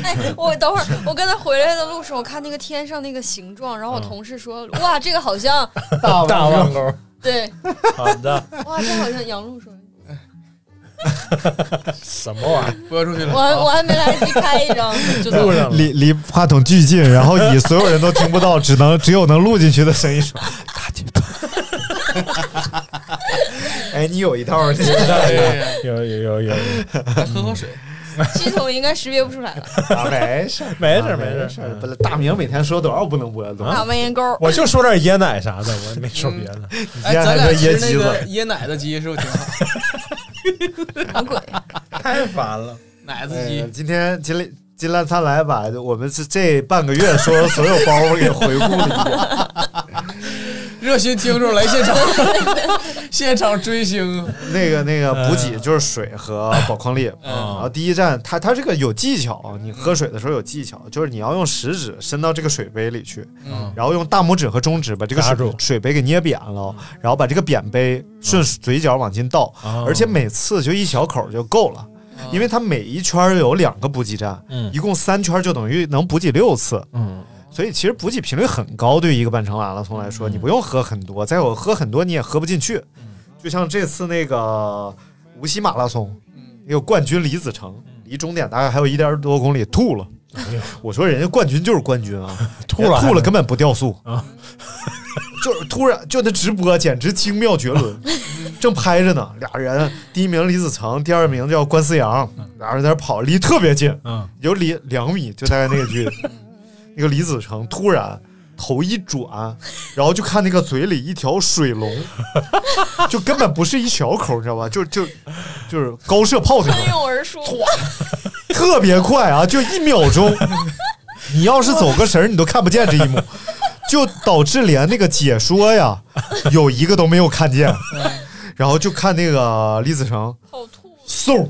Speaker 5: 哎，我等会儿，我刚才回来的路上，我看那个天上那个形状，然后我同 事说：“哇，这个好像
Speaker 2: 大
Speaker 4: 大啊
Speaker 2: 弯钩，
Speaker 4: 弯钩。
Speaker 5: 对，
Speaker 4: 好的，
Speaker 5: 哇，这好像杨璐说。
Speaker 4: 什么玩意
Speaker 6: 播出去”了。
Speaker 5: 我还我还没来得及拍一张，就
Speaker 4: 儿？路
Speaker 5: 走
Speaker 4: 上了
Speaker 2: 离离话筒巨近，然后以所有人都听不到，只能只有能录进去的声音 说：“大姐。” 哎，你有一套儿，你
Speaker 6: 哎呀，
Speaker 4: 有有有有，有
Speaker 6: 来哎喝口水。
Speaker 5: 系统应该识别不出来了。
Speaker 2: 啊，没事儿，
Speaker 4: 没事
Speaker 2: 啊
Speaker 4: 儿嗯
Speaker 2: 没
Speaker 4: 没
Speaker 2: 事
Speaker 4: 事
Speaker 2: 儿。
Speaker 4: 儿
Speaker 2: 本来大明每天说多少不能播多少
Speaker 5: 大门烟钩，
Speaker 4: 我就说点椰奶啥的，我也没说别的。
Speaker 6: 哎，
Speaker 2: 今天
Speaker 6: 咱俩
Speaker 2: 还
Speaker 6: 吃
Speaker 2: 说椰
Speaker 6: 那
Speaker 2: 鸡
Speaker 6: 个
Speaker 2: 子，
Speaker 6: 椰奶的鸡是不是挺好？
Speaker 5: 什么 鬼？
Speaker 4: 太烦了，
Speaker 6: 奶子
Speaker 2: 哎
Speaker 6: 鸡，
Speaker 2: 今天今天金兰灿来把我们这这半个月说的所有包袱给回顾了一遍。
Speaker 6: 热心听众来现场， 现场追星。啊
Speaker 2: 那个那个补
Speaker 4: 嗯
Speaker 2: 给就是水和宝矿力，然后第一站它它这个有技巧啊，你喝水的时候有技巧，就是你要用食指伸到这个水杯里去，
Speaker 6: 嗯
Speaker 2: 然后用大拇指和中指把这个
Speaker 4: 夹
Speaker 2: 水
Speaker 4: 住
Speaker 2: 水杯给捏扁了，然后把这个扁杯顺嘴角往进倒，
Speaker 4: 哦
Speaker 2: 而且每次就一小口就够了。因为它每一圈有两个补给站，
Speaker 4: 嗯
Speaker 2: 一共三圈就等于能补给六次。
Speaker 4: 嗯，
Speaker 2: 所以其实补给频率很高，对于一个半程马拉松来说，你不用喝很多，再有喝很多你也喝不进去。就像这次那个无锡马拉松，
Speaker 4: 嗯
Speaker 2: 那个冠军李子成，离终点大概还有一点多公里，吐了。 我说人家冠军就是冠军啊，
Speaker 4: 哎 吐了
Speaker 2: 人家吐
Speaker 4: 还
Speaker 2: 了
Speaker 4: 能
Speaker 2: 根本不掉速
Speaker 4: 啊，
Speaker 2: 就是突然就那直播简直精妙绝 伦，正拍着呢，俩人第一名李子成，第二名叫关思阳，俩人在那跑，离特别近，
Speaker 4: 嗯，
Speaker 2: 有离两米，就大概那个距离。那个李子成突然头一转，然后就看那个嘴里一条水龙，就根本不是一小口，你知道吧？就就就是高射炮那
Speaker 5: 穿
Speaker 2: 种，
Speaker 5: 涌而出，
Speaker 2: 特别快啊，就一秒钟。你要是走个神儿，你都看不见这一幕，就导致连那个解说呀，有一个都没有看见。然后就看那个李子成
Speaker 5: 好 吐，
Speaker 2: 嗖，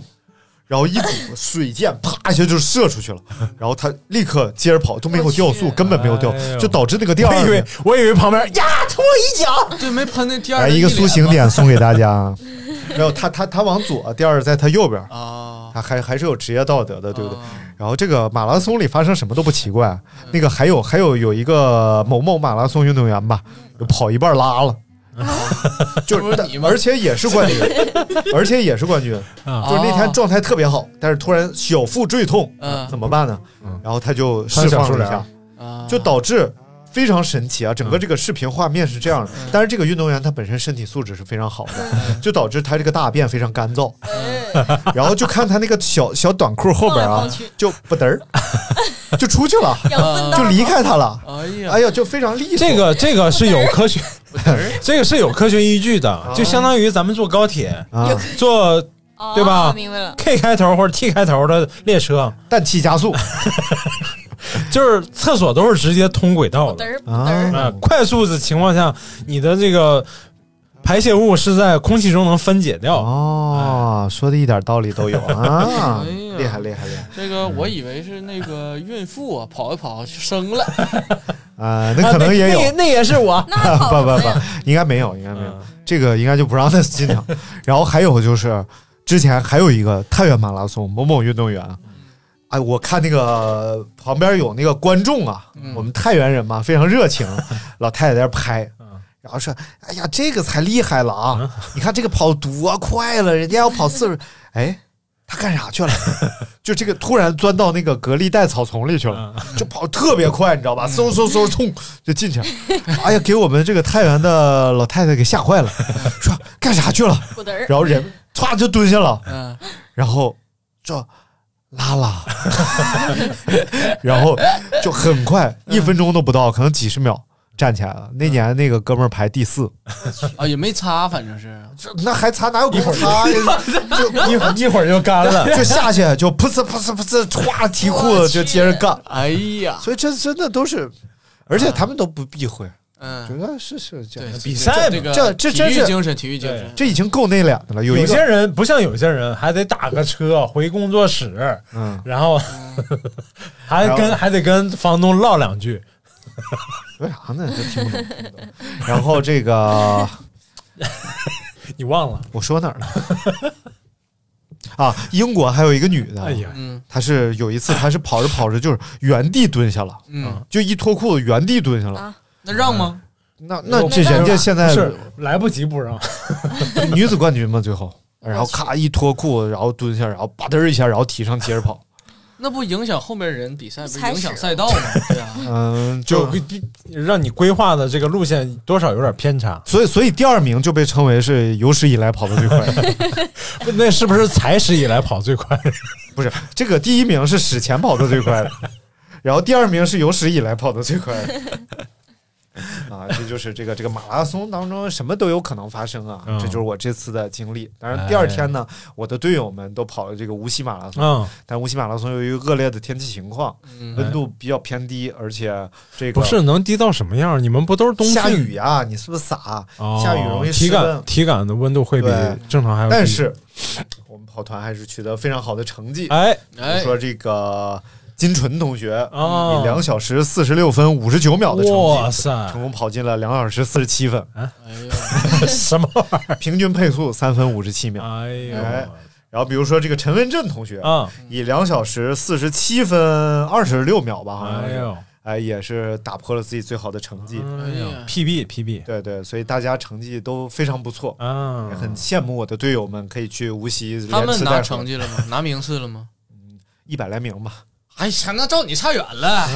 Speaker 2: 然后一股水箭啪一下就射出去了， 然后他立刻接着跑，都没有掉速，根本没有掉
Speaker 4: 哎，呦
Speaker 2: 就导致那个第
Speaker 4: 我
Speaker 2: 二名。
Speaker 4: 以为我以为旁边呀吐我一脚，
Speaker 3: 对，没喷那第二
Speaker 2: 来
Speaker 3: 人
Speaker 2: 一个
Speaker 3: 脸
Speaker 2: 苏醒
Speaker 3: 吗
Speaker 2: 点送给大 家。没有，他他他往左，第二在他右边，
Speaker 3: 啊，
Speaker 2: 他还还是有职业道德的，对不对？
Speaker 3: 啊
Speaker 2: 然后这个马拉松里发生什么都不奇怪。那个还有还有有一个某某马拉松运动员吧，就跑一半拉了。 就是
Speaker 3: 不是你吗
Speaker 2: 而且也是 冠军，而且也是冠军，就是那天状态特别好，但是突然小腹坠痛，
Speaker 3: 嗯
Speaker 2: 怎么办呢
Speaker 4: 嗯？
Speaker 2: 然后他就释放了一
Speaker 4: 看小
Speaker 2: 下，
Speaker 3: 啊
Speaker 2: 就导致非常神奇啊！整个这个视频画面是这样
Speaker 3: 嗯
Speaker 2: 的，但是这个运动员他本身身体素质是非常好的，就导致他这个大便非常干燥，
Speaker 5: 哎
Speaker 2: 然后就看他那个小小短裤后边
Speaker 5: 晃来
Speaker 2: 啊
Speaker 5: 晃去，
Speaker 2: 就不嘚儿就出去 了，
Speaker 5: 养分大
Speaker 2: 就离开他了。
Speaker 3: 哎呀，
Speaker 2: 哎呀，就非常利索。
Speaker 4: 这个这个是有 科学，这个是有科学依据的，就相当于咱们坐高铁，
Speaker 2: 啊，
Speaker 4: 坐
Speaker 5: 哦
Speaker 4: 对吧
Speaker 5: 明白了，
Speaker 4: K 开头或者 T 开头的列车，
Speaker 2: 氮气加速，
Speaker 4: 就是厕所都是直接通轨道
Speaker 5: 哦嘚
Speaker 4: 的，
Speaker 5: 儿不嘚儿，
Speaker 4: 啊，快速的情况下，你的这个排泄物是在空气中能分解掉。
Speaker 2: 哦，说的一点道理都有 啊
Speaker 3: 哎呀，
Speaker 2: 厉害厉害厉害
Speaker 3: 这个我以为是那个孕妇啊，跑一跑就生 了，
Speaker 2: 啊！那可能也有
Speaker 4: 啊那，那那也是我，
Speaker 5: 那还好
Speaker 2: 不不
Speaker 5: 什么呀
Speaker 2: 不，应该没有，应该没有
Speaker 4: 嗯，
Speaker 2: 这个应该就不让他进场。然后还有就是，之前还有一个太原马拉松某某运动员，哎，我看那个旁边有那个观众啊，我们太原人嘛，非常热情，老太太在那拍。然后说：“哎呀，这个才厉害了啊！你看这个跑多快了，人家要跑四十，哎，他干啥去了？ 就这个突然钻到那个隔离带草丛里去了，就跑特别快，你知道吧？嗖嗖嗖，冲就进去了。哎呀，给我们这个太原的老太太给吓 坏了，说干啥去了？
Speaker 5: 不嘚儿，
Speaker 2: 然后人歘就蹲下了，
Speaker 3: 嗯，
Speaker 2: 然后说拉拉， 然后就很快，一分钟都不到，可能几十秒站起来了。那年那个哥们儿排第四，
Speaker 3: 啊也没擦，反正是
Speaker 2: 这那还擦哪有 功夫擦呀？
Speaker 4: 一会儿一会儿就干 了。
Speaker 2: 就下去就噗呲噗呲噗呲，歘提裤子就接着干。
Speaker 3: 哎呀，
Speaker 2: 所以这真的都是，啊而且他们都不避讳，觉
Speaker 3: 嗯，
Speaker 2: 得是是这样
Speaker 3: 对，
Speaker 4: 比赛嘛
Speaker 3: 这个
Speaker 2: 这这真
Speaker 3: 体
Speaker 2: 是
Speaker 3: 育精神，体育精神，
Speaker 2: 这已经够内敛的了。有一个
Speaker 4: 有些人不像有些人，还得打 个车回工作室，
Speaker 2: 嗯。
Speaker 4: 然后还
Speaker 2: 然后
Speaker 4: 跟还得跟房东唠两句。
Speaker 2: 为啥呢？这听不懂。然后这个
Speaker 4: 你忘了？
Speaker 2: 我说哪儿了？啊，英国还有一个女的，
Speaker 4: 哎呀，
Speaker 3: 嗯
Speaker 2: 她是有一次她是跑着跑着就是原地蹲下了，
Speaker 3: 嗯，
Speaker 2: 就一脱裤子原地蹲下了。
Speaker 5: 啊
Speaker 3: 那让吗？
Speaker 2: 那那
Speaker 4: 我
Speaker 2: 这人家现在
Speaker 4: 是来不及不让，
Speaker 2: 嗯女子冠军嘛，最后。然后咔一脱裤子，然后蹲下，然后吧嘚儿一下，然后提上接着 跑。
Speaker 3: 那不影响后面人比赛，不是
Speaker 5: 踩
Speaker 3: 影响
Speaker 5: 屎
Speaker 3: 赛道吗？对啊，
Speaker 2: 嗯，
Speaker 4: 就
Speaker 2: 就
Speaker 4: 让你规划的这个路线多少有点 偏差。
Speaker 2: 所以所以第二名就被称为是有史以来跑得最快。
Speaker 4: 不那是不是才史以来跑最 快？
Speaker 2: 不是，这个第一名是史前跑得最快 的，然后第二名是有史以来跑得最快的。啊，这就是这个这个马拉松当中什么都有可能发生啊，
Speaker 4: 嗯哎
Speaker 2: 这就是我这次的经历。当然，第二天呢，我的队友们都跑了这个无锡马拉松，
Speaker 4: 嗯，
Speaker 2: 但无锡马拉松由于恶劣的天气情况，
Speaker 3: 嗯，
Speaker 2: 温度比较偏低，而且这个
Speaker 4: 不是能低到什么样？你们不都是冬训
Speaker 2: 下雨呀、你是不是洒？啊
Speaker 4: 哦
Speaker 2: 下雨容易
Speaker 4: 体
Speaker 2: 湿
Speaker 4: 感
Speaker 2: 润。
Speaker 4: 体感的温度会比
Speaker 2: 对
Speaker 4: 正常还要低。
Speaker 2: 但是我们跑团还是取得非常好的成绩。
Speaker 4: 哎
Speaker 2: 比
Speaker 3: 哎
Speaker 2: 啊如，说这个金纯同学以
Speaker 4: 啊
Speaker 2: 两，小时四十六分五十九秒的成
Speaker 4: 哇
Speaker 2: 绩，
Speaker 4: 塞啊
Speaker 2: 成，功跑进了两小时四十七分，
Speaker 3: 哎呀，
Speaker 4: 什 么玩意
Speaker 2: 平均配速三分五十七秒。
Speaker 4: 儿？哎
Speaker 2: 哎然后比如说这个陈文振同学
Speaker 4: 呦，啊，
Speaker 2: 以两小时四十七分二十六秒吧，好像
Speaker 4: 哎
Speaker 2: 是
Speaker 4: 呦，
Speaker 2: 哎、也是打破了自己最好的成绩、
Speaker 4: 哎
Speaker 2: 啊
Speaker 4: 呀 PB PB，
Speaker 2: 对对，所以大家成绩都非常不错，
Speaker 4: 啊
Speaker 2: 也很羡慕我的队友们可以去无锡连
Speaker 3: 他们
Speaker 2: 次
Speaker 3: 拿
Speaker 2: 带
Speaker 3: 成绩了 吗？拿名次了吗？
Speaker 2: 一百来名吧，
Speaker 3: 哎呀，那照你差远了。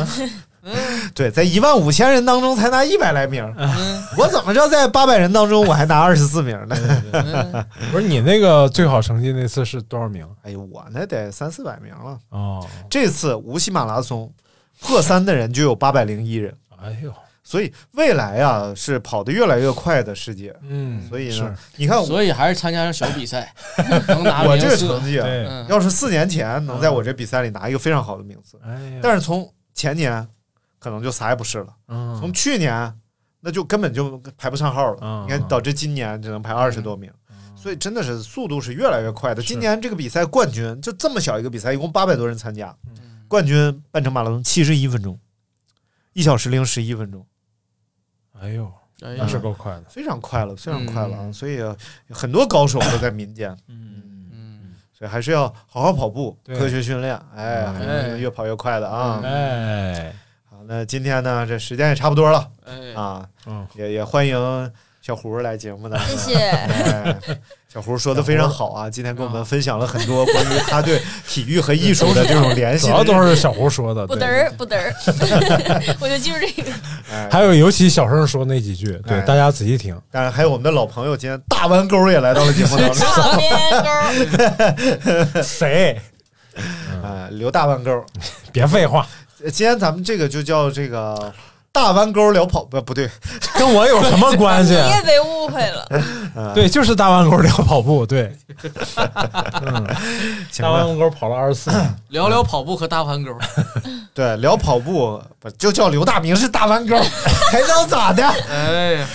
Speaker 2: 对，在一万五千人当中才拿一百来名，
Speaker 3: 嗯
Speaker 2: 我怎么着在八百人当中我还拿二十四名呢？
Speaker 3: 嗯
Speaker 4: 不是你那个最好成绩那次是多少名？
Speaker 2: 哎呦，我那得三四百名了。
Speaker 4: 哦，
Speaker 2: 这次无锡马拉松破三的人就有八百零一人，
Speaker 4: 哎呦，
Speaker 2: 所以未来啊是跑得越来越快的世界。
Speaker 4: 嗯，
Speaker 2: 所以
Speaker 4: 是
Speaker 2: 呢，你看 我
Speaker 6: 所以还是参加小比 赛，能拿
Speaker 2: 我
Speaker 6: 名
Speaker 2: 这个
Speaker 6: 次
Speaker 2: 成。绩啊，
Speaker 4: 对，
Speaker 6: 嗯，
Speaker 2: 要是四年前能在我这比赛里拿一个非常好的名次，
Speaker 4: 哎呀，
Speaker 2: 但是从前年可能就啥也不是了，
Speaker 4: 嗯
Speaker 2: 从去年那就根本就排不上号了。
Speaker 4: 嗯
Speaker 2: 你看，导致今年只能排二十多名。所以真的是速度是越来越快的。今年这个比赛冠军就这么小一个比赛，一共八百多人参加，
Speaker 4: 嗯
Speaker 2: 冠军半程马拉松七十一分钟，一小时零十一分钟，
Speaker 4: 哎呦，
Speaker 6: 哎
Speaker 4: 那
Speaker 6: 呀
Speaker 4: 是够快的，
Speaker 2: 非常快
Speaker 4: 嗯
Speaker 2: 了，非常快了啊！所以很多高手都在民间，
Speaker 4: 嗯，
Speaker 6: 嗯，
Speaker 2: 所以还是要好好跑步，
Speaker 4: 对嗯
Speaker 2: 科学训练，哎，还是
Speaker 6: 哎
Speaker 2: 越跑越快的啊！
Speaker 4: 哎，
Speaker 2: 好，那今天呢，这时间也差不多了
Speaker 6: 哎，
Speaker 2: 啊，
Speaker 4: 嗯，
Speaker 2: 也也欢迎小胡来节目呢。
Speaker 5: 谢 谢，
Speaker 2: 哎， 小胡说的非常好啊！今天跟我们分享了很多关于他对体育和艺术的这种联系
Speaker 4: 主
Speaker 2: 的
Speaker 4: 要
Speaker 2: 认识，
Speaker 4: 都是小胡说的，
Speaker 5: 不
Speaker 4: 对
Speaker 5: 得儿不得 儿，我就记住这个。
Speaker 2: 哎
Speaker 4: 还有尤其小声说那几句，对
Speaker 2: 哎
Speaker 4: 大家仔细听，
Speaker 2: 当然还有我们的老朋友，今天大弯钩也来到了节目当中。
Speaker 5: 上天沟，
Speaker 4: 谁
Speaker 2: 啊，刘大弯钩，
Speaker 4: 别废话，
Speaker 2: 今天咱们这个就叫这个大弯钩聊跑不不对，
Speaker 4: 跟我有什么关
Speaker 5: 你
Speaker 4: 系？
Speaker 5: 也被误会了。
Speaker 4: 对，就是大弯钩聊跑步， 对，嗯，
Speaker 2: 行
Speaker 4: 大
Speaker 2: 了，
Speaker 4: 弯钩跑了二十四，
Speaker 3: 聊聊跑步和大 弯钩，
Speaker 2: 对，聊跑步不就叫刘大明是大弯 钩，还能咋的？
Speaker 3: 哎呀，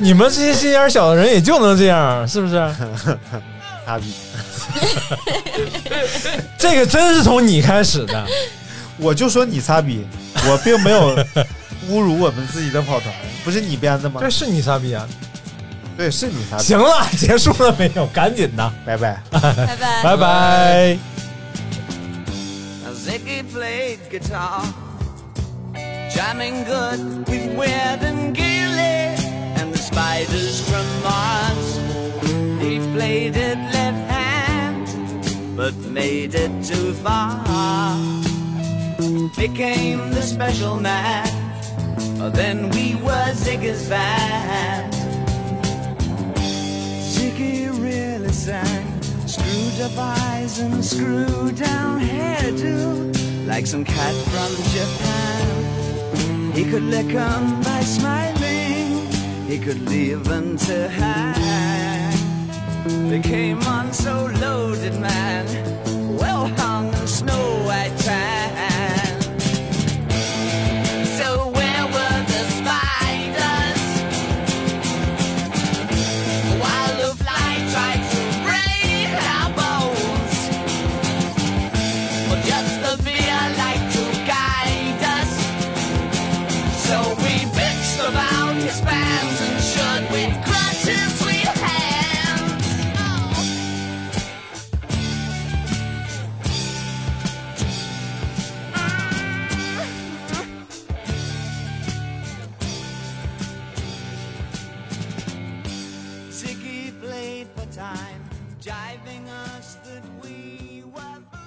Speaker 4: 你们这些心眼小的人也就能这样，是不是？
Speaker 2: 擦逼！
Speaker 4: 这个真是从你开始的，
Speaker 2: 我就说你擦逼，我并没有侮辱我们自己的跑团，不是你编的吗
Speaker 4: 这？是你傻逼啊！
Speaker 2: 对，是你擦逼。
Speaker 4: 行了，结束了没有？赶紧的，
Speaker 2: 拜拜。
Speaker 5: 拜 拜。
Speaker 2: 哎
Speaker 4: 拜拜。
Speaker 1: Ziggy played guitar, jamming good with Weird and Gilly and the spiders from Mars. He played it left hand, but made it too far. Became the special man, then we were Ziggy's band. Ziggy really sang, screwed up eyes and screw down hairdo, like some cat from Japan. He could lick 'em by smiling, he could leave 'em to hang. They came on so loaded, man, well hung in snow white tan. So where were the spiders? While the fly tried to break our bones Well just the beer like to guide us So we bitched about his bands and should with crutches we hands Ziggy played for time, jiving us that we were fine.